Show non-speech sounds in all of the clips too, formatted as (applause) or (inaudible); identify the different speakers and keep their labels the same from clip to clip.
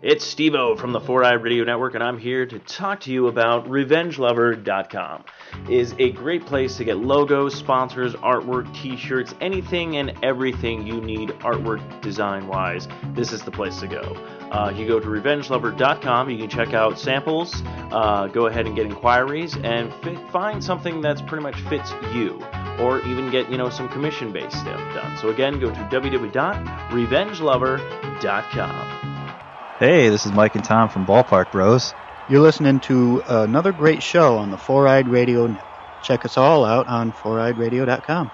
Speaker 1: It's Steve O from the Four Eye Radio Network, and I'm here to talk to you about RevengeLover.com. It is a great place to get logos, sponsors, artwork, t-shirts, anything and everything you need artwork design-wise. This is the place to go. Uh, you go to RevengeLover.com, you can check out samples, uh, go ahead and get inquiries, and fi- find something that's pretty much fits you, or even get you know some commission-based stuff done. So again, go to www.RevengeLover.com.
Speaker 2: Hey, this is Mike and Tom from Ballpark Bros.
Speaker 3: You're listening to another great show on the Four Eyed Radio Network. Check us all out on foureyedradio.com.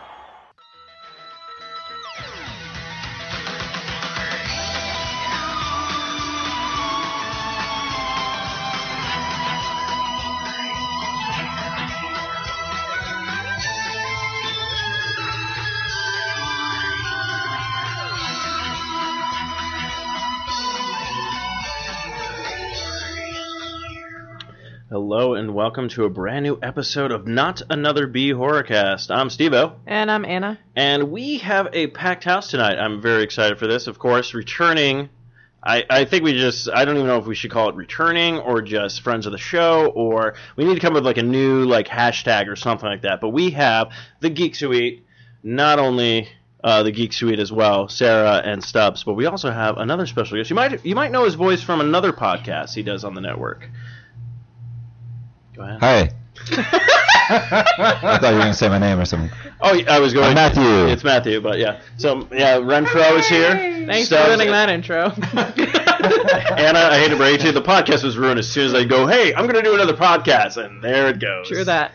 Speaker 1: Hello and welcome to a brand new episode of Not Another B Horrorcast. I'm Stevo,
Speaker 4: And I'm Anna.
Speaker 1: and we have a packed house tonight. I'm very excited for this. Of course, returning. I, I think we just I don't even know if we should call it returning or just friends of the show or we need to come up with like a new like hashtag or something like that. But we have the Geek Suite, not only uh, the Geek Suite as well, Sarah and Stubbs, but we also have another special guest. You might you might know his voice from another podcast he does on the network. Go ahead.
Speaker 5: Hi. I thought you were going to say my name or something.
Speaker 1: Oh, yeah, I was going.
Speaker 5: I'm Matthew.
Speaker 1: It's Matthew, but yeah. So yeah, Renfro is here.
Speaker 4: Thanks
Speaker 1: Stubbs-
Speaker 4: for running that (laughs) intro.
Speaker 1: (laughs) Anna, I hate to break it to you, the podcast was ruined as soon as I go. Hey, I'm going to do another podcast, and there it goes.
Speaker 4: True that.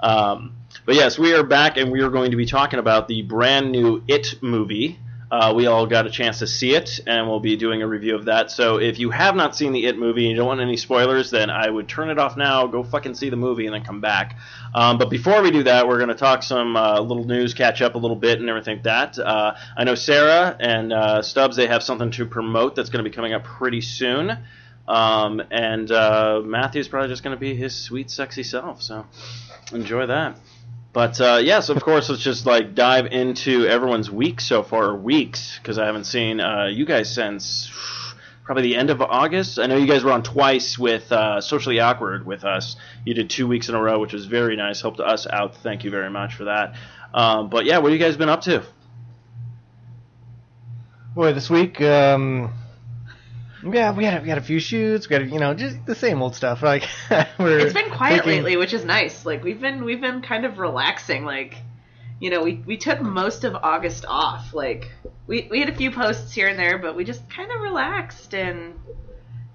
Speaker 1: Um, but yes, we are back, and we are going to be talking about the brand new It movie. Uh, we all got a chance to see it, and we'll be doing a review of that. So if you have not seen the It movie and you don't want any spoilers, then I would turn it off now, go fucking see the movie, and then come back. Um, but before we do that, we're going to talk some uh, little news, catch up a little bit, and everything like that. Uh, I know Sarah and uh, Stubbs, they have something to promote that's going to be coming up pretty soon. Um, and uh, Matthew's probably just going to be his sweet, sexy self. So enjoy that. But uh, yes, of course, let's just like dive into everyone's week so far, or weeks, because I haven't seen uh, you guys since probably the end of August. I know you guys were on twice with uh, Socially Awkward with us. You did two weeks in a row, which was very nice. Helped us out. Thank you very much for that. Um, but yeah, what have you guys been up to?
Speaker 6: Boy, this week, um, yeah, we had a, we had a few shoots. We had a, you know just the same old stuff. Like (laughs) we're
Speaker 7: It's been quiet
Speaker 6: thinking-
Speaker 7: lately, which is nice. Like we've been we've been kind of relaxing. Like you know, we we took most of August off. Like we we had a few posts here and there, but we just kind of relaxed and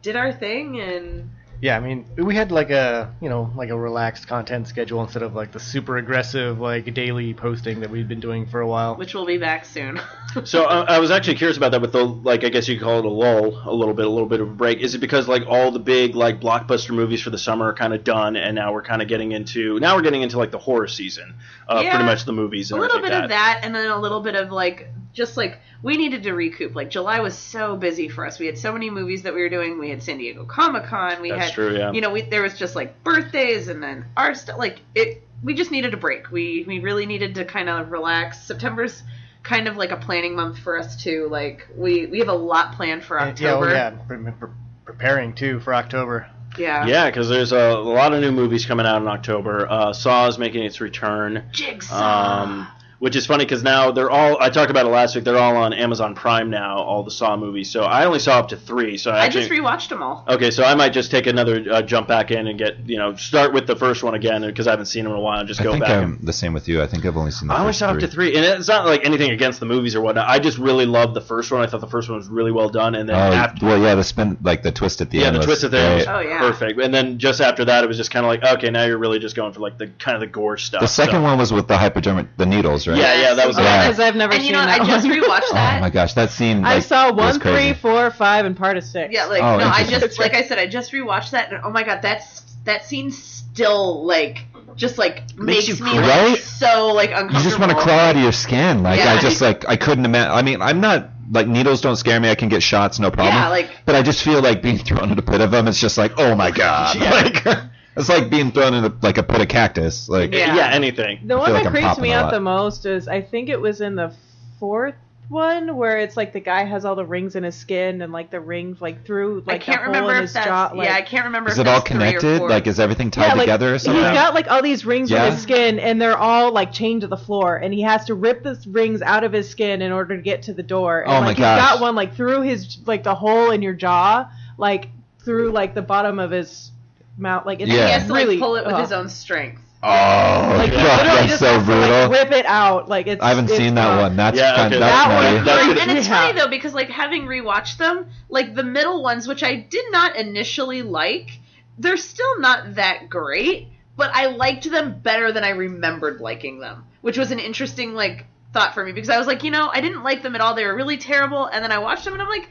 Speaker 7: did our thing and
Speaker 6: Yeah, I mean we had like a you know like a relaxed content schedule instead of like the super aggressive like daily posting that we'd been doing for a while.
Speaker 7: which will be back soon. (laughs)
Speaker 1: So uh, I, I was actually curious about that with the like I guess you could call it a lull, a little bit, a little bit of a break. Is it because like all the big like blockbuster movies for the summer are kind of done, and now we're kind of getting into now we're getting into like the horror season, uh,
Speaker 7: Yeah.
Speaker 1: pretty much the movies
Speaker 7: a
Speaker 1: and
Speaker 7: little
Speaker 1: everything
Speaker 7: bit
Speaker 1: like
Speaker 7: of that and then a little bit of like just like we needed to recoup. Like July was so busy for us. We had so many movies that we were doing. We had San Diego Comic Con. We
Speaker 1: That's
Speaker 7: had
Speaker 1: true, yeah.
Speaker 7: you know, we, there was just like birthdays and then our stuff. Like it, we just needed a break. We we really needed to kind of relax. September's kind of like a planning month for us too. Like we we have a lot planned for
Speaker 6: And, yeah, oh,
Speaker 7: October.
Speaker 6: yeah, pre- pre- preparing too for October.
Speaker 7: yeah.
Speaker 1: Yeah, because there's a, lot of new movies coming out in October. Uh, Saw is making its return.
Speaker 7: Jigsaw.
Speaker 1: Um, which is funny because now they're all. I talked about it last week. They're all on Amazon Prime now. All the Saw movies. So I only saw up to three. So I
Speaker 7: I
Speaker 1: actually,
Speaker 7: just rewatched them all.
Speaker 1: Okay, so I might just take another uh, jump back in and get you know start with the first one again because I haven't seen them in a while. And just
Speaker 5: I
Speaker 1: go
Speaker 5: think um,
Speaker 1: back.
Speaker 5: I'm
Speaker 1: and,
Speaker 5: the same with you. I think I've only seen the
Speaker 1: I only
Speaker 5: first
Speaker 1: saw up
Speaker 5: three.
Speaker 1: to three, and it's not like anything against the movies or whatnot. I just really loved the first one. I thought the first one was really well done, and then
Speaker 5: Oh,
Speaker 1: after
Speaker 5: well, yeah, the spin, like the twist at the
Speaker 1: yeah,
Speaker 5: end.
Speaker 1: the
Speaker 5: was
Speaker 1: twist at the end was
Speaker 5: great.
Speaker 7: Oh, yeah.
Speaker 1: perfect, and then just after that, it was just kind of like okay, now you're really just going for like the kind of the gore stuff.
Speaker 5: The second
Speaker 1: so-
Speaker 5: one was with the hypodermic, the needles, right?
Speaker 1: yeah, yeah, that was
Speaker 7: Oh,
Speaker 1: the
Speaker 5: Yeah.
Speaker 4: Because I've never
Speaker 7: And
Speaker 4: seen
Speaker 7: you know,
Speaker 4: that
Speaker 7: I just
Speaker 4: one.
Speaker 5: (laughs)
Speaker 4: (laughs)
Speaker 7: rewatched that.
Speaker 5: Oh my gosh, that scene. Like,
Speaker 4: I saw
Speaker 5: was
Speaker 4: one, three,
Speaker 5: crazy.
Speaker 4: four, five, and part of six.
Speaker 7: Yeah, like
Speaker 5: Oh,
Speaker 7: no, I
Speaker 5: interesting.
Speaker 7: just like I said, I just rewatched that, and oh my god, that's that scene still like just like
Speaker 1: Makes
Speaker 7: makes,
Speaker 1: you
Speaker 7: me
Speaker 1: cry.
Speaker 7: like,
Speaker 5: Right?
Speaker 7: so like
Speaker 5: You
Speaker 7: uncomfortable.
Speaker 5: just want to crawl out of your skin. Like
Speaker 7: Yeah.
Speaker 5: I just like I couldn't imagine. I mean, I'm not like needles don't scare me. I can get shots, no problem.
Speaker 7: Yeah, like-
Speaker 5: But I just feel like being thrown in a pit of them. It's just like, oh my god.
Speaker 1: Yeah.
Speaker 5: (laughs) Like it's like being thrown in a, like a pit of cactus. Like
Speaker 1: yeah.
Speaker 7: Yeah.
Speaker 1: anything.
Speaker 5: I
Speaker 4: The one
Speaker 5: feel
Speaker 4: that
Speaker 5: like I'm
Speaker 4: creeps
Speaker 5: popping
Speaker 4: me
Speaker 5: a
Speaker 4: out
Speaker 5: lot.
Speaker 4: the most is I think it was in the fourth one where it's like the guy has all the rings in his skin and like the rings like through like
Speaker 7: I can't
Speaker 4: the
Speaker 7: remember
Speaker 4: hole in
Speaker 7: if
Speaker 4: his
Speaker 7: that's
Speaker 4: jaw. Like,
Speaker 7: yeah. I can't remember.
Speaker 5: Is
Speaker 7: if
Speaker 5: it all
Speaker 7: that's three or
Speaker 5: connected?
Speaker 7: four.
Speaker 5: Like, is everything tied
Speaker 4: like,
Speaker 5: together or
Speaker 4: he's
Speaker 5: something?
Speaker 4: got like all these rings
Speaker 5: Yeah.
Speaker 4: on his skin, and they're all like chained to the floor, and he has to rip the rings out of his skin in order to get to the door. And
Speaker 5: Oh
Speaker 4: like
Speaker 5: my
Speaker 4: he's
Speaker 5: gosh.
Speaker 4: got one like through his like the hole in your jaw, like through like the bottom of his mouth. Like it's
Speaker 5: Yeah.
Speaker 7: He has to like
Speaker 4: really
Speaker 7: pull it with
Speaker 4: ugh.
Speaker 7: his own strength.
Speaker 5: oh, God,
Speaker 4: Like, he literally
Speaker 5: that's
Speaker 4: just
Speaker 5: so
Speaker 4: has to, like,
Speaker 5: brutal.
Speaker 4: rip it out. Like it's.
Speaker 5: I haven't
Speaker 4: it's
Speaker 5: seen that
Speaker 4: rough.
Speaker 5: one. That's
Speaker 1: Yeah,
Speaker 5: kind
Speaker 1: okay.
Speaker 5: that's
Speaker 4: That
Speaker 5: nutty.
Speaker 4: one-
Speaker 1: That's
Speaker 4: Like,
Speaker 1: gonna-
Speaker 7: And it's
Speaker 4: Yeah.
Speaker 7: funny though because like having rewatched them, like the middle ones, which I did not initially like, they're still not that great, but I liked them better than I remembered liking them, which was an interesting like thought for me because I was like, you know, I didn't like them at all. They were really terrible, and then I watched them and I'm like,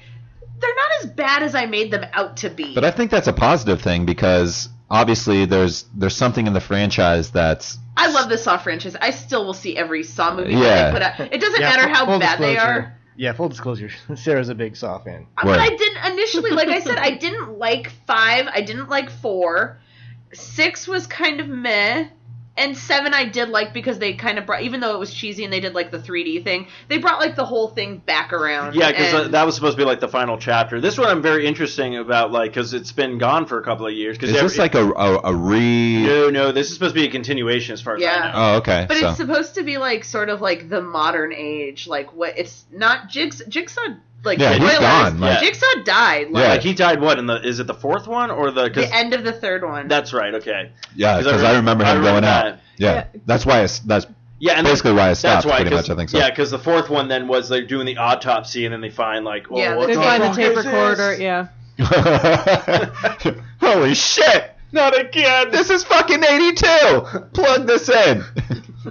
Speaker 7: they're not as bad as I made them out to be.
Speaker 5: But I think that's a positive thing because obviously there's there's something in the franchise that's
Speaker 7: I love the Saw franchise. I still will see every Saw movie
Speaker 5: Yeah.
Speaker 7: that they put out. It doesn't matter
Speaker 6: full-
Speaker 7: how
Speaker 6: full
Speaker 7: bad they
Speaker 6: disclosure.
Speaker 7: are.
Speaker 6: Yeah, full disclosure. (laughs) Sarah's a big Saw fan.
Speaker 7: But I
Speaker 5: Right.
Speaker 7: didn't initially, like I said, I didn't like five. I didn't like four. Six was kind of meh. And seven I did like because they kind of brought, even though it was cheesy and they did like the 3D thing, they brought like the whole thing back around.
Speaker 1: Yeah, because
Speaker 7: and-
Speaker 1: that was supposed to be like the final chapter. This one I'm very interesting about, like, because it's been gone for a couple of years. Cause
Speaker 5: is
Speaker 1: every-
Speaker 5: this like a a, a re?
Speaker 1: no, no, this is supposed to be a continuation as far as I
Speaker 7: Yeah.
Speaker 1: know.
Speaker 5: Oh, okay.
Speaker 7: But
Speaker 5: so.
Speaker 7: it's supposed to be like sort of like the modern age, like what it's not Jigsaw. Jigsaw like
Speaker 5: Yeah, he's
Speaker 7: spoilers,
Speaker 5: gone, like-
Speaker 7: Jigsaw died. Like,
Speaker 5: Yeah.
Speaker 1: Like he died. What in the? Is it the fourth one or the? Cause
Speaker 7: the end of the third one.
Speaker 1: that's right. Okay.
Speaker 5: yeah,
Speaker 1: 'Cause I
Speaker 5: because Uh, I
Speaker 1: remember-
Speaker 5: remember
Speaker 1: I
Speaker 5: him
Speaker 1: remember
Speaker 5: going out.
Speaker 1: that.
Speaker 5: Yeah,
Speaker 4: Yeah.
Speaker 5: that's why. It's, that's
Speaker 1: Yeah, and
Speaker 5: basically why I stopped.
Speaker 1: that's why.
Speaker 5: pretty
Speaker 1: 'cause-
Speaker 5: much, I think so.
Speaker 1: Yeah, because the fourth one then was they're doing the autopsy and then they find like, oh,
Speaker 7: Yeah,
Speaker 1: what
Speaker 4: They
Speaker 1: the
Speaker 4: find the
Speaker 1: fuck
Speaker 4: tape
Speaker 1: is this?
Speaker 4: recorder. Yeah.
Speaker 5: (laughs) Holy shit!
Speaker 1: Not again.
Speaker 5: This is fucking 82. Plug this in.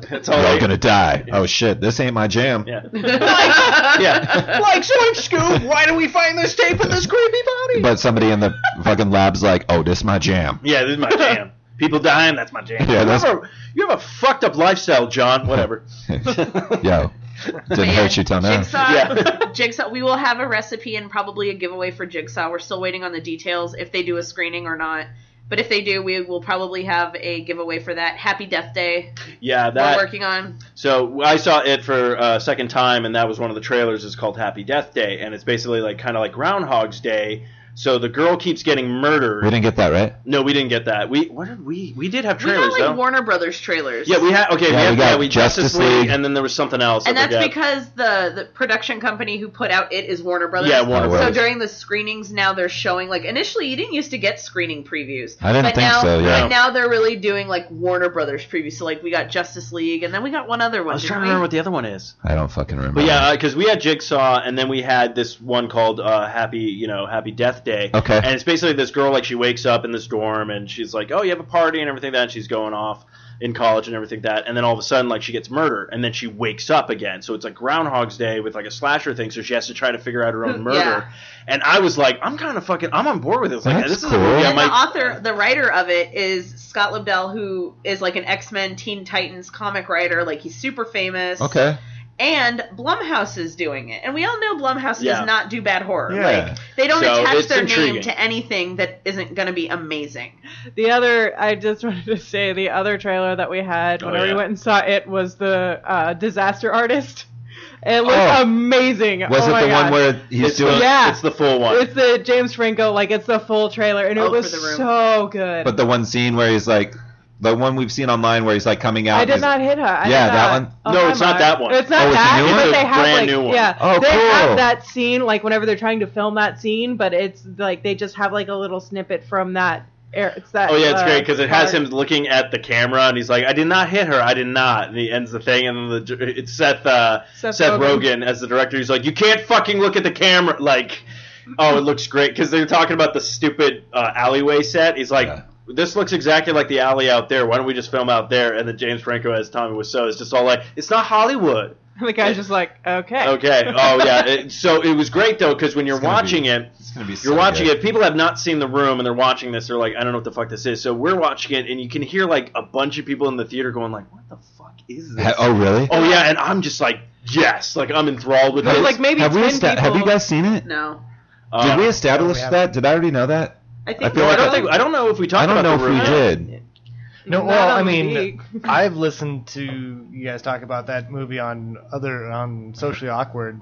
Speaker 1: That's all.
Speaker 5: We're all
Speaker 1: I-
Speaker 5: gonna die. Oh shit! This ain't my jam.
Speaker 1: Yeah. (laughs)
Speaker 5: yeah.
Speaker 6: Like, Scoop, Scoop, why do we find this tape in this creepy body?
Speaker 5: (laughs) But somebody in the fucking lab's like, "Oh, this my jam." (laughs)
Speaker 1: Yeah, this is my jam. People dying, that's my jam.
Speaker 5: Yeah,
Speaker 1: you,
Speaker 5: (laughs) that's-
Speaker 1: have a, you have a fucked up lifestyle, John.
Speaker 7: (laughs)
Speaker 1: Whatever.
Speaker 5: Yo, didn't
Speaker 7: Yeah,
Speaker 5: hurt you till now.
Speaker 7: Jigsaw,
Speaker 1: Yeah. (laughs)
Speaker 7: Jigsaw. We will have a recipe and probably a giveaway for Jigsaw. We're still waiting on the details if they do a screening or not. But if they do, we will probably have a giveaway for that. Happy Death Day.
Speaker 1: Yeah,
Speaker 7: we're
Speaker 1: that.
Speaker 7: working on.
Speaker 1: So I saw it for a second time, and that was one of the trailers. It's called Happy Death Day, and it's basically like kind of like Groundhog's Day. So the girl keeps getting murdered.
Speaker 5: We didn't get that right.
Speaker 1: no, we didn't get that. We what did we? We did have
Speaker 7: We got
Speaker 1: trailers
Speaker 7: like
Speaker 1: though.
Speaker 7: Warner Brothers trailers.
Speaker 1: yeah, we had okay.
Speaker 5: Yeah,
Speaker 1: we,
Speaker 5: we
Speaker 1: had,
Speaker 5: got
Speaker 1: yeah, we Justice,
Speaker 5: Justice
Speaker 1: League,
Speaker 5: League.
Speaker 1: and then there was something else.
Speaker 7: and
Speaker 1: I
Speaker 7: that's
Speaker 1: forget.
Speaker 7: because the the production company who put out it is Warner Brothers.
Speaker 1: yeah, Warner
Speaker 5: Oh,
Speaker 1: Brothers.
Speaker 7: So during the screenings now they're showing like initially you didn't used to get screening previews.
Speaker 5: I didn't
Speaker 7: but
Speaker 5: think
Speaker 7: now,
Speaker 5: so, yeah.
Speaker 7: But now they're really doing like Warner Brothers previews. So like we got Justice League and then we got one other one.
Speaker 1: I was
Speaker 7: didn't
Speaker 1: trying to
Speaker 7: we?
Speaker 1: remember what the other one is.
Speaker 5: I don't fucking remember.
Speaker 1: But yeah, because we had Jigsaw, and then we had this one called uh, Happy, you know, Happy Death Day.
Speaker 5: Okay. (laughs)
Speaker 1: And it's basically this girl like she wakes up in this dorm, and she's like, "Oh, you have a party and everything like that." And she's going off in college and everything like that, and then all of a sudden like she gets murdered, and then she wakes up again. So it's like Groundhog's Day with like a slasher thing. So she has to try to figure out her
Speaker 4: Hmm,
Speaker 1: own murder.
Speaker 7: Yeah.
Speaker 1: And I was like, I'm kind of fucking, I'm on board with this. Like,
Speaker 5: That's
Speaker 1: this is a
Speaker 5: cool.
Speaker 1: movie I
Speaker 7: and the
Speaker 1: might.
Speaker 7: author, the writer of it is Scott Lobdell, who is like an X Men, Teen Titans comic writer. Like he's super famous.
Speaker 5: Okay.
Speaker 7: And Blumhouse is doing it, and we all know Blumhouse
Speaker 1: Yeah.
Speaker 7: does not do bad horror.
Speaker 5: Yeah.
Speaker 7: Like they don't
Speaker 1: So it's
Speaker 7: attach their
Speaker 1: intriguing.
Speaker 7: name to anything that isn't going to be amazing.
Speaker 4: The other, I just (laughs) wanted to say, the other trailer that we had
Speaker 1: Oh,
Speaker 4: whenever
Speaker 1: yeah.
Speaker 4: we went and saw it was the uh, disaster artist. (laughs) It looked
Speaker 5: Oh.
Speaker 4: amazing.
Speaker 5: Was
Speaker 4: oh
Speaker 5: it
Speaker 4: my
Speaker 5: the
Speaker 4: God.
Speaker 5: one where he's
Speaker 1: It's,
Speaker 5: doing?
Speaker 1: the,
Speaker 4: Yeah.
Speaker 1: it's the full one.
Speaker 4: it's the James Franco, like it's the full trailer, and
Speaker 7: Oh,
Speaker 4: it
Speaker 7: for
Speaker 4: was
Speaker 7: the room.
Speaker 4: so good.
Speaker 5: But the one scene where he's like, the one we've seen online where he's like coming out.
Speaker 4: I
Speaker 5: and
Speaker 4: did
Speaker 5: he's-
Speaker 4: not hit her. I
Speaker 5: Yeah,
Speaker 4: did
Speaker 5: that
Speaker 4: not.
Speaker 5: one-
Speaker 4: Oh,
Speaker 1: No,
Speaker 4: my
Speaker 1: it's not
Speaker 4: mark.
Speaker 1: that one.
Speaker 4: It's not
Speaker 5: Oh, it's
Speaker 4: that.
Speaker 5: new
Speaker 4: but
Speaker 5: one?
Speaker 4: they have
Speaker 1: Brand
Speaker 4: like,
Speaker 1: new one.
Speaker 4: yeah,
Speaker 5: Oh,
Speaker 4: they
Speaker 5: cool.
Speaker 4: have that scene like whenever they're trying to film that scene, but it's like they just have like a little snippet from that. air- It's that.
Speaker 1: Oh yeah, it's
Speaker 4: uh,
Speaker 1: great because it has
Speaker 4: part.
Speaker 1: him looking at the camera and he's like, "I did not hit her. I did not." And he ends the thing, and then the it's Seth uh, Seth,
Speaker 4: Seth
Speaker 1: Rogen. as the director. He's like, "You can't fucking look at the camera." Like, oh, it looks great because they're talking about the stupid uh, alleyway set. He's like.
Speaker 5: Yeah.
Speaker 1: This looks exactly like the alley out there. Why don't we just film out there? And then James Franco as Tommy Wiseau is just all like, "It's not Hollywood."
Speaker 4: (laughs) The guy's just like, okay.
Speaker 1: Okay. Oh yeah. It, so it was great though because when you're
Speaker 5: gonna be-
Speaker 1: watching it,
Speaker 5: It's gonna be. so
Speaker 1: you're watching
Speaker 5: good.
Speaker 1: it. People have not seen the room, and they're watching this. They're like, I don't know what the fuck this is. So we're watching it, and you can hear like a bunch of people in the theater going like, What the fuck is this?
Speaker 5: Ha- Oh really?
Speaker 1: oh yeah, and I'm just like, Yes, like I'm enthralled with
Speaker 5: Have-
Speaker 1: this.
Speaker 4: Like, maybe
Speaker 5: have we
Speaker 4: 10
Speaker 5: esta- Have you
Speaker 4: people-
Speaker 5: guys seen it?
Speaker 7: No,
Speaker 1: Uh,
Speaker 5: did we establish
Speaker 6: No, we
Speaker 5: that? Did I already know that?
Speaker 7: I think.
Speaker 5: I feel
Speaker 1: no, I
Speaker 5: like
Speaker 1: don't think I don't know if we talked
Speaker 5: I don't
Speaker 1: about
Speaker 5: know if
Speaker 1: the room.
Speaker 5: we did.
Speaker 6: No,
Speaker 4: Not
Speaker 6: well, I
Speaker 4: on the
Speaker 6: mean,
Speaker 4: beak.
Speaker 6: (laughs) I've listened to you guys talk about that movie on other on socially awkward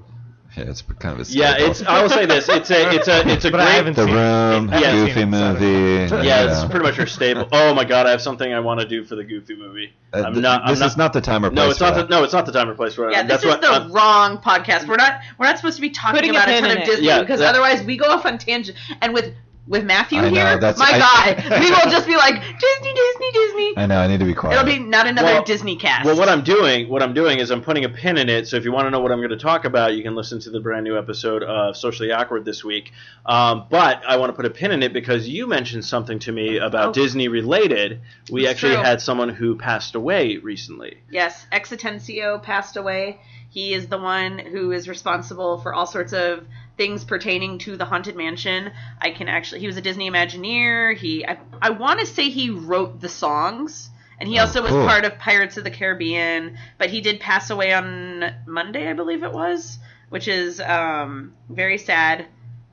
Speaker 5: Yeah, it's kind of a
Speaker 1: Yeah,
Speaker 5: staple.
Speaker 1: it's. I will say this. It's a. It's a.
Speaker 5: (laughs)
Speaker 1: It's a
Speaker 6: But I
Speaker 1: great.
Speaker 6: haven't
Speaker 5: the
Speaker 6: seen
Speaker 5: room,
Speaker 1: Yeah.
Speaker 5: Goofy movie.
Speaker 1: yeah,
Speaker 5: you
Speaker 1: it's
Speaker 5: know.
Speaker 1: pretty much your staple.
Speaker 5: (laughs)
Speaker 1: Oh my god, I have something I want to do for the Goofy movie.
Speaker 5: Uh,
Speaker 1: I'm
Speaker 5: th-
Speaker 1: not. I'm
Speaker 5: this
Speaker 1: not,
Speaker 5: is not the time or place.
Speaker 1: No, it's
Speaker 5: for
Speaker 1: not. The,
Speaker 5: that.
Speaker 1: no, it's not the time or place for it.
Speaker 7: Yeah, this
Speaker 1: That's
Speaker 7: is
Speaker 1: what.
Speaker 7: the
Speaker 1: I'm-
Speaker 7: wrong podcast. We're not we're not supposed to be talking
Speaker 4: Putting a
Speaker 7: about a,
Speaker 4: pin
Speaker 7: ton
Speaker 4: in
Speaker 7: of
Speaker 4: it.
Speaker 7: Disney
Speaker 1: Yeah,
Speaker 7: because
Speaker 1: that-
Speaker 7: otherwise we go off on tangent. And with with Matthew
Speaker 5: I know,
Speaker 7: here,
Speaker 5: that's-
Speaker 7: my
Speaker 5: I-
Speaker 7: God, we will just be like Disney, Disney, Disney.
Speaker 5: I know. I need to be quiet.
Speaker 7: It'll be not another
Speaker 1: Well-
Speaker 7: Disney cast.
Speaker 1: well, what I'm doing, what I'm doing is I'm putting a pin in it. So if you want to know what I'm going to talk about, you can listen to the brand new episode of Socially Awkward this week. Um, but I want to put a pin in it because you mentioned something to me about
Speaker 7: Oh.
Speaker 1: Disney related. We
Speaker 7: That's
Speaker 1: actually
Speaker 7: true.
Speaker 1: had someone who passed away recently.
Speaker 7: Yes, Exitencio passed away. He is the one who is responsible for all sorts of things pertaining to the haunted mansion. I can actually he was a Disney Imagineer. He I, I want to say he wrote the songs and he
Speaker 5: Oh,
Speaker 7: also
Speaker 5: cool.
Speaker 7: was part of Pirates of the Caribbean, but he did pass away on Monday, I believe it was, which is um very sad.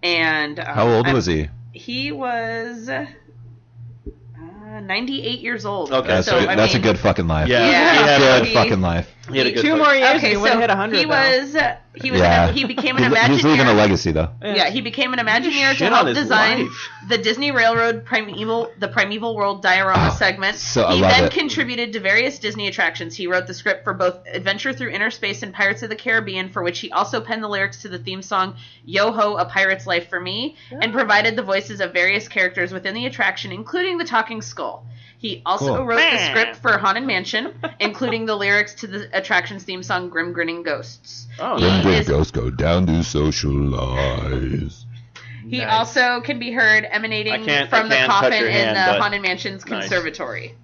Speaker 7: And um,
Speaker 5: How old
Speaker 7: I'm-
Speaker 5: was he?
Speaker 7: He was uh, 98 years old.
Speaker 1: Okay.
Speaker 5: That's,
Speaker 1: so,
Speaker 5: a,
Speaker 1: I
Speaker 5: Uh, that's a good fucking life.
Speaker 1: Yeah,
Speaker 7: Yeah.
Speaker 1: He, had, a-
Speaker 5: Good
Speaker 7: He-
Speaker 5: fucking life.
Speaker 1: he had a good.
Speaker 4: Two
Speaker 1: fight.
Speaker 4: more years
Speaker 7: Okay,
Speaker 4: and he would have
Speaker 7: so
Speaker 4: hit 100.
Speaker 7: he
Speaker 4: though.
Speaker 7: was he was
Speaker 5: Yeah.
Speaker 7: he became an
Speaker 5: He-
Speaker 7: Imagineer.
Speaker 5: he's leaving a legacy, though.
Speaker 7: Yeah, he became an Imagineer to
Speaker 1: Shit on
Speaker 7: help
Speaker 1: his
Speaker 7: design
Speaker 1: life.
Speaker 7: the Disney Railroad Primeval, the Primeval World diorama
Speaker 5: Oh,
Speaker 7: segment.
Speaker 5: so- I
Speaker 7: he
Speaker 5: love
Speaker 7: then
Speaker 5: it.
Speaker 7: contributed to various Disney attractions. He wrote the script for both Adventure Through Inner Space and Pirates of the Caribbean, for which he also penned the lyrics to the theme song "Yo Ho, A Pirate's Life for Me," and provided the voices of various characters within the attraction, including the Talking Skull. He also
Speaker 5: Cool.
Speaker 7: wrote the script for Haunted Mansion, including the lyrics to the attraction's theme song "Grim Grinning Ghosts."
Speaker 1: Oh,
Speaker 7: He
Speaker 1: nice.
Speaker 7: is-
Speaker 5: ghosts go down to socialize.
Speaker 7: He
Speaker 6: Nice.
Speaker 7: also can be heard
Speaker 1: I
Speaker 7: emanating
Speaker 1: can't- I
Speaker 7: from the
Speaker 1: can't touch
Speaker 7: coffin
Speaker 1: your
Speaker 7: in
Speaker 1: hand,
Speaker 7: the
Speaker 1: but-
Speaker 7: Haunted Mansion's
Speaker 1: Nice.
Speaker 7: conservatory.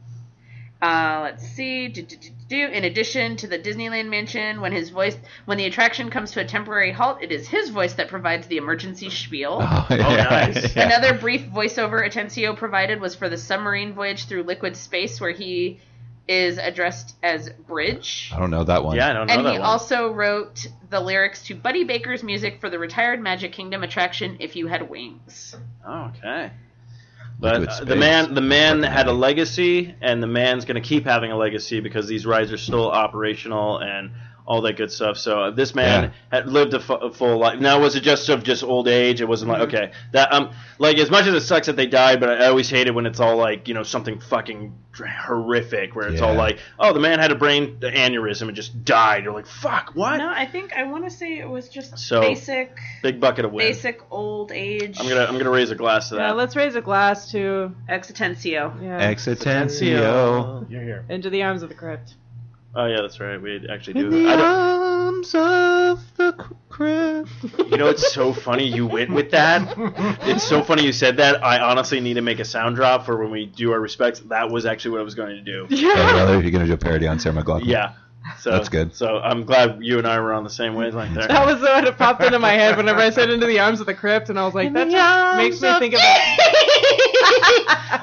Speaker 7: Uh, let's see. Do, do, do, do, do. In addition to the Disneyland Mansion, when his voice, when the attraction comes to a temporary halt, it is his voice that provides the emergency spiel.
Speaker 5: Oh, yeah,
Speaker 1: nice.
Speaker 5: (laughs) yeah.
Speaker 7: Another brief voiceover Atencio provided was for the submarine voyage through liquid space, where he is addressed as Bridge.
Speaker 5: I don't know that one.
Speaker 1: Yeah, I don't know
Speaker 7: And
Speaker 1: that
Speaker 7: he
Speaker 1: one.
Speaker 7: also wrote the lyrics to Buddy Baker's music for the retired Magic Kingdom attraction, If You Had Wings.
Speaker 1: Oh, okay. But
Speaker 5: Liquid
Speaker 1: uh, the
Speaker 5: space.
Speaker 1: man, the man
Speaker 5: Fucking
Speaker 1: had a
Speaker 5: amazing.
Speaker 1: legacy, and the man's going to keep having a legacy because these rides are still operational and all that good stuff. So uh, this man had lived a, fu- a full life. Now, was it just of just old age? It wasn't
Speaker 7: Mm-hmm.
Speaker 1: like okay, that um, like as much as it sucks that they died, but I always hate it when it's all like you know something fucking horrific, where it's all
Speaker 5: Yeah.
Speaker 1: like, oh, the man had a brain aneurysm and just died. You're like, fuck, what?
Speaker 7: No, I think I want to say it was just
Speaker 1: So,
Speaker 7: basic,
Speaker 1: Big bucket of wind.
Speaker 7: basic old age
Speaker 1: I'm gonna I'm gonna raise a glass to
Speaker 5: uh,
Speaker 1: that.
Speaker 4: Yeah, let's raise a glass to
Speaker 7: existencio.
Speaker 4: yeah,
Speaker 5: Exitencio.
Speaker 6: You're here.
Speaker 4: into the arms of the (laughs) crypt.
Speaker 1: oh yeah, that's right. We actually do. I don't-
Speaker 5: arms of the crypt.
Speaker 1: You know, it's so funny you went with
Speaker 6: (laughs)
Speaker 1: that. It's so funny you said that. I honestly need to make a sound drop for when we do our respects. That was actually what I was going to do.
Speaker 5: Hey, brother, you're gonna do a parody on Sarah McLaughlin.
Speaker 1: Yeah. So
Speaker 5: That's good.
Speaker 1: So I'm glad you and I were on the same wavelength there.
Speaker 4: That was what it popped into my head whenever I said into the arms of the crypt, and I was like, that just makes me
Speaker 7: (laughs)
Speaker 4: think of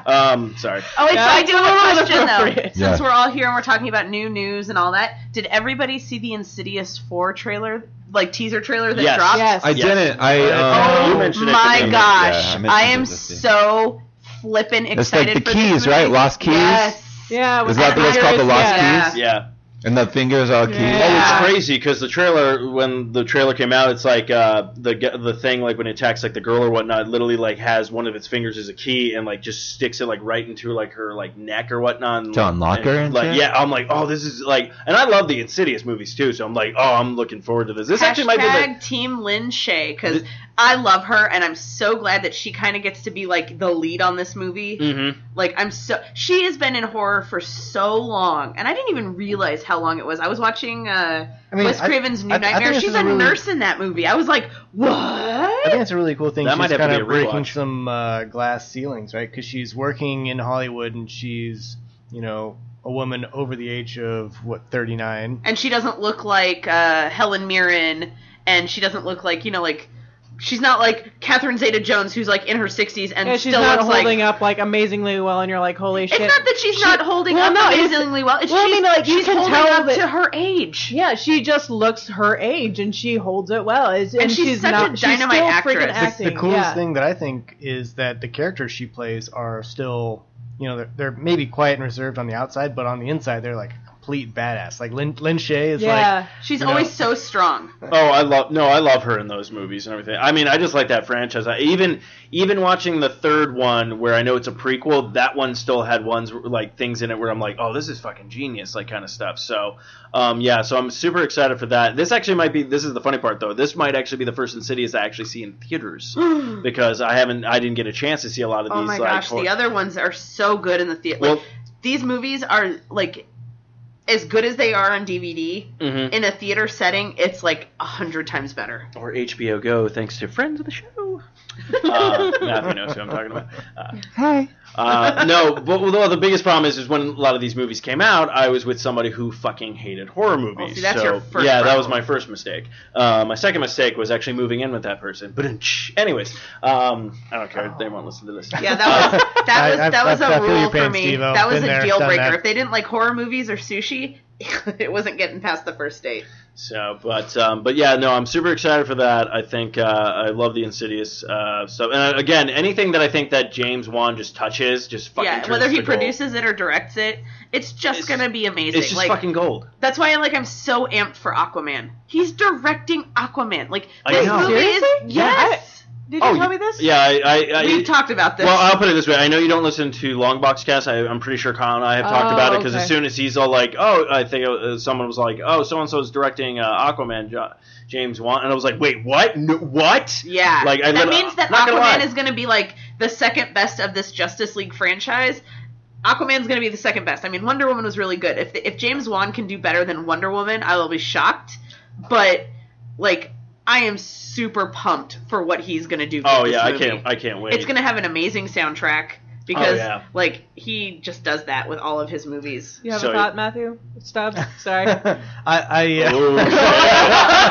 Speaker 1: um, sorry.
Speaker 7: Oh, wait, so I do have a
Speaker 4: That's a
Speaker 7: question
Speaker 4: little
Speaker 7: though.
Speaker 4: inappropriate.
Speaker 7: Since
Speaker 5: Yeah.
Speaker 7: we're all here and we're talking about new news and all that, did everybody see the Insidious Four trailer, like teaser trailer that
Speaker 1: Yes.
Speaker 7: dropped?
Speaker 4: Yes.
Speaker 5: I didn't. I.
Speaker 1: Oh,
Speaker 5: Um,
Speaker 1: you mentioned it,
Speaker 7: My
Speaker 1: didn't you?
Speaker 7: gosh,
Speaker 5: Yeah, I mentioned
Speaker 7: I
Speaker 5: it,
Speaker 7: am
Speaker 5: let's see.
Speaker 7: so flippin'
Speaker 5: It's like
Speaker 7: excited.
Speaker 5: the
Speaker 7: for this
Speaker 5: keys,
Speaker 7: movie.
Speaker 5: right? Lost keys.
Speaker 7: Yes.
Speaker 4: Yeah,
Speaker 5: Is that the what's called the lost
Speaker 7: Yeah.
Speaker 5: keys?
Speaker 1: Yeah.
Speaker 5: And the fingers are keys.
Speaker 4: Yeah.
Speaker 1: It's crazy because the trailer, when the trailer came out, it's like uh, the g- the thing like when it attacks like the girl or whatnot, it literally like has one of its fingers as a key and like just sticks it like right into like her like neck or whatnot. And,
Speaker 5: To unlock
Speaker 1: and,
Speaker 5: her and
Speaker 1: like
Speaker 5: shit?
Speaker 1: yeah, I'm like oh this is like, and I love the Insidious movies too, so I'm like oh I'm looking forward to this. This actually might be the
Speaker 7: Hashtag Team Lin Shay because I love her and I'm so glad that she kind of gets to be like the lead on this movie.
Speaker 1: Mhm.
Speaker 7: Like I'm so she has been in horror for so long and I didn't even realize how long it was. I was watching uh,
Speaker 6: I mean,
Speaker 7: Wes
Speaker 6: I-
Speaker 7: Craven's New
Speaker 6: I- I think
Speaker 7: Nightmare.
Speaker 6: this
Speaker 7: She's
Speaker 6: is a
Speaker 7: a
Speaker 6: really-
Speaker 7: nurse in that movie. I was like,
Speaker 6: I think
Speaker 7: what?
Speaker 6: it's a really cool thing.
Speaker 1: That
Speaker 6: she's
Speaker 1: might have to
Speaker 6: kind
Speaker 1: be a
Speaker 6: of breaking
Speaker 1: rewatch.
Speaker 6: some uh, glass ceilings, right? Because she's working in Hollywood and she's, you know, a woman over the age of what thirty nine.
Speaker 7: And she doesn't look like uh, Helen Mirren and she doesn't look like you know like. She's not like Catherine Zeta-Jones, who's like in her 60s and
Speaker 4: Yeah, she's
Speaker 7: still
Speaker 4: not
Speaker 7: looks like
Speaker 4: holding up like amazingly well, and you're like, holy
Speaker 7: It's
Speaker 4: shit.
Speaker 7: not that she's not holding
Speaker 4: well,
Speaker 7: up
Speaker 4: no, it's-
Speaker 7: amazingly well. It's
Speaker 4: well, I
Speaker 7: she's,
Speaker 4: mean, like, you
Speaker 7: she's
Speaker 4: can
Speaker 7: holding
Speaker 4: tell
Speaker 7: up
Speaker 4: that-
Speaker 7: to her age.
Speaker 4: yeah, she just looks her age, and she holds it well. It's, and,
Speaker 7: she's such a
Speaker 4: not, she's still
Speaker 7: dynamite
Speaker 4: freaking
Speaker 7: actress.
Speaker 4: acting.
Speaker 6: The coolest
Speaker 4: yeah.
Speaker 6: thing that I think is that the characters she plays are still, you know, they're, they're maybe quiet and reserved on the outside, but on the inside they're like complete badass. Like Lin, Lin Shay is
Speaker 4: yeah.
Speaker 7: She's
Speaker 6: You know-
Speaker 7: always so strong.
Speaker 1: Oh, I love no, I love her in those movies and everything. I mean, I just like that franchise. I, even even watching the third one, where I know it's a prequel, that one still had ones like things in it where I'm like, oh, this is fucking genius, like kind of stuff. So, um, yeah, so I'm super excited for that. This actually might be. This is the funny part though. This might actually be the first Insidious I actually see in
Speaker 7: (gasps)
Speaker 1: theaters because I haven't, I didn't get a chance to see a lot of
Speaker 7: Oh
Speaker 1: these.
Speaker 7: my
Speaker 1: like,
Speaker 7: gosh,
Speaker 1: hor-
Speaker 7: the other ones are so good in the theater.
Speaker 1: Well-
Speaker 7: like, these movies are like as good as they are on DVD.
Speaker 1: Mhm.
Speaker 7: In a theater setting, it's like a hundred times better.
Speaker 1: or HBO Go, thanks to friends of the
Speaker 7: (laughs)
Speaker 1: show. Uh, Matthew knows who I'm talking about. Uh, Hi. Uh, no, but well, the biggest problem is, is when a lot of these movies came out, I was with somebody who fucking hated horror movies.
Speaker 7: Oh, see, that's
Speaker 1: so,
Speaker 7: your first
Speaker 1: yeah, that was my
Speaker 7: problem.
Speaker 1: first mistake. Uh, my second mistake was actually moving in with that person. But anyways, um, I don't care. They won't listen to this.
Speaker 7: Yeah, that was that
Speaker 6: I-
Speaker 7: was
Speaker 6: I-
Speaker 7: that was
Speaker 6: I
Speaker 7: a
Speaker 6: feel your
Speaker 7: rule for
Speaker 6: pain,
Speaker 7: me.
Speaker 6: Steve-O.
Speaker 7: That was
Speaker 6: Been
Speaker 7: a
Speaker 6: there,
Speaker 7: deal
Speaker 6: done
Speaker 7: breaker.
Speaker 6: that.
Speaker 7: If they didn't like horror movies or sushi, (laughs) it wasn't getting past the first date.
Speaker 1: (laughs) So, but um, but yeah, no, I'm super excited for that. I think uh, I love the Insidious. Uh, so, and uh, again, anything that I think that James Wan just touches, just fucking
Speaker 7: yeah,
Speaker 1: turns
Speaker 7: whether he
Speaker 1: to gold.
Speaker 7: produces it or directs it, it's just
Speaker 1: It's-
Speaker 7: gonna be amazing.
Speaker 1: It's just
Speaker 7: like
Speaker 1: fucking gold.
Speaker 7: that's why like I'm so amped for Aquaman. He's directing Aquaman. Like
Speaker 1: I
Speaker 7: this
Speaker 1: know.
Speaker 7: movie is
Speaker 4: Seriously?
Speaker 7: yes.
Speaker 4: Did you
Speaker 1: Oh,
Speaker 4: tell
Speaker 1: you-
Speaker 4: me this?
Speaker 1: Yeah, I. I, I
Speaker 7: We've talked about this.
Speaker 1: well, I'll put it this way. I know you don't listen to Longbox Cast. I, I'm pretty sure Kyle and I have talked
Speaker 4: Oh,
Speaker 1: about it because
Speaker 4: okay.
Speaker 1: as soon as he's all like, "Oh," I think uh, someone was like, "Oh, so and so is directing uh, Aquaman, jo- James Wan," and I was like, "Wait, what? No, what?"
Speaker 7: Yeah.
Speaker 1: Like, I
Speaker 7: that
Speaker 1: lit-
Speaker 7: means that
Speaker 1: not gonna lie.
Speaker 7: Aquaman is going to be like the second best of this Justice League franchise. Aquaman's going to be the second best. I mean, Wonder Woman was really good. If if James Wan can do better than Wonder Woman, I will be shocked. But like, I am super pumped for what he's going to do. For
Speaker 1: Oh
Speaker 7: this
Speaker 1: yeah, I
Speaker 7: movie.
Speaker 1: can't. I can't wait. Oh,
Speaker 7: It's (laughs) going to have an amazing soundtrack because
Speaker 1: yeah.
Speaker 7: like he just does that with all of his movies.
Speaker 4: You have
Speaker 1: So- Oh,
Speaker 4: a thought, Matthew? Stubbs?
Speaker 1: (laughs)
Speaker 4: Sorry. (laughs) Oh,
Speaker 6: like (laughs) I I, uh, (laughs)
Speaker 5: (laughs)
Speaker 1: Ooh.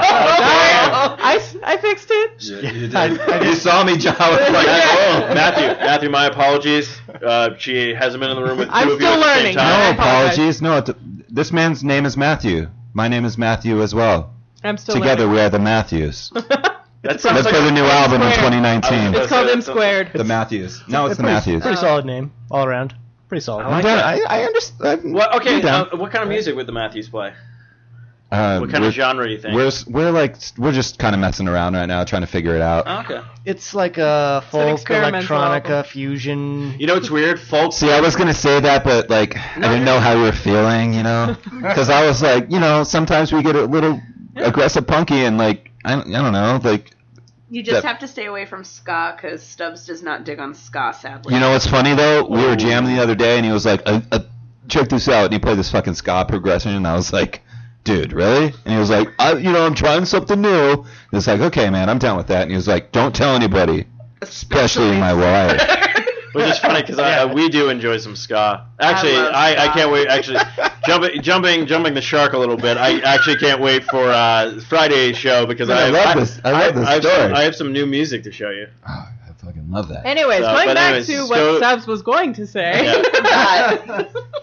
Speaker 4: I, s- I fixed it.
Speaker 5: You,
Speaker 6: I- I
Speaker 1: (laughs)
Speaker 6: just-
Speaker 5: saw me, John. I was like,
Speaker 1: Matthew, oh, Matthew, Matthew, my apologies. Uh, she hasn't been in the room with two
Speaker 4: I'm
Speaker 1: of you
Speaker 4: still
Speaker 1: at the same
Speaker 4: learning.
Speaker 1: time.
Speaker 5: No
Speaker 4: I apologize.
Speaker 5: apologies. No, it, this man's name is Matthew. My name is Matthew as well.
Speaker 4: I'm still
Speaker 5: Together we are
Speaker 1: (laughs)
Speaker 5: the Matthews.
Speaker 1: That's
Speaker 5: Let's put a new album in
Speaker 1: I
Speaker 5: 2019.
Speaker 1: was-
Speaker 4: (laughs) It's called M squared.
Speaker 5: the Matthews. No, it's the Uh-huh.
Speaker 6: pretty,
Speaker 5: Matthews.
Speaker 6: Pretty solid name all around. Pretty solid.
Speaker 1: I like
Speaker 5: Yeah,
Speaker 1: that.
Speaker 5: I, I
Speaker 1: (laughs)
Speaker 5: understand.
Speaker 1: What, okay,
Speaker 5: I'm down.
Speaker 1: uh, what kind of music would the Matthews play?
Speaker 5: Uh,
Speaker 1: What kind
Speaker 5: we're-
Speaker 1: of genre do you think?
Speaker 5: We're s- we're like s- we're just kind of messing around right now, trying to figure it out.
Speaker 1: Oh, okay.
Speaker 6: It's like a
Speaker 4: an
Speaker 6: folk
Speaker 4: experimental
Speaker 6: electronica
Speaker 4: album.
Speaker 6: fusion.
Speaker 1: You know what's weird? Folk.
Speaker 5: See, I was gonna say that, but like I didn't know how you were feeling, you
Speaker 1: (laughs)
Speaker 5: know, because I was like, you know, sometimes we get a little aggressive, punky, and like I, don't- I don't know, like
Speaker 7: You just
Speaker 5: That-
Speaker 7: have to stay away from ska because Stubbs does not dig on ska. Sadly,
Speaker 5: you know what's funny though? We
Speaker 1: Ooh.
Speaker 5: were jamming the other day, and he was like, uh, uh, check this out, and he played this fucking ska progression, and I was like. Dude, really? And he was like, I, you know, I'm trying something new. And it's like, okay, man, I'm down with that. And he was like, don't tell anybody, especially
Speaker 7: (laughs)
Speaker 5: my (laughs) wife.
Speaker 1: Which is funny because we do enjoy some ska. Actually,
Speaker 7: I love
Speaker 1: I, I,
Speaker 7: ska.
Speaker 1: can't wait. Actually, jumping jumping jumping the shark a little bit. I actually can't wait for uh, Friday's show because
Speaker 5: Man, I
Speaker 1: have-
Speaker 5: love this. I love this
Speaker 1: have some-
Speaker 5: story.
Speaker 1: I have some new music to
Speaker 7: (laughs)
Speaker 1: show you.
Speaker 5: Oh, I fucking love that.
Speaker 4: Anyways,
Speaker 1: So,
Speaker 4: going
Speaker 1: but
Speaker 4: back
Speaker 1: anyways,
Speaker 4: to
Speaker 1: just
Speaker 4: what
Speaker 1: go-
Speaker 4: Stubbs was going to say.
Speaker 1: Yeah.
Speaker 6: (laughs)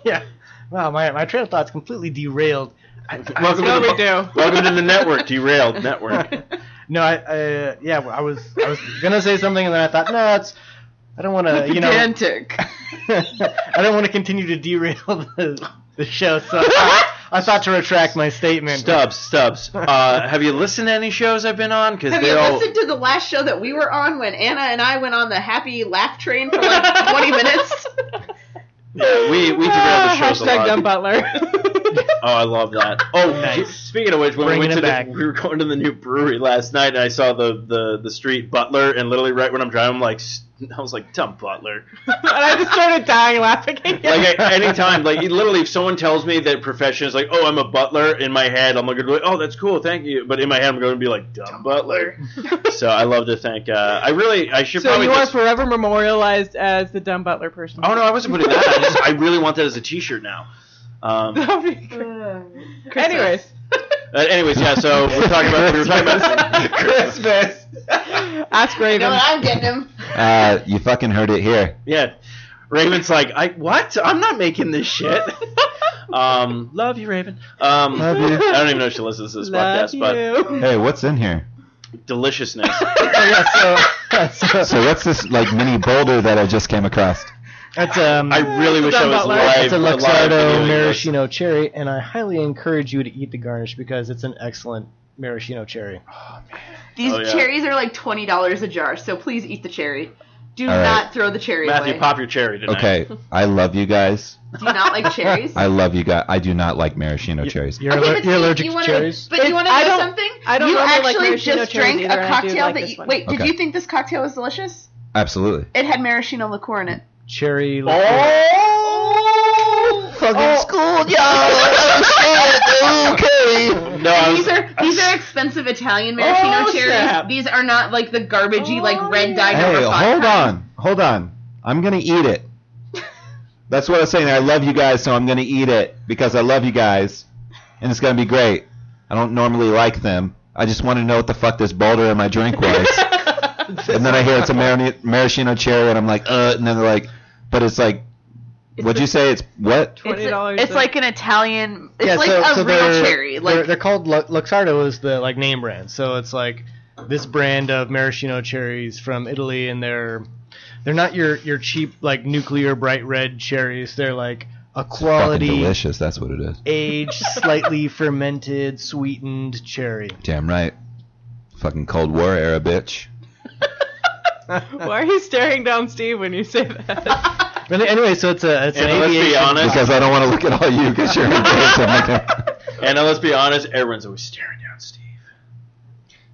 Speaker 6: Yeah. Wow, my my train of thought's completely derailed. I, I-
Speaker 1: Welcome to the, Welcome to the network, derailed
Speaker 7: (laughs)
Speaker 1: network.
Speaker 6: no, I uh, yeah, I was I was gonna say something and then I thought, no, it's I don't want
Speaker 4: (laughs)
Speaker 6: to, you know,
Speaker 7: pedantic.
Speaker 6: (laughs) I don't want to continue to derail the, the show. So I, I thought to retract my statement.
Speaker 1: Stubbs, Stubbs. Uh, have you listened to any shows I've been on? Because
Speaker 7: Have you
Speaker 1: they're all.
Speaker 7: listened to the last show that we were on when Anna and I went on the happy laugh train for like
Speaker 4: (laughs)
Speaker 7: 20 minutes?
Speaker 1: Yeah, we we derailed the
Speaker 4: Ah,
Speaker 1: shows a
Speaker 4: hashtag
Speaker 1: lot.
Speaker 4: dumb butler. (laughs)
Speaker 1: Oh, I love that. Oh, nice. Speaking of which, when we
Speaker 6: Bringing
Speaker 1: went to
Speaker 6: it
Speaker 1: the,
Speaker 6: back.
Speaker 1: we were going to the new brewery last night, and I saw the, the, the street butler, and literally right when I'm driving, I'm like, "S- (laughs) I was like, dumb butler.
Speaker 4: and I just started dying laughing again.
Speaker 1: Like at any time, like you- literally, if someone tells me that profession is like, oh, I'm a butler, in my head, I'm going to be like, oh, that's cool, thank you. But in my head, I'm going to be like, dumb, butler. (laughs) so I love to thank. Uh, I really, I should
Speaker 4: so
Speaker 1: probably.
Speaker 4: you are
Speaker 1: just-
Speaker 4: forever memorialized as the dumb butler person. (laughs)
Speaker 1: oh no, I wasn't putting that. I, just, I really want that as a T-shirt now. Um,
Speaker 7: (laughs)
Speaker 1: (laughs)
Speaker 4: Anyways,
Speaker 1: uh, anyways, yeah. So we're talking about we were talking about
Speaker 5: Christmas.
Speaker 4: ask
Speaker 7: You know
Speaker 4: Raven.
Speaker 7: what? I'm getting him.
Speaker 5: Uh, you fucking heard it here.
Speaker 1: Yeah. Raven's like, I what? I'm not making this (laughs) shit. um, love you, Raven. Um,
Speaker 5: Love you.
Speaker 1: I don't even know if she listens to this
Speaker 4: Love
Speaker 1: podcast, but
Speaker 4: you.
Speaker 5: Hey, what's in here?
Speaker 1: (laughs) deliciousness.
Speaker 6: Oh, yeah, so, (laughs) so
Speaker 5: So what's this like mini boulder that I just came across?
Speaker 6: That's um.
Speaker 1: I really wish I was
Speaker 4: Butler.
Speaker 1: live.
Speaker 6: That's a
Speaker 1: alive
Speaker 6: Luxardo
Speaker 1: doing this.
Speaker 6: maraschino cherry, and I highly encourage you to eat the garnish because it's an excellent maraschino cherry.
Speaker 7: These
Speaker 1: Oh, yeah.
Speaker 7: cherries are like twenty dollars a jar, so please eat the cherry. Do
Speaker 5: All right.
Speaker 7: not throw the cherry
Speaker 1: Matthew,
Speaker 7: away.
Speaker 1: pop your cherry tonight.
Speaker 5: Okay, I love you guys.
Speaker 7: Do you not like cherries?
Speaker 5: (laughs) I love you guys. I do not like maraschino cherries.
Speaker 6: You're, aller-
Speaker 7: Okay, but
Speaker 6: you're
Speaker 7: see,
Speaker 6: allergic
Speaker 7: you
Speaker 6: to
Speaker 7: wanna,
Speaker 6: cherries.
Speaker 7: But
Speaker 4: It-
Speaker 7: you want to
Speaker 4: I
Speaker 7: know
Speaker 4: don't-
Speaker 7: something?
Speaker 4: I don't
Speaker 7: you
Speaker 4: normally like
Speaker 7: actually
Speaker 4: maraschino
Speaker 7: just
Speaker 4: cherries
Speaker 7: drank
Speaker 4: either,
Speaker 7: a
Speaker 4: and I do
Speaker 7: cocktail
Speaker 4: like
Speaker 7: that
Speaker 4: this
Speaker 7: you
Speaker 4: one.
Speaker 7: wait.
Speaker 5: Okay.
Speaker 7: Did you think this cocktail was delicious?
Speaker 5: Absolutely.
Speaker 7: It had maraschino liqueur in it.
Speaker 6: Cherry. liqueur.
Speaker 5: Oh, fucking school, yo. Okay.
Speaker 1: No, I
Speaker 7: These
Speaker 1: was,
Speaker 7: are these are expensive Italian maraschino
Speaker 1: Oh,
Speaker 7: cherries.
Speaker 1: snap.
Speaker 7: These are not like the garbagey like red dye
Speaker 5: Hey,
Speaker 7: number five.
Speaker 5: hold on, hold on. I'm gonna eat it. That's what I'm saying. I love you guys, so I'm gonna eat it because I love you guys, and it's gonna be great. I don't normally like them. I just want to know what the fuck this boulder in my drink was. and then I hear it's a mar- maraschino cherry, and I'm like, uh. And then they're like, but it's like, what'd you say? It's what?
Speaker 7: It's, a-
Speaker 4: $20
Speaker 7: it's
Speaker 4: a-
Speaker 7: like an Italian. It's like
Speaker 6: so-
Speaker 7: a real
Speaker 6: so they're-
Speaker 7: cherry. Like
Speaker 6: they're, they're called Lu- Luxardo is the like name brand. So it's like this brand of maraschino cherries from Italy, and they're they're not your your cheap like nuclear bright red cherries. They're like a
Speaker 5: Fucking
Speaker 6: quality
Speaker 5: delicious. That's what it is.
Speaker 6: aged, slightly fermented, sweetened cherry.
Speaker 5: Damn right. Fucking Cold War era, bitch.
Speaker 4: Why are you staring down Steve when you say that?
Speaker 6: But anyway, so it's a it's an
Speaker 1: and let's
Speaker 6: aviation.
Speaker 1: be honest.
Speaker 5: Because I don't want to look at all you because
Speaker 4: (laughs)
Speaker 5: you're engaged. I'm like,
Speaker 1: and let's be honest. Everyone's always staring down Steve.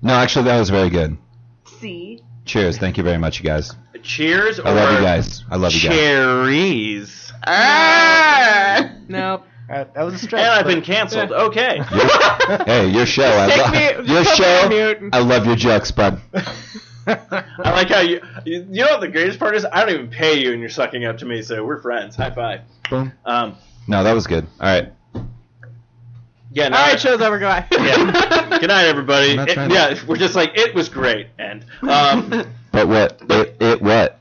Speaker 5: No, actually, that was very good.
Speaker 7: (laughs) see,
Speaker 5: Cheers. Thank you very much, you guys.
Speaker 1: Cheers
Speaker 5: I
Speaker 1: or
Speaker 5: love you guys. I love you guys.
Speaker 1: cherries.
Speaker 7: Ah!
Speaker 4: nope.
Speaker 6: Uh, that was a stretch.
Speaker 1: And I've
Speaker 6: but-
Speaker 1: been canceled.
Speaker 6: (laughs)
Speaker 1: Okay.
Speaker 5: (laughs)
Speaker 1: (laughs)
Speaker 5: Hey, your show. I
Speaker 4: Take
Speaker 5: love (laughs)
Speaker 4: me-
Speaker 5: your
Speaker 4: put me on
Speaker 5: show.
Speaker 4: mute.
Speaker 5: I love your jokes, bud.
Speaker 1: I like how you. You you know what the greatest part is? I don't even pay you, and you're sucking up to me. So we're friends. High five.
Speaker 5: Boom.
Speaker 1: Um.
Speaker 5: No, that was good. All right.
Speaker 1: Yeah. No,
Speaker 4: All right, show's over. Goodbye.
Speaker 1: (laughs) yeah. Good night, everybody.
Speaker 5: I'm not
Speaker 1: It-
Speaker 5: trying to-
Speaker 1: yeah, we're just like it was great, and um,
Speaker 5: But what? It, it what?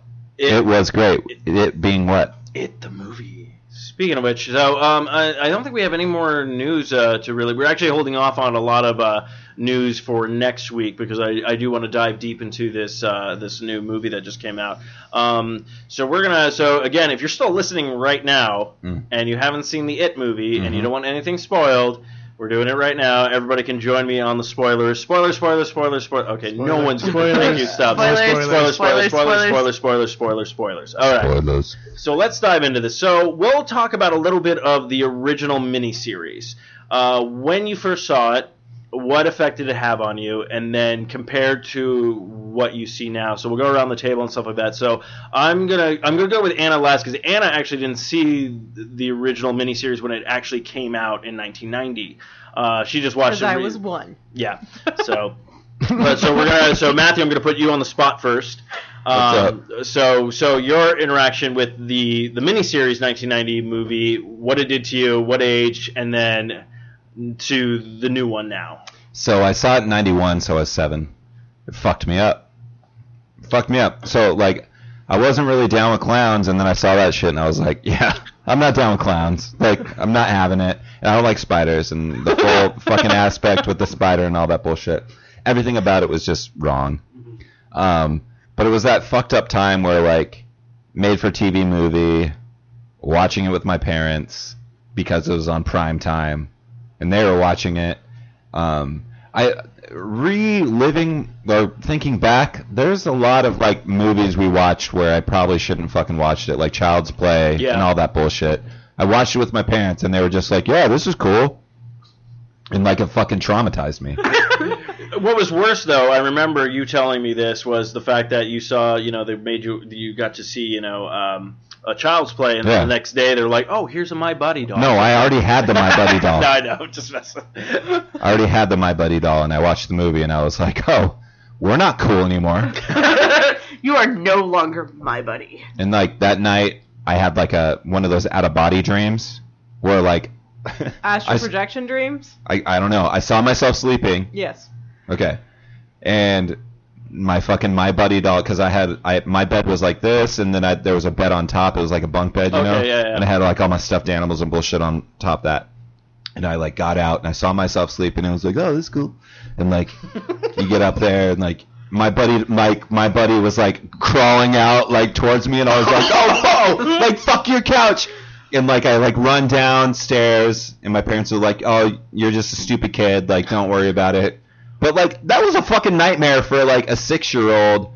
Speaker 1: (laughs)
Speaker 5: It,
Speaker 1: it,
Speaker 5: was great. It, being what?
Speaker 1: it the movie. Speaking of which, so um, I, I don't think we have any more news uh, to really. We're actually holding off on a lot of uh, news for next week because I, I do want to dive deep into this uh, this new movie that just came out. Um, so we're gonna. So again, if you're still listening right now
Speaker 5: Mm.
Speaker 1: and you haven't seen the It movie and you
Speaker 5: Mhm.
Speaker 1: don't want anything spoiled. We're doing it right now. Everybody can join me on the spoilers. Spoiler, spoiler, spoiler, spoiler. Okay, no
Speaker 6: Spoiler.
Speaker 1: one's. Thank you. Stop.
Speaker 7: Spoilers,
Speaker 1: Spoilers, spoilers,
Speaker 7: spoilers,
Speaker 1: spoilers, spoilers,
Speaker 7: spoilers.
Speaker 1: spoilers, spoilers, spoilers. All right.
Speaker 5: Spoilers.
Speaker 1: So let's dive into this. So we'll talk about a little bit of the original miniseries. Uh, when you first saw it, what effect did it have on you, and then compared to what you see now? So we'll go around the table and stuff like that. So I'm gonna I'm gonna go with Anna last because Anna actually didn't see th- the original miniseries when it actually came out in 1990. Uh, she just watched
Speaker 4: Because
Speaker 1: it.
Speaker 4: I
Speaker 1: re-
Speaker 4: was one.
Speaker 1: yeah.
Speaker 4: (laughs)
Speaker 1: So, but so we're gonna. So Matthew, I'm gonna put you on the spot first. Um, so so your interaction with the the miniseries 1990 movie, what it did to you, what age, and then to the new one now.
Speaker 5: So I saw it in '91, so I was seven. It fucked me up. fucked me up. So like, I wasn't really down with clowns, and then I saw that shit, and I was like, (laughs) yeah, I'm not down with clowns. Like, I'm not having it. And I don't like spiders, and the whole fucking aspect with the spider and all that bullshit. Everything about it was just wrong. Um, but it was that fucked up time where like, made for TV movie, watching it with my parents because it was on prime time, and they were watching it. Um, I reliving or thinking back, there's a lot of like movies we watched where I probably shouldn't fucking watched it, like Child's Play
Speaker 1: Yeah.
Speaker 5: and all that bullshit. I watched it with my parents, and they were just like, "Yeah, this is cool," and like it fucking
Speaker 1: (laughs)
Speaker 5: traumatized me.
Speaker 1: What was worse though, I remember you telling me this was the fact that you saw, you know, they made you you got to see, you know, um, a child's play, and
Speaker 5: Yeah.
Speaker 1: then the next day they're like, oh, here's a My Buddy doll.
Speaker 5: no, I already had the
Speaker 1: (laughs)
Speaker 5: My Buddy doll.
Speaker 1: no, I know, just messing.
Speaker 5: I already had the My Buddy doll, and I watched the movie, and I was like, "Oh, we're not cool
Speaker 4: (laughs)
Speaker 5: anymore."
Speaker 7: you are no longer my buddy.
Speaker 5: And like that night, I had like a one of those out of body dreams where like
Speaker 4: Astral
Speaker 5: I s-
Speaker 4: projection dreams?
Speaker 5: I, I don't know. I saw myself sleeping.
Speaker 4: Yes.
Speaker 5: Okay. And my fucking my buddy doll because I had I my bed was like this and then I, there was a bed on top. It was like a bunk bed, you
Speaker 1: Okay,
Speaker 5: know.
Speaker 1: yeah, yeah.
Speaker 5: And I had like all my stuffed animals and bullshit on top of that. And I like got out and I saw myself sleeping and I was like, oh, this is cool.
Speaker 1: (laughs)
Speaker 5: And like you get up there and like. My buddy, Mike, my buddy was like crawling out like towards me, and I was like, "Oh fuck!" no, like fuck your couch. And like I like run downstairs, and my parents are like, "Oh, you're just a stupid kid. Like, don't worry about it." But like that was a fucking nightmare for like a six year old.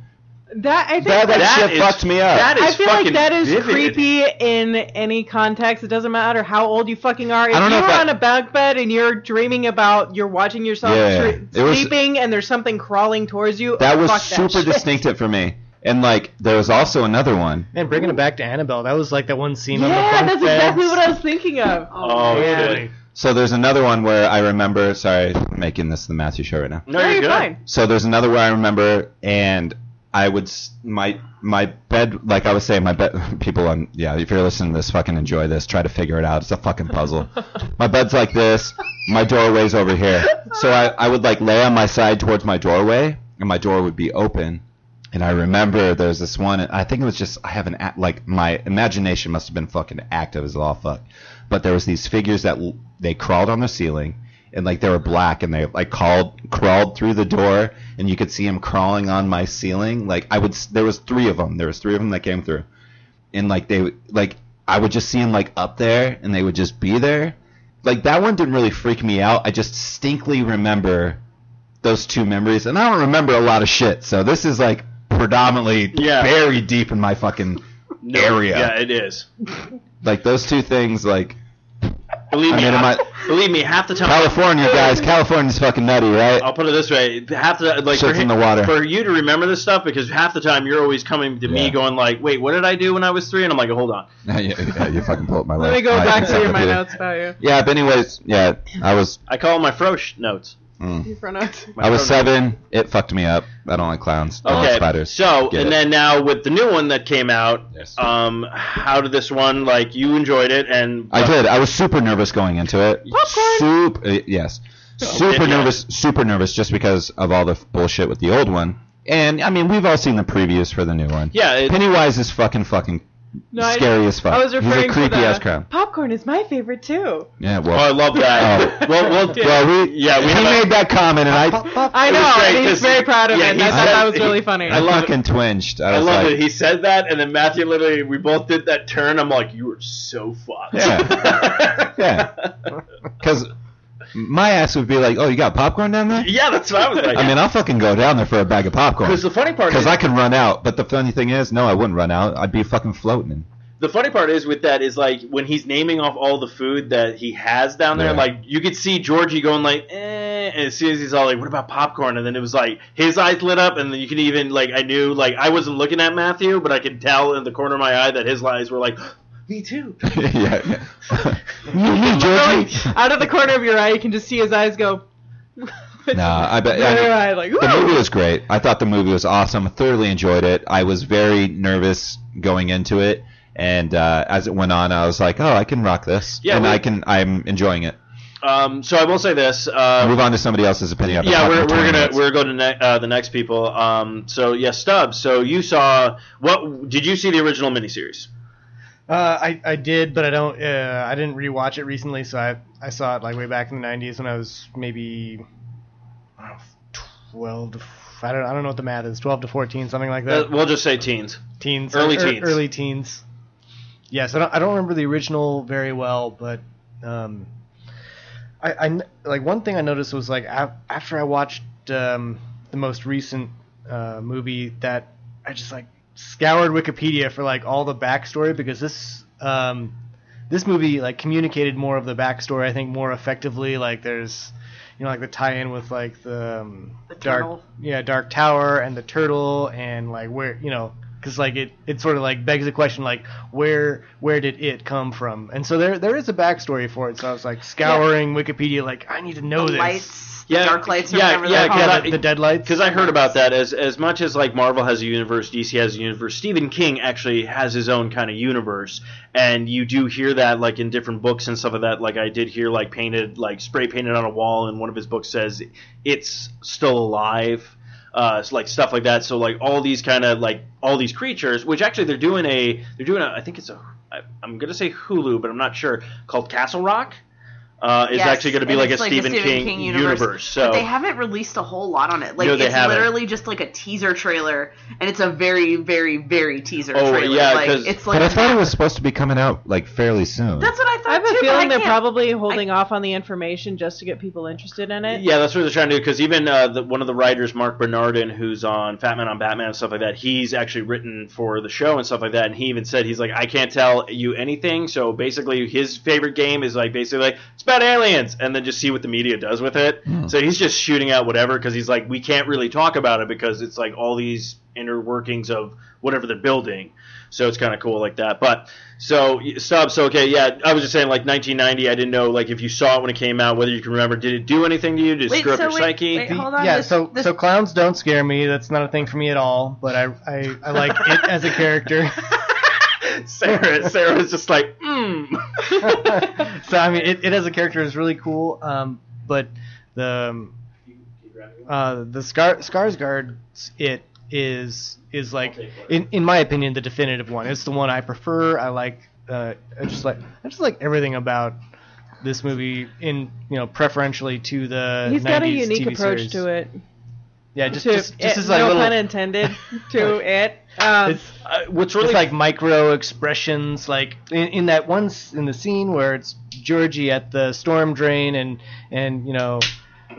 Speaker 4: That I think
Speaker 5: That, that,
Speaker 1: That
Speaker 5: shit
Speaker 1: is-
Speaker 5: fucked me up.
Speaker 1: that is
Speaker 4: I feel
Speaker 1: fucking
Speaker 4: like that is
Speaker 1: vivid.
Speaker 4: creepy in any context. It doesn't matter how old you fucking are. If
Speaker 5: I don't know
Speaker 4: you're
Speaker 5: if I-
Speaker 4: on a bunk bed and you're dreaming about you're watching yourself
Speaker 5: Yeah,
Speaker 4: tre-
Speaker 5: it was-
Speaker 4: sleeping and there's something crawling towards you,
Speaker 5: that was
Speaker 4: fuck
Speaker 5: super
Speaker 4: shit.
Speaker 5: distinctive for me. And like there was also another one.
Speaker 6: Man, bringing it back to Annabelle, that was like that one scene on the
Speaker 4: (laughs) Yeah,
Speaker 6: bunk
Speaker 4: that's
Speaker 6: beds.
Speaker 4: exactly what I was thinking of.
Speaker 1: Oh, shit.
Speaker 5: So there's another one where I remember. Sorry, I'm making this the Matthew show right now.
Speaker 1: No,
Speaker 4: no,
Speaker 1: you're,
Speaker 4: you're
Speaker 1: good.
Speaker 4: fine.
Speaker 5: So there's another where I remember, and I would s- my my bed like I was saying my bed (laughs) people on yeah if you're listening to this fucking enjoy this try to figure it out it's a fucking puzzle. my bed's like this, my doorway's over here, so I I would like lay on my side towards my doorway, and my door would be open. And I remember there's this one. I think it was just I have an a- like my imagination must have been fucking active as all fuck. But there was these figures that l- they crawled on the ceiling and like they were black and they like called crawled through the door and you could see them crawling on my ceiling. Like I would s- there was three of them. There was three of them that came through, and like they would- like I would just see them like up there and they would just be there. Like that one didn't really freak me out. I just distinctly remember those two memories, and I don't remember a lot of shit. So this is like predominantly
Speaker 1: Yeah.
Speaker 5: very deep in my fucking
Speaker 1: No,
Speaker 5: Area.
Speaker 1: Yeah, it is.
Speaker 5: like those two things. Like
Speaker 1: Believe
Speaker 5: I
Speaker 1: me,
Speaker 5: mean, am
Speaker 1: half-
Speaker 5: I-
Speaker 1: believe me, half the time.
Speaker 5: California guys, California's fucking nutty, right?
Speaker 1: I'll put it this way: half the Oh, like
Speaker 5: Shit's
Speaker 1: for,
Speaker 5: in the water.
Speaker 1: for you to remember this stuff because half the time you're always coming to me
Speaker 5: Yeah.
Speaker 1: going like, "Wait, what did I do when I was three? And I'm like, "Hold on."
Speaker 5: (laughs) yeah, yeah, you fucking pulled my.
Speaker 4: Let me go back
Speaker 5: (laughs)
Speaker 4: to my notes about you.
Speaker 5: Yeah, but anyways, yeah, I was
Speaker 1: I call my Frosh notes.
Speaker 5: mm,
Speaker 4: Your front notes.
Speaker 1: My
Speaker 5: I was
Speaker 1: Frosh-
Speaker 5: seven. It fucked me up. I don't like clowns. I like
Speaker 1: Okay,
Speaker 5: spiders.
Speaker 1: so
Speaker 5: Get
Speaker 1: and
Speaker 5: it.
Speaker 1: then now with the new one that came out,
Speaker 5: Yes.
Speaker 4: Uh,
Speaker 1: um, how did this one like you enjoyed it and
Speaker 5: I did. I was super nervous going into it. Super, uh, yes.
Speaker 4: Oh,
Speaker 5: Super
Speaker 1: yeah.
Speaker 5: nervous. Super nervous just because of all the f- bullshit with the old one. And I mean, we've all seen the previews for the new one.
Speaker 1: yeah, it,
Speaker 5: Pennywise is fucking fucking
Speaker 4: No,
Speaker 5: scary
Speaker 4: I,
Speaker 5: as fuck.
Speaker 4: I was
Speaker 5: He's a
Speaker 4: referring
Speaker 5: creepy
Speaker 4: to the
Speaker 5: ass clown.
Speaker 4: popcorn is my favorite too.
Speaker 5: Yeah.
Speaker 1: oh, I
Speaker 5: Well.
Speaker 1: love that.
Speaker 5: Oh.
Speaker 1: well,
Speaker 4: (laughs)
Speaker 1: well,
Speaker 5: well, we,
Speaker 1: yeah, we
Speaker 5: he
Speaker 1: have a-
Speaker 5: made that comment, and I,
Speaker 4: I
Speaker 1: It was
Speaker 4: know.
Speaker 1: great
Speaker 4: and he's
Speaker 1: 'cause-
Speaker 4: very proud of
Speaker 1: yeah,
Speaker 4: it. and
Speaker 1: he
Speaker 4: I thought that
Speaker 1: said-
Speaker 4: was really funny.
Speaker 5: I fucking twinged. I,
Speaker 1: I
Speaker 5: was
Speaker 1: love
Speaker 5: like,
Speaker 1: it. He said that, and then Matthew literally, we both did that turn. I'm like, you were so fucked.
Speaker 5: Yeah. Yeah, because my ass would be like, "Oh, you got popcorn down there?"
Speaker 1: (laughs) Yeah, that's what I was like.
Speaker 5: I mean, I'll fucking go down there for a bag of popcorn.
Speaker 1: because the funny part
Speaker 5: Because
Speaker 1: is,
Speaker 5: I could run out, but the funny thing is, no, I wouldn't run out. I'd be fucking floating.
Speaker 1: (laughs) the funny part is with that is like when he's naming off all the food that he has down there,
Speaker 5: Yeah.
Speaker 1: like you could see Georgie going like, eh, and as soon as he's all like, what about popcorn? And then it was like his eyes lit up, and then you could even like I knew like I wasn't looking at Matthew, but I could tell in the corner of my eye that his eyes were like, (gasps) me too.
Speaker 5: (laughs) yeah, yeah. you, you, Georgie.
Speaker 4: (laughs) Out of the corner of your eye, you can just see his eyes go.
Speaker 5: Nah, I bet.
Speaker 4: (laughs) Right,
Speaker 5: I,
Speaker 4: right, like,
Speaker 5: the
Speaker 4: "Whoa."
Speaker 5: movie was great. I thought the movie was awesome. I thoroughly enjoyed it. I was very nervous going into it, and uh, as it went on, I was like, "Oh, I can rock this,
Speaker 1: Yeah,
Speaker 5: and
Speaker 1: we-
Speaker 5: I can. I'm enjoying it."
Speaker 1: Um, so I will say this. Uh,
Speaker 5: Move on to somebody else's opinion. I've been
Speaker 1: yeah,
Speaker 5: talking
Speaker 1: we're,
Speaker 5: for
Speaker 1: we're
Speaker 5: 20
Speaker 1: gonna
Speaker 5: minutes.
Speaker 1: we're going to ne- uh, the next people. Um, so yeah, Stubbs. So you saw what? Did you see the original miniseries?
Speaker 6: Uh, I, I did, but I don't. Uh, I didn't rewatch it recently, so I I saw it like way back in the '90s when I was maybe I don't know, twelve. To, I don't I don't know what the math is. Twelve to fourteen, something like
Speaker 1: Uh,
Speaker 6: that.
Speaker 1: we'll just say teens.
Speaker 6: teens,
Speaker 1: early
Speaker 6: er- er-
Speaker 1: teens.
Speaker 6: early teens. Yes, I don't I don't remember the original very well, but um, I, I n- like one thing I noticed was like af- after I watched um, the most recent uh, movie that I just like scoured Wikipedia for like all the backstory because this um, this movie like communicated more of the backstory I think more effectively. Like there's you know like the tie-in with like the, um,
Speaker 7: The
Speaker 6: dark
Speaker 7: turtle.
Speaker 6: yeah dark tower and the turtle and like where you know because like it it sort of like begs the question like where where did it come from and so there there is a backstory for it so I was like scouring Wikipedia like I need to know
Speaker 7: The
Speaker 6: this
Speaker 7: lights, the
Speaker 1: Yeah,
Speaker 7: dark lights, or
Speaker 1: yeah,
Speaker 7: whatever
Speaker 1: yeah,
Speaker 7: they're called.
Speaker 6: yeah
Speaker 1: that-
Speaker 6: the, the deadlights
Speaker 1: Because I heard about that. As as much as like Marvel has a universe, DC has a universe. Stephen King actually has his own kind of universe, and you do hear that like in different books and stuff like that. Like I did hear like painted like spray painted on a wall, and one of his books says it's still alive. Uh, so, like stuff like that. So like all these kind of like all these creatures, which actually they're doing a they're doing a I think it's a I, I'm gonna say Hulu, but I'm not sure called Castle Rock uh, is
Speaker 7: Yes,
Speaker 1: actually going to be
Speaker 7: and
Speaker 1: like a
Speaker 7: it's like the
Speaker 1: Stephen, King, universe.
Speaker 7: But
Speaker 1: So
Speaker 7: they haven't released a whole lot on it. Like
Speaker 1: No, they
Speaker 7: it's
Speaker 1: haven't.
Speaker 7: literally just like a teaser trailer, and it's a very, very, very teaser
Speaker 1: Oh,
Speaker 7: trailer.
Speaker 1: yeah,
Speaker 7: like,
Speaker 1: 'cause-
Speaker 7: it's like
Speaker 5: But I thought it was supposed to be coming out like fairly soon.
Speaker 7: That's what I thought
Speaker 4: I have
Speaker 7: too.
Speaker 4: a
Speaker 7: but
Speaker 4: feeling they're
Speaker 7: can't-
Speaker 4: probably holding off on the information just to get people interested in it.
Speaker 1: yeah, that's what they're trying to do. Because even uh, the, one of the writers, Mark Bernardin, who's on Fat Man on Batman and stuff like that, he's actually written for the show and stuff like that. And he even said he's like, I can't tell you anything. So basically, his favorite game is like basically like it's about aliens, and then just see what the media does with it. So he's just shooting out whatever because he's like, we can't really talk about it because it's like all these inner workings of whatever they're building. So it's kind of cool like that. But so y- stop. So okay, yeah. I was just saying, like 1990. I didn't know like if you saw it when it came out, whether you can remember. Did it do anything to you? Did it
Speaker 7: Wait,
Speaker 1: screw up
Speaker 7: so
Speaker 1: your
Speaker 7: wait,
Speaker 1: psyche?
Speaker 7: wait,
Speaker 6: The-
Speaker 7: hold on,
Speaker 6: yeah,
Speaker 7: this-
Speaker 6: so
Speaker 7: this-
Speaker 6: so clowns don't scare me. That's not a thing for me at all. But I I, I like it as a
Speaker 7: (laughs)
Speaker 6: character.
Speaker 1: (laughs) Sarah, Sarah was just like, mm.
Speaker 6: (laughs) so I mean, it, it as a character is really cool. Um, but the um, uh, the Scar Skarsgård's it is is like in in my opinion the definitive one. It's the one I prefer. I like uh, I just like I just like everything about this movie in you know preferentially to the
Speaker 4: He's
Speaker 6: 90s
Speaker 4: got a unique
Speaker 6: TV
Speaker 4: approach
Speaker 6: series.
Speaker 4: to it.
Speaker 6: Yeah, just
Speaker 4: to
Speaker 6: just, just
Speaker 4: it,
Speaker 6: as like
Speaker 4: no
Speaker 6: little.
Speaker 4: pun intended
Speaker 6: (laughs)
Speaker 4: to it. Um,
Speaker 6: it's,
Speaker 1: uh, what's really
Speaker 6: it's like micro expressions like in, in that one s- in the scene where it's georgie at the storm drain and and you know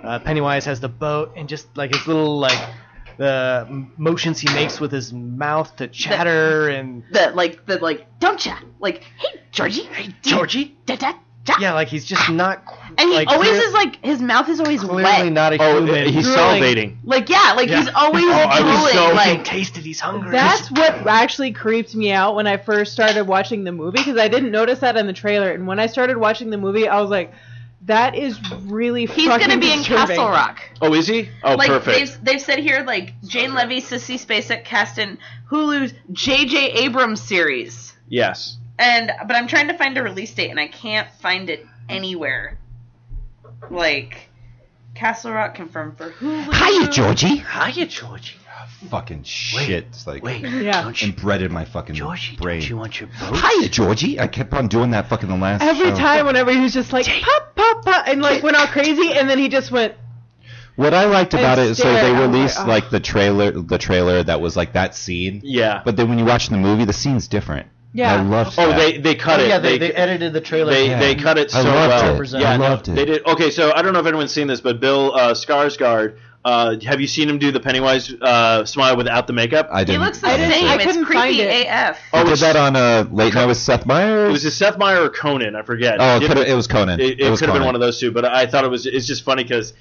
Speaker 6: uh, pennywise has the boat and just like his little like the m- motions he makes with his mouth to chatter and
Speaker 7: the like the like don't ya like hey Georgie hey
Speaker 6: Georgie?
Speaker 7: da, da, da.
Speaker 6: yeah like he's just not qu-
Speaker 7: and he
Speaker 6: like,
Speaker 7: always
Speaker 6: clear-
Speaker 7: is like his mouth is always
Speaker 6: clearly
Speaker 7: wet
Speaker 6: not a
Speaker 1: oh,
Speaker 6: human
Speaker 1: he's
Speaker 4: drooling.
Speaker 1: salivating. Oh,
Speaker 7: like yeah like
Speaker 6: Yeah.
Speaker 7: he's always
Speaker 1: I was
Speaker 7: drooling
Speaker 1: so
Speaker 6: he
Speaker 7: like
Speaker 6: tasted he's hungry
Speaker 4: That's what actually creeped me out when I first started watching the movie because I didn't notice that in the trailer. And when I started watching the movie, I was like, "That is really
Speaker 7: he's
Speaker 4: fucking
Speaker 7: gonna be in
Speaker 4: disturbing.
Speaker 7: Castle Rock
Speaker 1: Oh, is he? Oh,
Speaker 7: like
Speaker 1: perfect.
Speaker 7: they've they've said here like Jane Levy Sissy Spacek cast in Hulu's J.J. Abrams series
Speaker 1: Yes.
Speaker 7: and but I'm trying to find a release date and I can't find it anywhere like Castle Rock confirmed for Hulu
Speaker 5: Hiya, Georgie.
Speaker 1: Hiya, Georgie.
Speaker 5: Ah, Fucking shit. It's like
Speaker 4: Yeah.
Speaker 5: embedded in my fucking brain.
Speaker 1: want your boat?
Speaker 5: Hiya, Georgie. I kept on doing that fucking the last
Speaker 4: Every
Speaker 5: show.
Speaker 4: time, whenever he was just like pop, pop, pop, and like went all crazy, and then he just went.
Speaker 5: What I liked about
Speaker 4: And
Speaker 5: it is so
Speaker 4: stare
Speaker 5: they
Speaker 4: at it,
Speaker 5: released
Speaker 4: oh.
Speaker 5: like the trailer, the trailer that was like that scene.
Speaker 1: Yeah.
Speaker 5: But then when you watch the movie, the scene's different.
Speaker 4: Yeah.
Speaker 5: I love.
Speaker 1: oh,
Speaker 5: that.
Speaker 1: they they cut it.
Speaker 6: yeah they, they edited the trailer
Speaker 1: They,
Speaker 5: Yeah.
Speaker 1: they cut it so
Speaker 5: I loved
Speaker 1: well.
Speaker 6: it.
Speaker 1: Yeah,
Speaker 6: I
Speaker 1: no,
Speaker 5: loved it.
Speaker 1: They did. Okay, so I don't know if anyone's seen this, but Bill uh, Skarsgård, uh, have you seen him do the Pennywise uh, smile without the makeup?
Speaker 5: I
Speaker 7: he
Speaker 5: didn't.
Speaker 7: looks the
Speaker 5: I
Speaker 7: same
Speaker 5: didn't-
Speaker 4: I
Speaker 7: it's
Speaker 4: couldn't
Speaker 7: creepy
Speaker 4: find it.
Speaker 7: AF
Speaker 5: He
Speaker 1: Oh,
Speaker 5: did
Speaker 1: it's-
Speaker 5: that on uh, late night with Seth
Speaker 1: It
Speaker 5: Meyers.
Speaker 1: was it Seth Meyer or Conan? I forget.
Speaker 5: oh, it,
Speaker 1: Did-
Speaker 5: could've- it was Conan.
Speaker 1: It,
Speaker 5: was
Speaker 1: could have been
Speaker 5: Conan.
Speaker 1: one of those two, but I thought it was. It's just funny because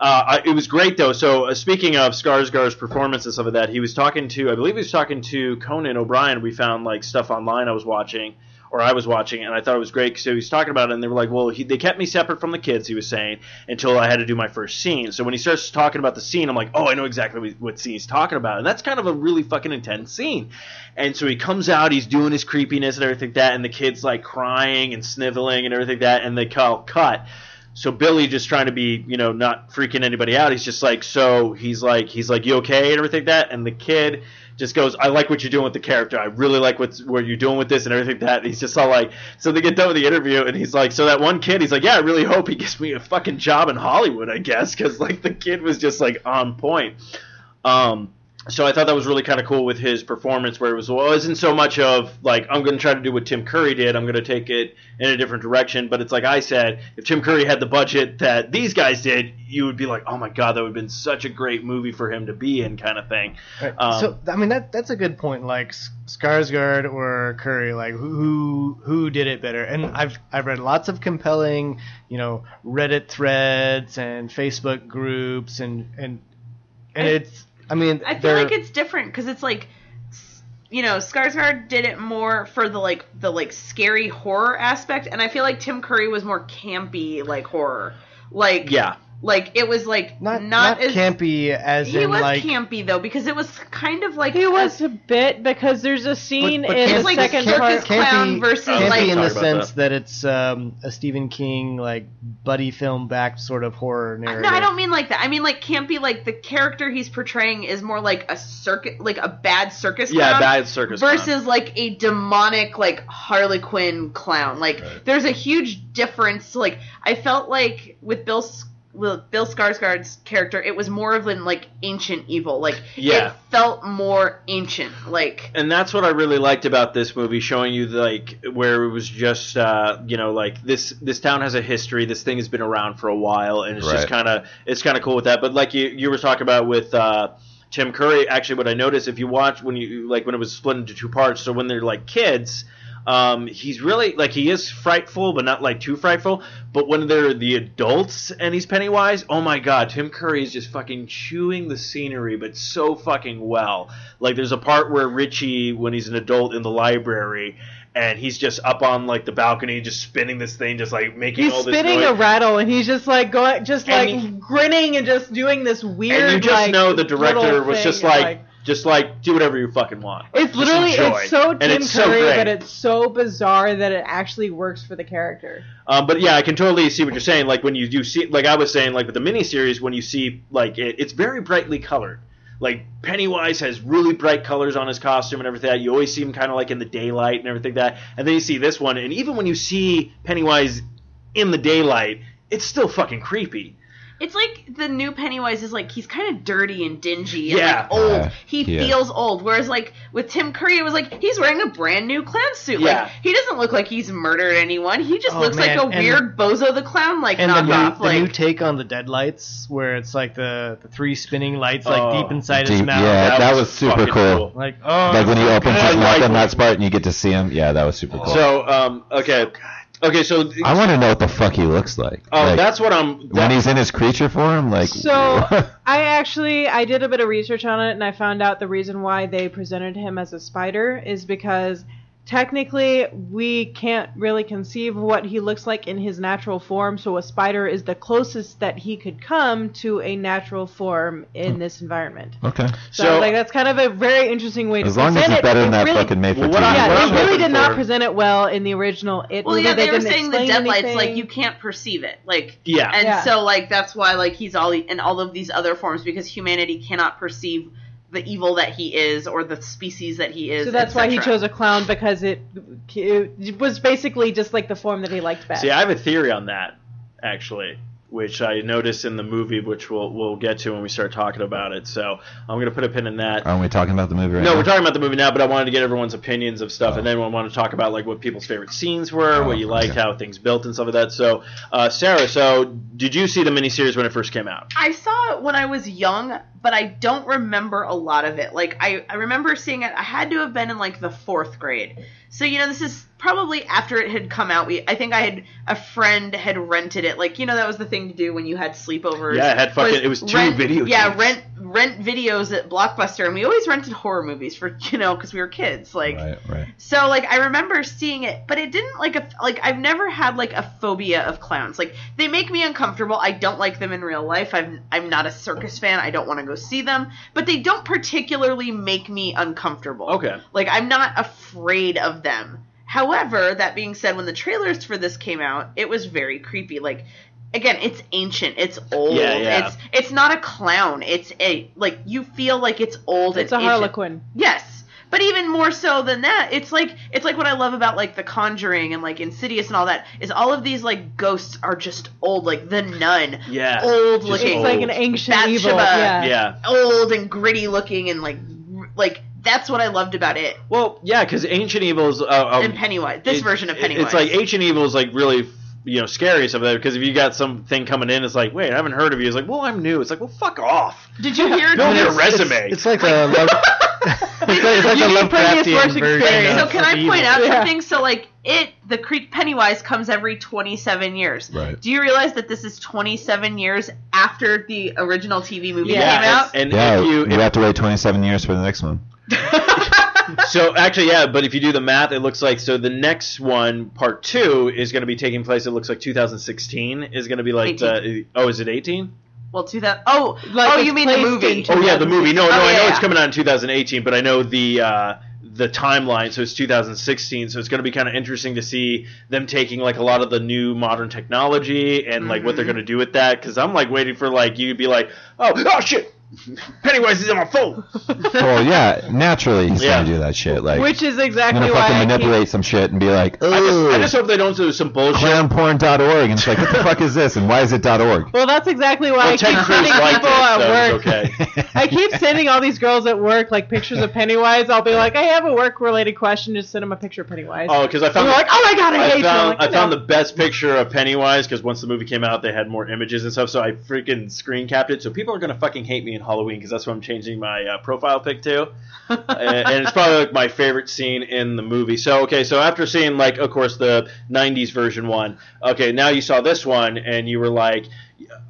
Speaker 1: uh, I- it was great though. So uh, speaking of Skarsgård's performance and stuff like that, he was talking to. I believe he was talking to Conan O'Brien. We found like stuff online. I was watching. Or I was watching, and I thought it was great. So he was talking about it, and they were like, "Well, he, they kept me separate from the kids." He was saying until I had to do my first scene. So when he starts talking about the scene, I'm like, "Oh, I know exactly what, what scene he's talking about," and that's kind of a really fucking intense scene. And so he comes out, he's doing his creepiness and everything like that, and the kid's like crying and sniveling and everything like that, and they call cut. So Billy just trying to be, you know, not freaking anybody out. He's just like, so he's like, he's like, you okay and everything like that. And the kid just goes, I like what you're doing with the character. I really like what's what you're doing with this and everything like that. And he's just all like, so they get done with the interview, and he's like, so that one kid, he's like, yeah, I really hope he gets me a fucking job in Hollywood, I guess, because like the kid was just like on point. Um, so I thought that was really kind of cool with his performance, where it was well, it wasn't so much of like I'm going to try to do what Tim Curry did, I'm going to take it in a different direction. But it's like I said, if Tim Curry had the budget that these guys did, you would be like, oh my god, that would have been such a great movie for him to be in, kind of thing.
Speaker 6: Right.
Speaker 1: Um,
Speaker 6: so I mean that that's a good point. Like S- Skarsgård or Curry, like who who did it better? And I've I've read lots of compelling, you know, Reddit threads and Facebook groups and and and
Speaker 7: I-
Speaker 6: it's I mean
Speaker 7: I feel
Speaker 6: they're-
Speaker 7: like it's different because it's like, s- you know, Skarsgård did it more for the like the like scary horror aspect, and I feel like Tim Curry was more campy like horror. Like
Speaker 1: Yeah,
Speaker 7: Like it was like
Speaker 6: Not
Speaker 7: not
Speaker 6: not,
Speaker 7: as
Speaker 6: campy as
Speaker 7: he
Speaker 6: in
Speaker 7: was
Speaker 6: like
Speaker 7: campy though because it was kind of like
Speaker 4: He
Speaker 7: a-
Speaker 4: was a bit because there's a scene
Speaker 6: but
Speaker 4: in
Speaker 6: can't-
Speaker 4: the
Speaker 7: it's like
Speaker 4: second
Speaker 7: circus
Speaker 4: part.
Speaker 7: clown versus
Speaker 1: Oh,
Speaker 6: campy
Speaker 7: like
Speaker 6: in
Speaker 1: Sorry
Speaker 6: the
Speaker 1: about
Speaker 6: sense that. it's um, a Stephen King like buddy film backed sort of horror
Speaker 7: No,
Speaker 6: narrative.
Speaker 7: I don't mean like that. I mean like campy. Like the character he's portraying is more like a circuit, like a bad circus
Speaker 1: Yeah,
Speaker 7: clown
Speaker 1: bad circus. clown.
Speaker 7: versus like a demonic like Harlequin clown. Like there's a huge difference. Like I felt like with Bill S- with Bill Skarsgård's character, it was more of an like ancient evil. Like
Speaker 1: Yeah.
Speaker 7: it felt more ancient. Like
Speaker 1: and that's what I really liked about this movie, showing you like where it was just uh, you know like this this town has a history, this thing has been around for a while, and it's just
Speaker 5: Right.
Speaker 1: kind of it's kind of cool with that. But like you you were talking about with. Uh, Tim Curry. Actually, what I noticed if you watch when you like when it was split into two parts, so when they're like kids, um, he's really like he is frightful, but not like too frightful. But when they're the adults and he's Pennywise, oh my god, Tim Curry is just fucking chewing the scenery, but so fucking well. Like there's a part where Richie, when he's an adult in the library. And he's just up on like the balcony, just spinning this thing, just like making
Speaker 4: He's
Speaker 1: all this
Speaker 4: spinning
Speaker 1: noise.
Speaker 4: a rattle and he's just like going, just
Speaker 1: And
Speaker 4: like
Speaker 1: he-
Speaker 4: grinning and just doing this weird.
Speaker 1: and you just
Speaker 4: like,
Speaker 1: know the director
Speaker 4: little
Speaker 1: was
Speaker 4: thing
Speaker 1: just
Speaker 4: and,
Speaker 1: like, just like do whatever you fucking want.
Speaker 4: It's
Speaker 1: Just
Speaker 4: literally
Speaker 1: enjoy.
Speaker 4: it's so
Speaker 1: And
Speaker 4: Tim
Speaker 1: it's so
Speaker 4: Curry,
Speaker 1: great.
Speaker 4: but it's so bizarre that it actually works for the character.
Speaker 1: Um, but yeah, I can totally see what you're saying. Like when you do see, like I was saying, like with the miniseries, when you see, like it, it's very brightly colored. Like Pennywise has really bright colors on his costume and everything. That you always see him kind of like in the daylight and everything that. And then you see this one, and even when you see Pennywise in the daylight, it's still fucking creepy.
Speaker 7: It's like the new Pennywise is like he's kind of dirty and dingy and
Speaker 1: Yeah.
Speaker 7: like old.
Speaker 5: Yeah.
Speaker 7: he
Speaker 5: Yeah.
Speaker 7: feels old. Whereas like with Tim Curry, it was like he's wearing a brand new clown suit.
Speaker 1: Yeah.
Speaker 7: Like he doesn't look like he's murdered anyone. He just
Speaker 6: Oh,
Speaker 7: looks
Speaker 6: man,
Speaker 7: like a
Speaker 6: and-
Speaker 7: weird Bozo the Clown like
Speaker 6: And the new,
Speaker 7: knockoff.
Speaker 6: the
Speaker 7: Like
Speaker 6: new take on the deadlights, where it's like the, the three spinning lights
Speaker 1: Oh.
Speaker 6: like deep inside his
Speaker 5: Deep-
Speaker 6: mouth.
Speaker 5: yeah. That was super
Speaker 1: fucking
Speaker 5: cool.
Speaker 6: Like oh,
Speaker 5: Like when he opens
Speaker 1: I
Speaker 5: his mouth
Speaker 1: like
Speaker 5: on
Speaker 1: it.
Speaker 5: that spot and you get to see him. Yeah, that was super cool.
Speaker 1: So um, okay, okay, so
Speaker 5: I want to know what the fuck he looks like.
Speaker 1: oh,
Speaker 5: Like,
Speaker 1: that's what I'm.
Speaker 5: when he's in his creature form, like
Speaker 4: So I actually I did a bit of research on it and I found out the reason why they presented him as a spider is because technically we can't really conceive what he looks like in his natural form, so a spider is the closest that he could come to a natural form in this environment.
Speaker 5: (laughs) okay.
Speaker 4: So, I was like that's kind of a very interesting way to
Speaker 5: As long as
Speaker 4: present
Speaker 5: it's
Speaker 4: it.
Speaker 5: better
Speaker 4: It
Speaker 5: than that
Speaker 4: really-
Speaker 5: fucking Mayfair
Speaker 1: Well, what I-
Speaker 5: TV.
Speaker 1: what
Speaker 4: yeah,
Speaker 1: I'm
Speaker 4: they really
Speaker 1: looking
Speaker 4: did not
Speaker 1: for-
Speaker 4: present it well in the original. It
Speaker 7: well,
Speaker 4: movie.
Speaker 7: yeah, they, were
Speaker 4: didn't
Speaker 7: saying the
Speaker 4: explain
Speaker 7: deadlights
Speaker 4: anything.
Speaker 7: like you can't perceive it. Like
Speaker 1: Yeah.
Speaker 7: and
Speaker 4: Yeah.
Speaker 7: so like that's why like he's all in all of these other forms because humanity cannot perceive the evil that he is or the species that he is.
Speaker 4: So that's why he
Speaker 7: etc..
Speaker 4: chose a clown because it, it was basically just like the form that he liked best.
Speaker 1: See, I have a theory on that, actually, which I noticed in the movie, which we'll we'll get to when we start talking about it. So I'm gonna put a pin in that.
Speaker 5: Aren't we talking about the movie right
Speaker 1: no,
Speaker 5: now?
Speaker 1: we're talking about the movie now, but I wanted to get everyone's opinions of stuff, and then we want to talk about like what people's favorite scenes were, what you liked,
Speaker 5: okay.
Speaker 1: how things built, and stuff like that. So, uh, Sarah, so did you see the miniseries when it first came out?
Speaker 7: I saw it when I was young, but I don't remember a lot of it. Like I, I remember seeing it. I had to have been in like the fourth grade. So you know, this is probably after it had come out. We, I think I had a friend had rented it. Like you know, that was the thing to do when you had sleepovers.
Speaker 1: Yeah, it had fucking- it was two
Speaker 7: rent,
Speaker 1: videotapes.
Speaker 7: Yeah, rent rent videos at Blockbuster, and we always rented horror movies for you know because we were kids. Like
Speaker 5: Right, right.
Speaker 7: so like I remember seeing it, but it didn't like a like I've never had like a phobia of clowns. Like they make me uncomfortable. I don't like them in real life. I'm I'm not a circus fan. I don't want to go see them, but they don't particularly make me uncomfortable.
Speaker 1: Okay.
Speaker 7: Like I'm not afraid of them. However, that being said, when the trailers for this came out, it was very creepy. Like again, it's ancient, it's old.
Speaker 1: Yeah, yeah.
Speaker 7: It's it's not a clown. It's a like you feel like it's old
Speaker 4: it's a
Speaker 7: and ancient.
Speaker 4: Harlequin.
Speaker 7: Yes. But even more so than that, it's like it's like what I love about like The Conjuring and like Insidious and all that is all of these like ghosts are just old, like the nun,
Speaker 1: Yeah.
Speaker 7: old
Speaker 1: Just
Speaker 7: looking,
Speaker 4: It's
Speaker 1: old.
Speaker 4: like an ancient evil.
Speaker 7: Bathsheba.
Speaker 4: Yeah.
Speaker 1: Yeah.
Speaker 7: old and gritty looking, and like r- like that's what I loved about it.
Speaker 1: Well, yeah, because Ancient Evil is uh, um,
Speaker 7: and Pennywise, this
Speaker 1: it-
Speaker 7: version of
Speaker 1: it-
Speaker 7: Pennywise,
Speaker 1: It's like ancient evil is like really you know scary stuff there because if you got something coming in, it's like wait, I haven't heard of you. It's like well, I'm new. It's like well, fuck off.
Speaker 7: did
Speaker 1: (laughs)
Speaker 7: you hear?
Speaker 1: Build your
Speaker 7: did-
Speaker 1: resume.
Speaker 6: (laughs) It's like a love,
Speaker 7: (laughs)
Speaker 6: it's like, it's like
Speaker 4: You
Speaker 6: a
Speaker 4: need previous
Speaker 6: Lovecraftian version.
Speaker 4: worst experience.
Speaker 7: so
Speaker 6: of-
Speaker 7: can
Speaker 6: of
Speaker 7: I
Speaker 6: evil.
Speaker 7: point out
Speaker 4: Yeah.
Speaker 7: something? So like it, the Creek Pennywise comes every 27 years.
Speaker 5: Right.
Speaker 7: Do you realize that this is 27 years after the original TV movie
Speaker 4: Yeah,
Speaker 7: came out?
Speaker 1: and, and
Speaker 5: Yeah,
Speaker 1: if you, (laughs)
Speaker 5: you have to wait 27 years for the next one.
Speaker 1: so actually, yeah, but if you do the math, it looks like so the next one, part two, is going to be taking place. It looks like 2016 is going to be like the oh, is it 18?
Speaker 7: Well, two thousand. Oh,
Speaker 4: Like
Speaker 7: oh,
Speaker 4: it's
Speaker 7: you mean the
Speaker 4: placed
Speaker 7: movie?
Speaker 4: into-
Speaker 1: Oh yeah, the movie. No, no,
Speaker 7: Oh,
Speaker 1: I
Speaker 7: yeah,
Speaker 1: know it's
Speaker 7: yeah.
Speaker 1: coming out in 2018, but I know the uh, the timeline. So it's 2016. So it's going to be kind of interesting to see them taking like a lot of the new modern technology and like what they're going to do with that. Because I'm like waiting for like you to be like, oh, oh shit, Pennywise is on my phone.
Speaker 5: well, yeah, naturally he's
Speaker 1: Yeah.
Speaker 5: gonna do that shit. Like,
Speaker 4: Which is
Speaker 5: I'm
Speaker 4: exactly
Speaker 5: gonna
Speaker 4: why
Speaker 5: fucking
Speaker 4: I
Speaker 5: manipulate
Speaker 4: keep,
Speaker 5: some shit and be like,
Speaker 1: I just, I
Speaker 5: oh,
Speaker 1: just hope they don't do some bullshit.
Speaker 5: clamporn.org, and it's like, what the fuck is this, and why is it .org?
Speaker 4: well, that's exactly why I
Speaker 1: Well,
Speaker 4: keep
Speaker 1: Ted Cruz
Speaker 4: sending
Speaker 1: liked
Speaker 4: people
Speaker 1: it, so
Speaker 4: at
Speaker 1: it
Speaker 4: work.
Speaker 1: was
Speaker 5: (laughs)
Speaker 1: okay.
Speaker 4: I keep sending all these girls at work like pictures of Pennywise. I'll be like, I have a work-related question. Just send them a picture of Pennywise.
Speaker 1: Oh, because I
Speaker 4: and
Speaker 1: found
Speaker 4: they're like, Oh my god, I,
Speaker 1: I
Speaker 4: hate you. I'm
Speaker 1: found,
Speaker 4: like,
Speaker 1: I found
Speaker 4: "No."
Speaker 1: the best picture of Pennywise because once the movie came out, they had more images and stuff. So I freaking screen capped it. So people are gonna fucking hate me in Halloween because that's what I'm changing my uh, profile pic
Speaker 7: (laughs)
Speaker 1: to. Uh, and it's probably like my favorite scene in the movie. So okay, so after seeing like, of course, the '90s version one. Okay, now you saw this one and you were like.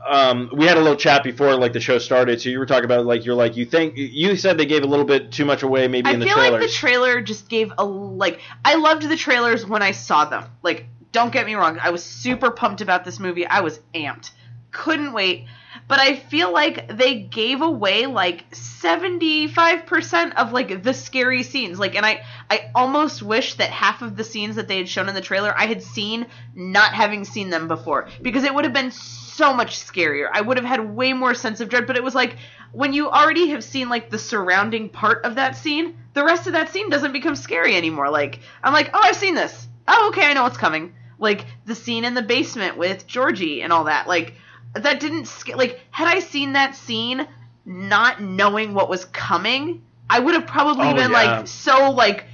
Speaker 1: Um, we had a little chat before like the show started, so you were talking about like you're like you think you said they gave a little bit too much away maybe
Speaker 7: I
Speaker 1: in the
Speaker 7: feel
Speaker 1: trailers.
Speaker 7: like the trailer just gave a like. I loved the trailers when I saw them. Like, don't get me wrong, I was super pumped about this movie. I was amped, couldn't wait. But I feel like they gave away like seventy five percent of like the scary scenes. Like, and I I almost wish that half of the scenes that they had shown in the trailer I had seen, not having seen them before, because it would have been so much scarier. I would have had way more sense of dread. But it was like when you already have seen like the surrounding part of that scene, the rest of that scene doesn't become scary anymore. Like I'm like, oh, I've seen this. Oh, okay, I know what's coming. Like the scene in the basement with Georgie and all that. Like that didn't sca- like had I seen that scene not knowing what was coming, I would have probably
Speaker 1: Oh,
Speaker 7: been
Speaker 1: yeah.
Speaker 7: like so like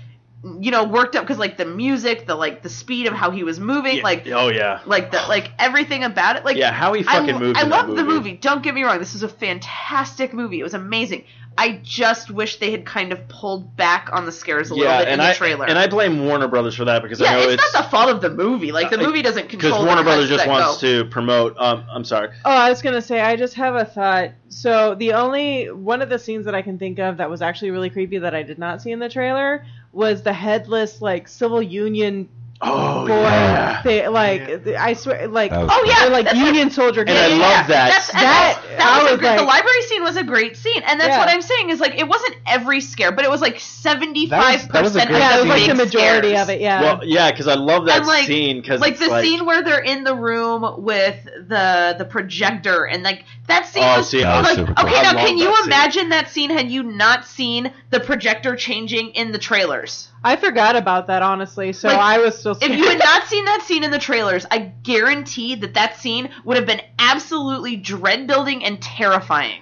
Speaker 7: you know worked up because like the music, the like the speed of how he was moving,
Speaker 1: Yeah.
Speaker 7: like
Speaker 1: oh yeah,
Speaker 7: like the like everything about it, like
Speaker 1: yeah, how he fucking
Speaker 7: I,
Speaker 1: moved.
Speaker 7: I
Speaker 1: in
Speaker 7: love
Speaker 1: that
Speaker 7: the movie. Don't get me wrong. This was a fantastic movie. It was amazing. I just wish they had kind of pulled back on the scares a little bit in
Speaker 1: and
Speaker 7: the
Speaker 1: I,
Speaker 7: trailer.
Speaker 1: And I blame Warner Brothers for that because I
Speaker 7: yeah,
Speaker 1: know
Speaker 7: it's,
Speaker 1: it's
Speaker 7: not the fault of the movie. Like the
Speaker 1: Uh,
Speaker 7: movie doesn't
Speaker 1: because
Speaker 7: control. the
Speaker 1: Warner
Speaker 7: cuts
Speaker 1: Brothers just
Speaker 7: that
Speaker 1: wants
Speaker 7: go.
Speaker 1: to promote. Um, I'm sorry.
Speaker 4: Oh, I was gonna say, I just have a thought. So the only one of the scenes that I can think of that was actually really creepy that I did not see in the trailer was the headless like civil union
Speaker 1: Oh
Speaker 4: boy.
Speaker 5: yeah.
Speaker 4: They, like
Speaker 6: Yeah.
Speaker 4: th- I swear, like
Speaker 5: That was-
Speaker 7: Oh yeah,
Speaker 4: they're like
Speaker 7: that's what-
Speaker 4: union soldier.
Speaker 1: And I
Speaker 4: gang.
Speaker 1: love that.
Speaker 7: That's, and
Speaker 4: That-
Speaker 7: that's- that
Speaker 4: I
Speaker 7: was a
Speaker 4: was
Speaker 7: great, the
Speaker 4: like-
Speaker 7: library scene was a great scene, and that's
Speaker 4: Yeah.
Speaker 7: what I'm saying is like it wasn't every scare, but it was like 75
Speaker 6: That was- that was a
Speaker 7: percent.
Speaker 6: great
Speaker 4: yeah,
Speaker 7: of
Speaker 4: it was like the
Speaker 7: big
Speaker 4: majority
Speaker 7: scares.
Speaker 4: of it. Yeah.
Speaker 1: Well, yeah, because I love that
Speaker 7: And, like-
Speaker 1: scene because
Speaker 7: like the scene where they're in the room with the the projector and like that scene
Speaker 1: Oh,
Speaker 7: was,
Speaker 1: see,
Speaker 5: that was
Speaker 7: like,
Speaker 5: super
Speaker 7: okay
Speaker 5: cool.
Speaker 1: I
Speaker 7: now
Speaker 1: love
Speaker 7: can you
Speaker 1: that scene.
Speaker 7: imagine that scene had you not seen the projector changing in the trailers
Speaker 4: I forgot about that honestly, so
Speaker 7: Like,
Speaker 4: I was still.
Speaker 7: if
Speaker 4: Scared.
Speaker 7: you had not seen that scene in the trailers i guarantee that that scene would have been absolutely dread building and terrifying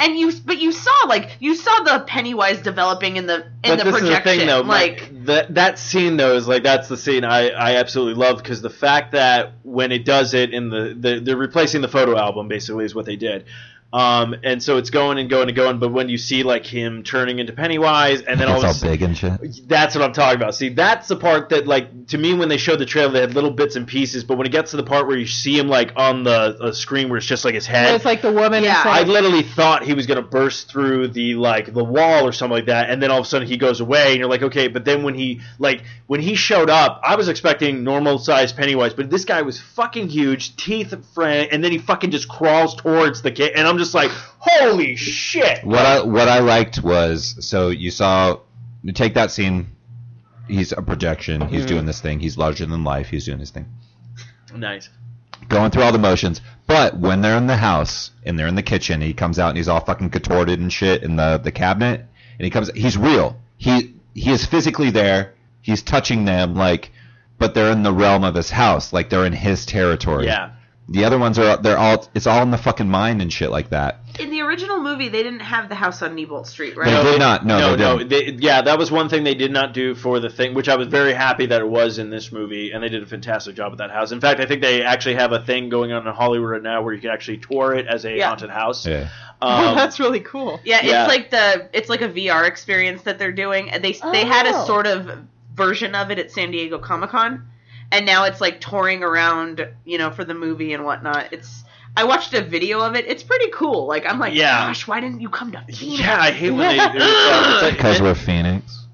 Speaker 7: and you but you saw like you saw the pennywise developing in the in
Speaker 1: but
Speaker 7: the
Speaker 1: this is the
Speaker 7: projection
Speaker 1: thing, though.
Speaker 7: like
Speaker 1: Like that that scene though is like that's the scene I, I absolutely love because the fact that when it does it in the, the they're replacing the photo album basically is what they did, um and so it's going and going and going. But when you see like him turning into Pennywise and then all
Speaker 5: It's
Speaker 1: of a
Speaker 5: all
Speaker 1: sudden-
Speaker 5: big and shit.
Speaker 1: That's what I'm talking about. See, that's the part that, like, to me, when they showed the trailer, they had little bits and pieces. But when it gets to the part where you see him, like, on the uh, screen where it's just like his
Speaker 4: Where
Speaker 1: head,
Speaker 4: it's like the woman.
Speaker 7: Yeah.
Speaker 4: inside.
Speaker 1: I literally thought he was gonna burst through the like the wall or something like that, and then all of a sudden he goes away, and you're like, okay. But then when he like when he showed up, I was expecting normal sized Pennywise, but this guy was fucking huge, teeth friend, and then he fucking just crawls towards the kid, and I'm just like, holy shit!
Speaker 5: What I what I liked was so you saw you take that scene. He's a projection. He's
Speaker 1: Mm-hmm.
Speaker 5: doing this thing. He's larger than life. He's doing his thing,
Speaker 1: Nice.
Speaker 5: going through all the motions. But when they're in the house and they're in the kitchen, he comes out and he's all fucking contorted and shit in the the cabinet. And he comes. He's real. He he is physically there. He's touching them like, but they're in the realm of his house. Like they're in his territory.
Speaker 1: Yeah.
Speaker 5: The other ones are they're all it's all in the fucking mind and shit like that.
Speaker 7: in the original movie they didn't have the house on Neibolt street right
Speaker 5: They did not. No,
Speaker 1: no,
Speaker 5: they
Speaker 1: no.
Speaker 5: didn't.
Speaker 1: They, yeah, that was one thing they did not do for the thing, which I was very happy that it was in this movie, and they did a fantastic job with that house. In fact, I think they actually have a thing going on in Hollywood right now where you can actually tour it as a
Speaker 7: Yeah.
Speaker 1: haunted house.
Speaker 5: Yeah.
Speaker 4: (laughs) Oh,
Speaker 1: Um,
Speaker 4: that's really cool.
Speaker 7: Yeah, it's
Speaker 1: Yeah.
Speaker 7: like the it's like a VR experience that they're doing. And They they had a
Speaker 4: Oh.
Speaker 7: sort of version of it at San Diego Comic Con, and now it's like touring around, you know, for the movie and whatnot. It's I watched a video of it. It's pretty cool. Like I'm like,
Speaker 1: Yeah. (laughs)
Speaker 7: gosh, why didn't you come to Phoenix?
Speaker 5: (laughs)
Speaker 1: yeah, I hate when they. it's, uh, it's like-
Speaker 5: Because we're Phoenix.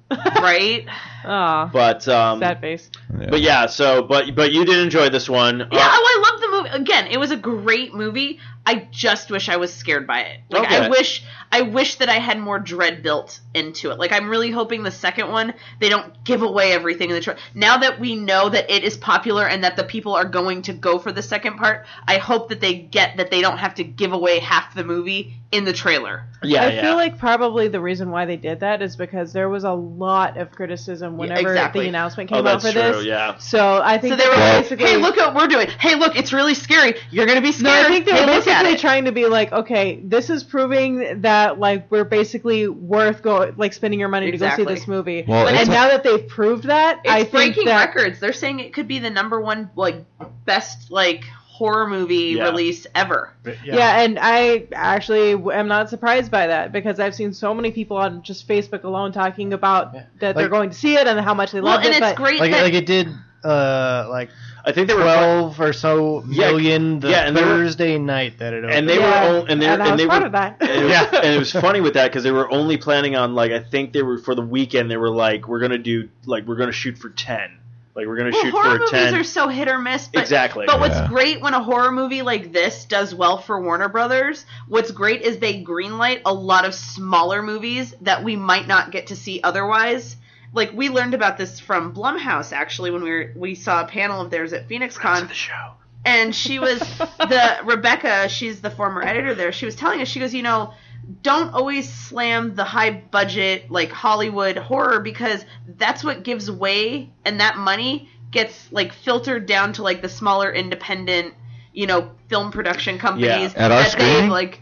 Speaker 7: right?
Speaker 4: Aw,
Speaker 1: But um,
Speaker 4: sad face.
Speaker 1: but yeah, so but but you did enjoy this one. Uh,
Speaker 7: Yeah, oh, I love the movie. Again, it was a great movie. I just wish I was scared by it. Like
Speaker 1: Okay.
Speaker 7: I wish I wish that I had more dread built into it. Like I'm really hoping the second one they don't give away everything in the trailer. Now that we know that it is popular and that the people are going to go for the second part, I hope that they get that they don't have to give away half the movie in the trailer.
Speaker 1: yeah,
Speaker 4: I
Speaker 1: yeah.
Speaker 4: feel like probably the reason why they did that is because there was a lot of criticism whenever
Speaker 7: exactly.
Speaker 4: the announcement came
Speaker 1: oh,
Speaker 4: out
Speaker 1: that's
Speaker 4: for
Speaker 1: true.
Speaker 4: this.
Speaker 1: Yeah.
Speaker 4: So I think
Speaker 7: So they
Speaker 4: that
Speaker 7: were
Speaker 4: they're
Speaker 7: like,
Speaker 4: basically
Speaker 7: "Hey, look what we're doing. Hey, look, it's really scary. You're gonna be
Speaker 4: No,
Speaker 7: scared.
Speaker 4: I think they're
Speaker 7: Hey, look at
Speaker 4: basically
Speaker 7: it."
Speaker 4: trying to be like, okay, this is proving that like we're basically worth go like spending your money to go
Speaker 7: Exactly.
Speaker 4: see this movie.
Speaker 5: Well,
Speaker 7: But
Speaker 5: it's
Speaker 4: and now that they've proved that,
Speaker 7: It's
Speaker 4: I think
Speaker 7: breaking
Speaker 4: that
Speaker 7: records. They're saying it could be the number one like best like horror movie
Speaker 1: Yeah.
Speaker 7: release ever.
Speaker 4: Yeah. and I actually w- am not surprised by that because I've seen so many people on just Facebook alone talking about that they're
Speaker 6: Like-
Speaker 4: going to see it and how much they
Speaker 7: Well,
Speaker 4: loved
Speaker 7: and
Speaker 4: it.
Speaker 7: it's
Speaker 4: but
Speaker 7: great
Speaker 6: like
Speaker 7: that
Speaker 6: like it did uh like
Speaker 1: I think they were
Speaker 6: twelve or so
Speaker 1: Yeah,
Speaker 6: million the
Speaker 1: yeah, and they were-
Speaker 6: Thursday night that it opened.
Speaker 1: and they
Speaker 4: Yeah,
Speaker 1: were on, and they
Speaker 4: and I
Speaker 1: and
Speaker 4: was
Speaker 1: they
Speaker 4: proud
Speaker 1: were
Speaker 4: of that.
Speaker 1: And it,
Speaker 6: Yeah.
Speaker 1: was, and it was funny with that because they were only planning on like I think they were for the weekend they were like we're gonna do like we're gonna shoot for ten like we're gonna
Speaker 7: well,
Speaker 1: shoot
Speaker 7: horror
Speaker 1: for a
Speaker 7: movies
Speaker 1: ten
Speaker 7: are so hit or miss. But,
Speaker 1: exactly
Speaker 7: But what's
Speaker 5: Yeah.
Speaker 7: great when a horror movie like this does well for Warner Brothers, what's great is they greenlight a lot of smaller movies that we might not get to see otherwise. Like we learned about this from Blumhouse actually when we were, we saw a panel of theirs at PhoenixCon.
Speaker 1: the show
Speaker 7: and she was (laughs) the Rebecca, she's the former editor there. She was telling us, she goes, you know, don't always slam the high budget like Hollywood horror because that's what gives way and that money gets like filtered down to like the smaller independent, you know, film production companies
Speaker 5: At our
Speaker 7: that they
Speaker 5: screening?
Speaker 7: like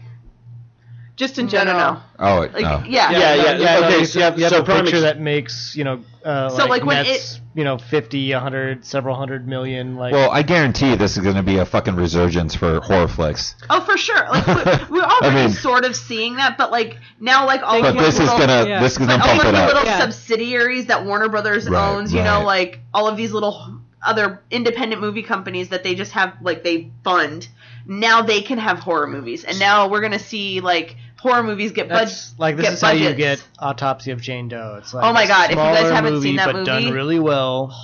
Speaker 4: just in
Speaker 7: no, no,
Speaker 4: general,
Speaker 7: no.
Speaker 5: oh, it-
Speaker 7: Like
Speaker 5: no.
Speaker 7: yeah.
Speaker 1: Yeah, yeah, yeah,
Speaker 6: no,
Speaker 1: okay,
Speaker 6: you
Speaker 1: so
Speaker 6: have-
Speaker 1: yeah,
Speaker 6: you have
Speaker 1: so
Speaker 6: a
Speaker 1: Prime
Speaker 6: picture
Speaker 1: Ex-
Speaker 6: that makes you know, uh,
Speaker 7: So,
Speaker 6: like,
Speaker 7: like, when
Speaker 6: nets, you know, 50, 100, several hundred million. Like,
Speaker 5: Well, I guarantee this is going to be a fucking resurgence for horror flicks.
Speaker 7: Oh, for sure. Like we- we're already
Speaker 5: mean-
Speaker 7: sort of seeing that, but like now, like all
Speaker 5: But
Speaker 7: these
Speaker 5: this is
Speaker 7: little-
Speaker 5: gonna
Speaker 4: yeah.
Speaker 5: this is gonna
Speaker 7: But all
Speaker 5: bump
Speaker 7: of
Speaker 5: it
Speaker 7: the little
Speaker 5: up.
Speaker 4: Yeah.
Speaker 7: subsidiaries that Warner Brothers
Speaker 5: Right,
Speaker 7: owns, you know,
Speaker 5: right.
Speaker 7: like all of these little other independent movie companies that they just have, like they fund. Now they can have horror movies, and now we're gonna see like horror movies get budgets.
Speaker 6: that's, like this
Speaker 7: get
Speaker 6: is how you
Speaker 7: budgets.
Speaker 6: get Autopsy of Jane Doe. It's like
Speaker 7: Oh my
Speaker 6: a
Speaker 7: God, if you guys
Speaker 6: smaller
Speaker 7: haven't
Speaker 6: movie,
Speaker 7: seen that
Speaker 6: but done
Speaker 7: movie-
Speaker 6: really well.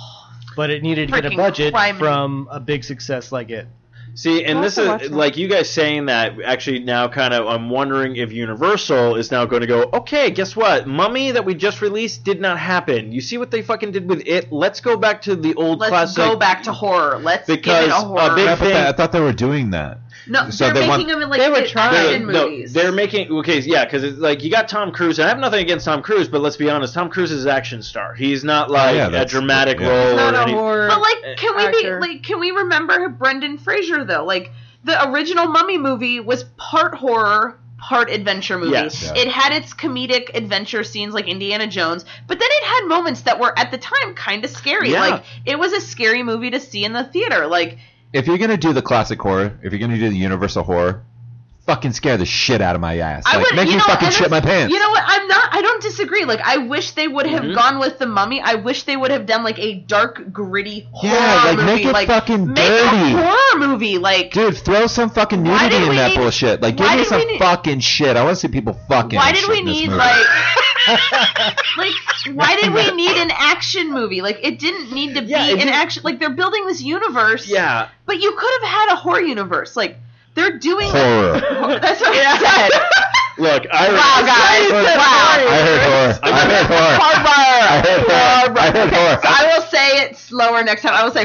Speaker 6: But it needed to get a
Speaker 7: Freaking
Speaker 6: budget
Speaker 7: crime-
Speaker 6: from a big success like it.
Speaker 1: see and
Speaker 4: I'll
Speaker 1: this
Speaker 4: have to
Speaker 1: is
Speaker 4: watch that.
Speaker 1: like you guys saying that actually now kind of I'm wondering if Universal is now going to go okay guess what Mummy that we just released did not happen you see what they fucking did with it let's go back to the old
Speaker 7: Let's
Speaker 1: classic
Speaker 7: go back to horror. Let's
Speaker 1: Because
Speaker 7: give it a
Speaker 1: a
Speaker 7: horror.
Speaker 1: big-
Speaker 5: I thought, that, I thought they were doing that.
Speaker 7: no,
Speaker 5: uh, so
Speaker 7: they're
Speaker 5: they
Speaker 7: making
Speaker 5: want-
Speaker 7: them in like
Speaker 4: They were
Speaker 7: the
Speaker 4: trying.
Speaker 7: action
Speaker 1: They're- no,
Speaker 7: movies.
Speaker 1: they're making okay, yeah, because it's like you got Tom Cruise, and I have nothing against Tom Cruise, but let's be honest, Tom Cruise is an action star. He's not like
Speaker 5: yeah,
Speaker 1: a
Speaker 5: that's-
Speaker 1: dramatic
Speaker 5: yeah.
Speaker 1: role
Speaker 4: not
Speaker 1: or
Speaker 4: a
Speaker 1: any-
Speaker 4: horror.
Speaker 7: But like, can we
Speaker 4: actor.
Speaker 7: be like, can we remember Brendan Fraser though? Like, the original Mummy movie was part horror, part adventure movie.
Speaker 1: Yes.
Speaker 5: Yeah.
Speaker 7: It had its comedic adventure scenes like Indiana Jones, but then it had moments that were at the time kind of scary.
Speaker 1: Yeah.
Speaker 7: Like, it was a scary movie to see in the theater. Like,
Speaker 5: If you're gonna do the classic horror, if you're gonna do the universal horror, fucking scare the shit out of my ass.
Speaker 7: I
Speaker 5: Like,
Speaker 7: would
Speaker 5: make
Speaker 7: you
Speaker 5: me
Speaker 7: know,
Speaker 5: fucking
Speaker 7: and
Speaker 5: shit my
Speaker 7: that's-
Speaker 5: pants.
Speaker 7: You know what? I'm not. I don't disagree. Like, I wish they would
Speaker 4: Mm-hmm.
Speaker 7: have gone with the Mummy. I wish they would have done like a dark, gritty horror
Speaker 5: Yeah, like,
Speaker 7: movie.
Speaker 5: make it
Speaker 7: like,
Speaker 5: fucking
Speaker 7: make
Speaker 5: dirty.
Speaker 7: a horror movie. Like,
Speaker 5: Dude, throw some fucking
Speaker 7: Why
Speaker 5: nudity
Speaker 7: did
Speaker 5: in
Speaker 7: we
Speaker 5: that
Speaker 7: need-
Speaker 5: bullshit. Like, give
Speaker 7: why
Speaker 5: me
Speaker 7: did we
Speaker 5: some
Speaker 7: need-
Speaker 5: fucking shit. I want to see people fucking.
Speaker 7: why
Speaker 5: and
Speaker 7: did
Speaker 5: shit
Speaker 7: we
Speaker 5: in this
Speaker 7: need
Speaker 5: movie.
Speaker 7: like like why did we need an action movie like it didn't need to be
Speaker 1: Yeah, it
Speaker 7: an
Speaker 1: didn't-
Speaker 7: action like they're building this universe
Speaker 1: Yeah,
Speaker 7: but you could have had a horror universe like they're doing
Speaker 5: horror?
Speaker 7: (laughs) that's what I said
Speaker 1: look, I
Speaker 7: wow guys
Speaker 5: I
Speaker 7: wow
Speaker 5: heard horror. I heard horror. I
Speaker 7: Horror.
Speaker 5: heard horror. I heard horror.
Speaker 7: So I will say it slower next time. I will say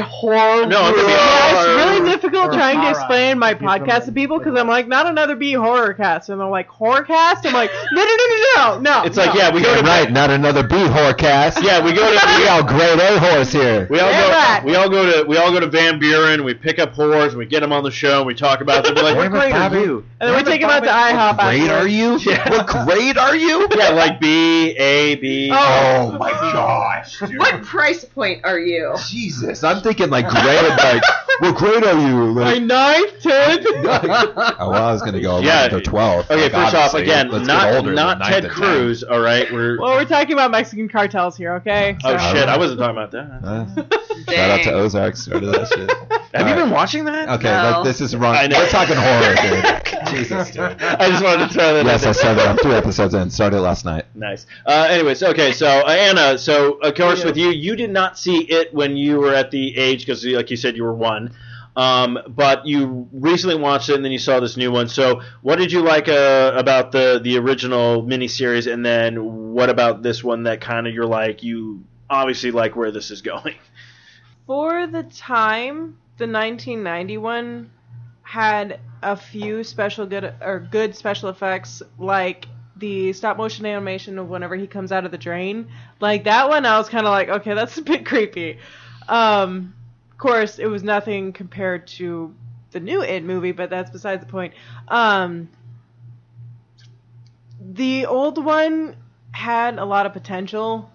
Speaker 1: (laughs)
Speaker 7: horror.
Speaker 1: No, it's gonna be
Speaker 4: Yeah, it's
Speaker 1: horror.
Speaker 4: really difficult
Speaker 6: Or
Speaker 4: trying to
Speaker 6: horror.
Speaker 4: explain my
Speaker 6: If you come
Speaker 4: podcast to
Speaker 6: up
Speaker 4: people
Speaker 6: with
Speaker 4: because
Speaker 6: it.
Speaker 4: I'm like, not another B horror cast, and they're like, horror cast. I'm like, no, no, no, no, no, no.
Speaker 1: It's
Speaker 4: no.
Speaker 1: like yeah, we go
Speaker 5: Yeah,
Speaker 1: to
Speaker 5: right, not another B whore cast.
Speaker 1: Yeah, we go to
Speaker 5: (laughs) we all grade A horse here.
Speaker 1: we all
Speaker 4: Yeah,
Speaker 1: go
Speaker 4: right.
Speaker 1: we all go to we all go to Van Buren. We pick up whores, and we get them on the show, and we talk about them. We're
Speaker 5: (laughs)
Speaker 1: like, what grade are you?
Speaker 4: and then we take him out to IHOP.
Speaker 5: Grade
Speaker 4: afterwards.
Speaker 5: are
Speaker 1: (laughs)
Speaker 5: you?
Speaker 1: Yeah.
Speaker 5: What grade are you?
Speaker 1: Yeah, like B A B. (laughs)
Speaker 5: Oh my gosh. dude.
Speaker 7: What price point are you?
Speaker 5: Jesus, I'm thinking like grade, like what grade are
Speaker 1: (laughs)
Speaker 5: you?
Speaker 4: My
Speaker 5: Like,
Speaker 4: ninth, tenth.
Speaker 5: (laughs) oh, well, I was gonna go
Speaker 1: Yeah.
Speaker 5: yeah. to twelve.
Speaker 1: Okay,
Speaker 5: like,
Speaker 1: first off,
Speaker 5: obviously,
Speaker 1: again,
Speaker 5: let's get
Speaker 1: not
Speaker 5: older than
Speaker 1: not
Speaker 5: ninth
Speaker 1: Ted
Speaker 5: and
Speaker 1: Cruz. All right, we're
Speaker 4: Well, we're talking about Mexican cartels here, okay?
Speaker 1: oh
Speaker 5: so-
Speaker 1: shit, I wasn't talking about that.
Speaker 7: (laughs)
Speaker 5: tenth. Uh, shout out to Ozark, started that shit.
Speaker 1: Have you
Speaker 5: All right.
Speaker 1: been watching that?
Speaker 5: Okay,
Speaker 7: No.
Speaker 5: like, this is wrong.
Speaker 1: I know.
Speaker 5: We're talking horror,
Speaker 1: (laughs)
Speaker 5: dude. Jesus, dude.
Speaker 1: I just wanted to throw that.
Speaker 5: Yes,
Speaker 1: in
Speaker 5: I
Speaker 1: there.
Speaker 5: started. I'm three episodes in. Started last night.
Speaker 1: Nice. Uh, anyways, okay. So uh, Anna, so of course with you, you did not see it when you were at the age because, like you said, you were one. Um, but you recently watched it, and then you saw this new one. So, what did you like uh, about the the original miniseries, and then what about this one that kind of you're like you obviously like where this is going? (laughs)
Speaker 4: For the time, the 1991 had a few special good or good special effects, like the stop motion animation of whenever he comes out of the drain. Like that one, I was kind of like, okay, that's (laughs) a bit creepy. Um, of course, it was nothing compared to the new It movie, but that's beside the point. Um, the old one had a lot of potential,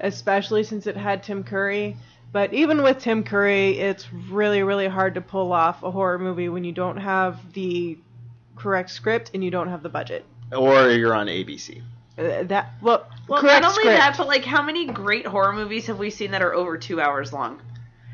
Speaker 4: especially since it had Tim Curry. But even with Tim Curry, it's really, really hard to pull off a horror movie when you don't have the correct script and you don't have the budget.
Speaker 1: Or you're on ABC.
Speaker 4: Uh, that well,
Speaker 7: Well,
Speaker 4: correct
Speaker 7: not only
Speaker 4: script.
Speaker 7: that, but like, how many great horror movies have we seen that are over two hours long?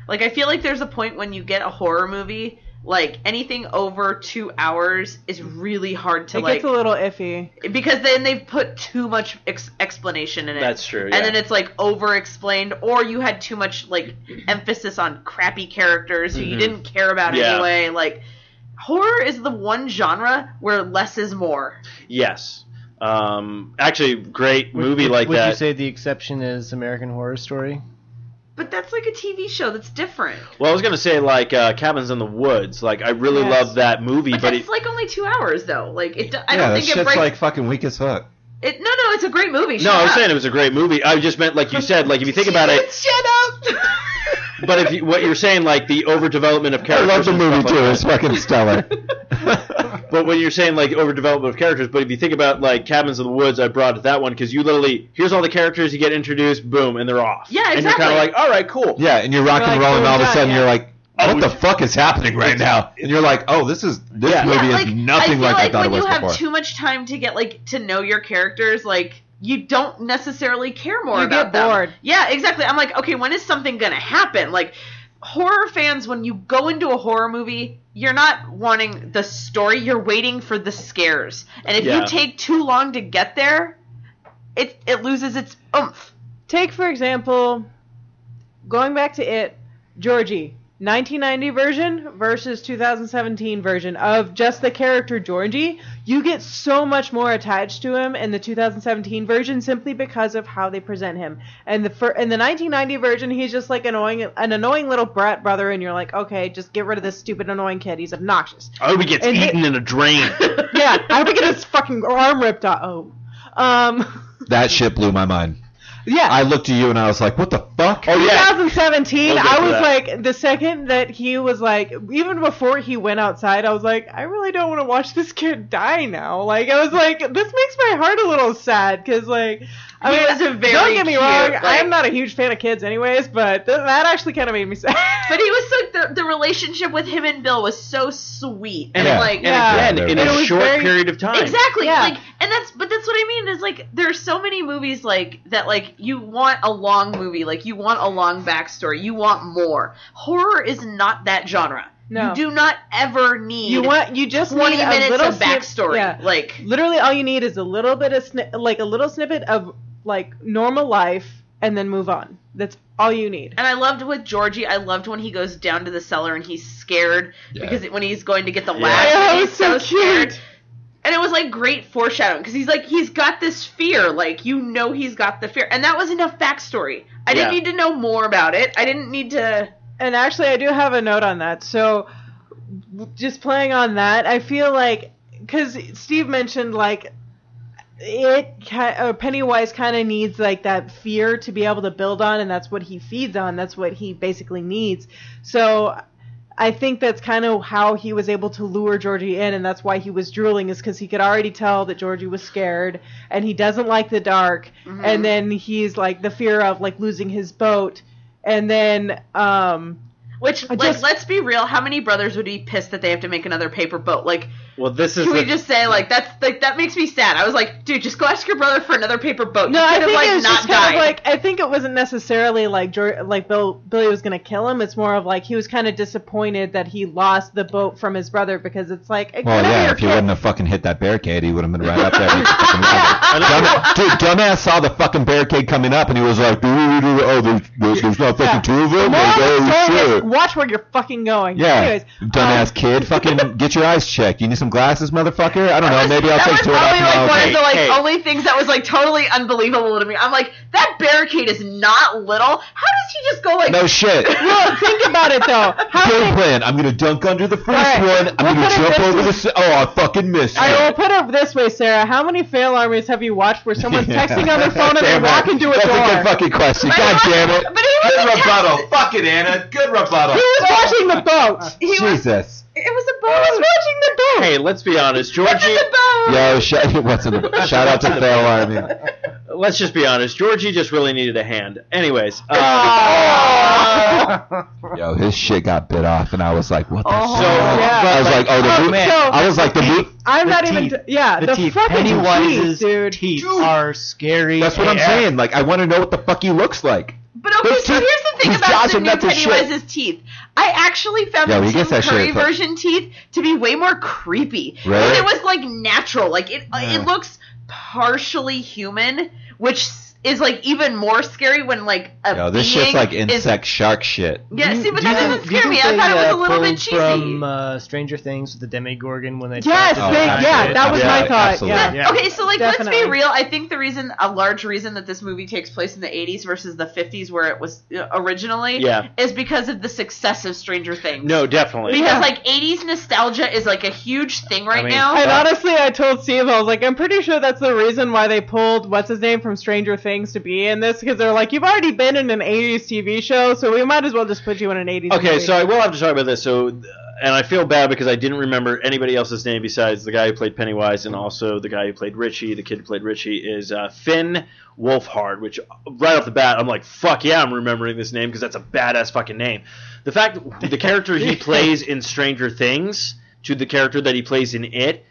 Speaker 7: Like, I feel like there's a point when you get a horror movie, like anything over two hours is really hard to
Speaker 4: it
Speaker 7: like
Speaker 4: gets a little iffy.
Speaker 7: because then they've put too much ex- explanation in it.
Speaker 1: That's true, yeah.
Speaker 7: And then it's like over explained, or you had too much like emphasis on crappy characters who you
Speaker 1: Mhm.
Speaker 7: didn't care about
Speaker 1: Yeah.
Speaker 7: anyway. Like horror is the one genre where less is more.
Speaker 1: Yes. Um, actually, great movie
Speaker 6: would,
Speaker 1: like
Speaker 6: would
Speaker 1: that.
Speaker 6: you say the exception is American Horror Story?
Speaker 7: But that's like a TV show that's different.
Speaker 1: well, I was gonna say like uh, Cabins in the Woods. Like I really
Speaker 4: Yes.
Speaker 1: love that movie,
Speaker 7: But,
Speaker 1: but it,
Speaker 7: it's like only two hours though. Like it. do- I
Speaker 5: yeah,
Speaker 7: don't
Speaker 5: that
Speaker 7: think it
Speaker 5: shit's
Speaker 7: breaks.
Speaker 5: like fucking weak as fuck.
Speaker 7: it, no, no, it's a great movie.
Speaker 1: No,
Speaker 7: Shut
Speaker 1: I was
Speaker 7: up.
Speaker 1: saying it was a great movie. I just meant like you said, like if you think about it.
Speaker 7: Shut up. (laughs)
Speaker 1: But if you, what you're saying, like the overdevelopment of
Speaker 5: I
Speaker 1: characters.
Speaker 5: love the
Speaker 1: and
Speaker 5: movie
Speaker 1: stuff
Speaker 5: too.
Speaker 1: like
Speaker 5: It's
Speaker 1: (laughs)
Speaker 5: fucking stellar.
Speaker 1: that. But when you're saying like overdevelopment of characters, but if you think about like Cabins in the Woods, I brought that one because you literally here's all the characters you get introduced, boom, and they're off.
Speaker 7: Yeah,
Speaker 1: And you're kind
Speaker 7: exactly.
Speaker 1: of like, all right, cool.
Speaker 5: yeah, and you're rock
Speaker 4: You're
Speaker 5: and
Speaker 4: like,
Speaker 5: roll, and all of a
Speaker 4: oh,
Speaker 5: sudden
Speaker 4: yeah.
Speaker 5: you're like, what
Speaker 1: Oh,
Speaker 5: the fuck is happening right now? And you're like, oh, this is this
Speaker 1: Yeah.
Speaker 5: movie
Speaker 7: yeah,
Speaker 5: is
Speaker 7: like, I
Speaker 5: nothing
Speaker 7: feel
Speaker 5: like, I thought it
Speaker 7: when
Speaker 5: was
Speaker 7: you have
Speaker 5: before.
Speaker 7: too much time to get like to know your characters, like you don't necessarily care more
Speaker 4: You
Speaker 7: about
Speaker 4: get
Speaker 7: them.
Speaker 4: bored.
Speaker 7: Yeah, exactly. I'm like, okay, when is something gonna happen? Like horror fans, when you go into a horror movie, you're not wanting the story, you're waiting for the scares. And if
Speaker 1: Yeah.
Speaker 7: you take too long to get there, it it loses its oomph.
Speaker 4: Take for example, going back to it, Georgie. 1990 version versus 2017 version of just the character Georgie, you get so much more attached to him in the 2017 version simply because of how they present him. And the fir- in the 1990 version, he's just like annoying, an annoying little brat brother, and you're like, okay, just get rid of this stupid annoying kid. He's obnoxious.
Speaker 1: I hope he gets
Speaker 4: And
Speaker 1: eaten in a (laughs) drain.
Speaker 4: yeah, I would get his fucking arm ripped off. Oh, um, (laughs)
Speaker 5: that shit blew my mind.
Speaker 4: yeah.
Speaker 5: I looked at you and I was like, what the fuck?
Speaker 1: oh yeah.
Speaker 4: 2017,
Speaker 1: We'll get
Speaker 4: I
Speaker 1: to
Speaker 4: was
Speaker 1: that.
Speaker 4: like, the second that he was like, even before he went outside, I was like, I really don't want to watch this kid die now. Like, I was like, this makes my heart a little sad because, like, I
Speaker 7: He
Speaker 4: mean,
Speaker 7: was a very
Speaker 4: don't get me
Speaker 7: cute,
Speaker 4: wrong,
Speaker 7: like-
Speaker 4: I'm not a huge fan of kids, anyways, but th- that actually kind of made me sad.
Speaker 7: But he was so the, the relationship with him and Bill was so sweet.
Speaker 1: And,
Speaker 5: Yeah.
Speaker 7: like
Speaker 1: and
Speaker 4: Yeah.
Speaker 1: again, in
Speaker 5: It
Speaker 1: a
Speaker 4: was
Speaker 1: short
Speaker 4: very-
Speaker 1: period of time.
Speaker 7: Exactly.
Speaker 4: Yeah.
Speaker 7: Like and that's but that's what I mean is like there's so many movies like that like you want a long movie, like you want a long backstory, you want more. Horror is not that genre.
Speaker 4: No.
Speaker 7: You do not ever need
Speaker 4: you want, you just
Speaker 7: 20
Speaker 4: need a
Speaker 7: minutes
Speaker 4: little
Speaker 7: of
Speaker 4: snip-
Speaker 7: backstory.
Speaker 4: yeah.
Speaker 7: Like
Speaker 4: literally all you need is a little bit of sni- like a little snippet of like normal life and then move on that's all you need
Speaker 7: and I loved with Georgie, I loved when he goes down to the cellar and he's scared
Speaker 5: Yeah.
Speaker 7: because when he's going to get the
Speaker 1: Yeah.
Speaker 7: wax,
Speaker 4: Yeah,
Speaker 7: and
Speaker 4: it
Speaker 7: he's
Speaker 4: was so
Speaker 7: scared.
Speaker 4: cute.
Speaker 7: And it was like great foreshadowing because he's like he's got this fear, like you know he's got the fear, and that was enough backstory. I didn't
Speaker 1: Yeah.
Speaker 7: need to know more about it. I didn't need to.
Speaker 4: and actually i do have a note on that so w- just playing on that i feel like because steve mentioned like it ki- uh, pennywise kind of needs like that fear to be able to build on and that's what he feeds on that's what he basically needs so I think that's kind of how he was able to lure Georgie in, and that's why he was drooling, is because he could already tell that Georgie was scared and he doesn't like the dark.
Speaker 7: Mm-hmm.
Speaker 4: And then he's like the fear of like losing his boat, and then um,
Speaker 7: Which,
Speaker 4: I
Speaker 7: like,
Speaker 4: just-
Speaker 7: let's be real. How many brothers would be pissed that they have to make another paper boat?
Speaker 1: (laughs)
Speaker 7: Like,
Speaker 1: Well, this is
Speaker 7: can we
Speaker 1: the-
Speaker 7: just say like that's like that makes me sad. I was like, dude, just go ask your brother for another paper boat.
Speaker 4: No,
Speaker 7: You
Speaker 4: I
Speaker 7: could have,
Speaker 4: think
Speaker 7: like,
Speaker 4: it was
Speaker 7: not
Speaker 4: just kind
Speaker 7: died.
Speaker 4: of like I think it wasn't necessarily like Jor- like Bill Billy was gonna kill him. It's more of like he was kind of disappointed that he lost the boat from his brother because it's like it
Speaker 5: Well,
Speaker 4: could
Speaker 5: yeah,
Speaker 4: have
Speaker 5: if you
Speaker 4: been your
Speaker 5: wouldn't
Speaker 4: kid.
Speaker 5: have fucking hit that barricade, he would have been
Speaker 7: (laughs)
Speaker 5: right up there. He'd fucking- Dumb- dude, dumbass saw the fucking barricade coming up, and he was like, "Oh, there's, there's, there's not fucking two of
Speaker 4: The
Speaker 5: them."
Speaker 4: moral
Speaker 5: Like,
Speaker 4: of the
Speaker 5: oh,
Speaker 4: story is
Speaker 5: shit.
Speaker 4: watch where you're fucking going.
Speaker 5: Yeah,
Speaker 4: Anyways, um,
Speaker 5: dumbass
Speaker 7: Um,
Speaker 5: kid,
Speaker 7: (laughs)
Speaker 5: fucking get your eyes checked. You need some glasses, motherfucker. I don't know. Maybe I'll
Speaker 7: that
Speaker 5: take
Speaker 7: was
Speaker 5: two
Speaker 7: probably
Speaker 5: and off
Speaker 7: like
Speaker 5: tomorrow.
Speaker 7: one
Speaker 1: Hey,
Speaker 7: of the like
Speaker 1: hey.
Speaker 7: only things that was like totally unbelievable to me. I'm like, that barricade is not little. How does he just go like? (laughs)
Speaker 5: no shit.
Speaker 4: well, think about it
Speaker 5: (laughs)
Speaker 4: though. How
Speaker 5: Game
Speaker 4: many-
Speaker 5: plan. I'm gonna dunk under the first
Speaker 4: right.
Speaker 5: one. I'm gonna
Speaker 4: We'll put it
Speaker 5: jump
Speaker 4: this
Speaker 5: over
Speaker 4: way.
Speaker 5: the. Se- oh, I fucking missed.
Speaker 4: I
Speaker 5: it.
Speaker 4: will put it this way, Sarah. How many fail armies have you watched where someone's
Speaker 5: (laughs) Yeah.
Speaker 4: texting on their phone and they
Speaker 5: Damn
Speaker 4: walk
Speaker 5: it.
Speaker 4: into a
Speaker 5: That's
Speaker 4: door?
Speaker 5: a good fucking question.
Speaker 7: But
Speaker 5: God
Speaker 7: he
Speaker 5: damn
Speaker 7: was-
Speaker 5: it.
Speaker 7: but he was
Speaker 5: Good
Speaker 7: a
Speaker 5: rebuttal.
Speaker 7: Texan.
Speaker 5: Fuck it, Anna. Good rebuttal.
Speaker 4: Who was watching the boat?
Speaker 7: he was,
Speaker 5: Jesus.
Speaker 7: it was a boat. I was watching the boat.
Speaker 1: Hey, let's be honest, Georgie.
Speaker 7: The boat.
Speaker 5: Yo, (laughs) shout, what's in the, shout
Speaker 4: (laughs)
Speaker 5: out to Fail Army.
Speaker 1: let's just be honest, Georgie just really needed a hand. Anyways,
Speaker 4: Ah.
Speaker 7: Ah.
Speaker 1: uh,
Speaker 4: Aw.
Speaker 5: Yo, his shit got bit off, and I was like, what the
Speaker 7: Oh,
Speaker 5: shit?
Speaker 1: yeah.
Speaker 5: I was like, oh, the
Speaker 4: Oh,
Speaker 5: mo-
Speaker 4: man.
Speaker 5: I was like, the mo-
Speaker 4: I'm
Speaker 6: The
Speaker 4: not
Speaker 6: teeth.
Speaker 4: even.
Speaker 7: Uh,
Speaker 4: Yeah, the,
Speaker 6: the teeth.
Speaker 4: fucking
Speaker 6: Pennywise's
Speaker 4: teeth, dude.
Speaker 6: teeth are scary.
Speaker 5: That's what I'm
Speaker 6: AF.
Speaker 5: saying. Like, I want to know what the fuck he looks like.
Speaker 7: But okay,
Speaker 5: Those
Speaker 7: so
Speaker 5: teeth-
Speaker 7: here's the thing
Speaker 5: those
Speaker 7: about
Speaker 5: jaws
Speaker 7: the
Speaker 5: are
Speaker 7: new
Speaker 5: nuts as shit.
Speaker 7: Pennywise's teeth. I actually found
Speaker 5: Yeah,
Speaker 7: the
Speaker 5: we
Speaker 7: Tim
Speaker 5: get that shit,
Speaker 7: Curry
Speaker 5: but-
Speaker 7: version teeth to be way more creepy.
Speaker 5: Really?
Speaker 7: And it was like natural. Like it, uh,
Speaker 5: Yeah.
Speaker 7: it looks partially human, which s- is like even more scary when like a
Speaker 5: Yo, this
Speaker 7: being
Speaker 5: shit's like
Speaker 7: is-
Speaker 5: insect shark shit.
Speaker 7: yeah, see, but
Speaker 6: Do you
Speaker 7: that
Speaker 6: think-
Speaker 7: doesn't
Speaker 6: do you
Speaker 7: scare me.
Speaker 6: think
Speaker 7: I thought
Speaker 6: they,
Speaker 7: it was
Speaker 6: uh,
Speaker 7: a little bit
Speaker 6: pulled
Speaker 7: cheesy.
Speaker 6: From uh, Stranger Things, with the Demigorgon when they
Speaker 4: Yes,
Speaker 5: Oh,
Speaker 6: tried to
Speaker 4: they,
Speaker 5: I
Speaker 6: attack
Speaker 4: yeah,
Speaker 5: see.
Speaker 6: it.
Speaker 4: that was
Speaker 5: Yeah,
Speaker 4: my thought.
Speaker 5: absolutely.
Speaker 4: Yeah.
Speaker 6: Yeah.
Speaker 7: Okay, so like let's
Speaker 4: Definitely.
Speaker 7: be real. I think the reason, a large reason that this movie takes place in the 80s versus the 50s, where it was uh, originally,
Speaker 1: Yeah.
Speaker 7: is because of the success of Stranger Things.
Speaker 1: no, definitely.
Speaker 7: Because
Speaker 4: Yeah.
Speaker 7: like 80s nostalgia is like a huge thing right
Speaker 6: mean,
Speaker 7: now.
Speaker 4: And honestly, I told Steve, I was like, I'm pretty sure that's the reason why they pulled what's his name from Stranger Things to be in this because they're like, you've already been in an 80s TV show, so we might as well just put you in an 80s.
Speaker 1: Okay,
Speaker 4: movie.
Speaker 1: so I will have to talk about this. So, uh, and I feel bad because I didn't remember anybody else's name besides the guy who played Pennywise and also the guy who played Richie. The kid who played Richie is uh, Finn Wolfhard, which right off the bat I'm like, fuck yeah, I'm remembering this name because that's a badass fucking name. The fact that the character he plays in Stranger Things to the character that he plays in It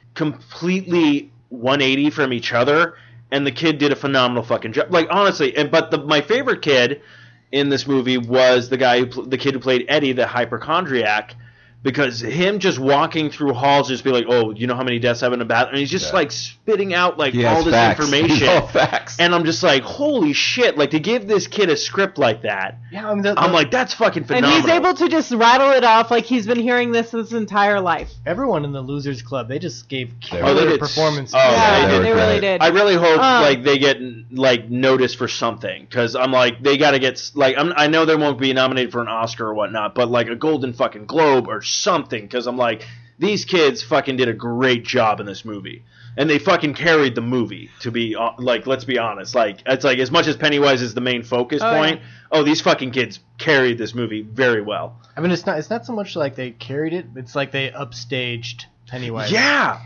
Speaker 1: completely 180 from each other, and the kid did a phenomenal fucking job. Like honestly, and but the, my favorite kid in this movie was the guy who pl- the kid who played Eddie, the hypochondriac, because him just walking through halls just be like, oh, you know how many deaths I've been about, and he's just
Speaker 5: Yeah.
Speaker 1: like spitting out like
Speaker 5: He has
Speaker 1: all this
Speaker 5: facts. (laughs)
Speaker 1: information.
Speaker 5: He's all facts.
Speaker 1: And I'm just like, holy shit! Like to give this kid a script like that,
Speaker 6: Yeah, I mean, the, the,
Speaker 1: I'm like, that's fucking
Speaker 4: and
Speaker 1: phenomenal.
Speaker 4: he's able to just rattle it off like he's been hearing this his entire life.
Speaker 6: everyone in the Losers Club, they just gave killer
Speaker 1: Oh, they did-
Speaker 6: performances.
Speaker 1: oh, Yeah,
Speaker 4: yeah,
Speaker 5: they
Speaker 4: they,
Speaker 5: were
Speaker 4: really
Speaker 5: great.
Speaker 4: did.
Speaker 1: I really hope
Speaker 4: Um,
Speaker 1: like they get like noticed for something because I'm like they got to get s- like I'm, I know they won't be nominated for an Oscar or whatnot, but like a Golden fucking Globe or something because I'm like these kids fucking did a great job in this movie and they fucking carried the movie to be hon- like let's be honest like it's like as much as Pennywise is the main focus
Speaker 4: Oh,
Speaker 1: point oh these fucking kids carried this movie very well
Speaker 6: I mean, it's not it's not so much like they carried it; it's like they upstaged Pennywise. (laughs)
Speaker 1: yeah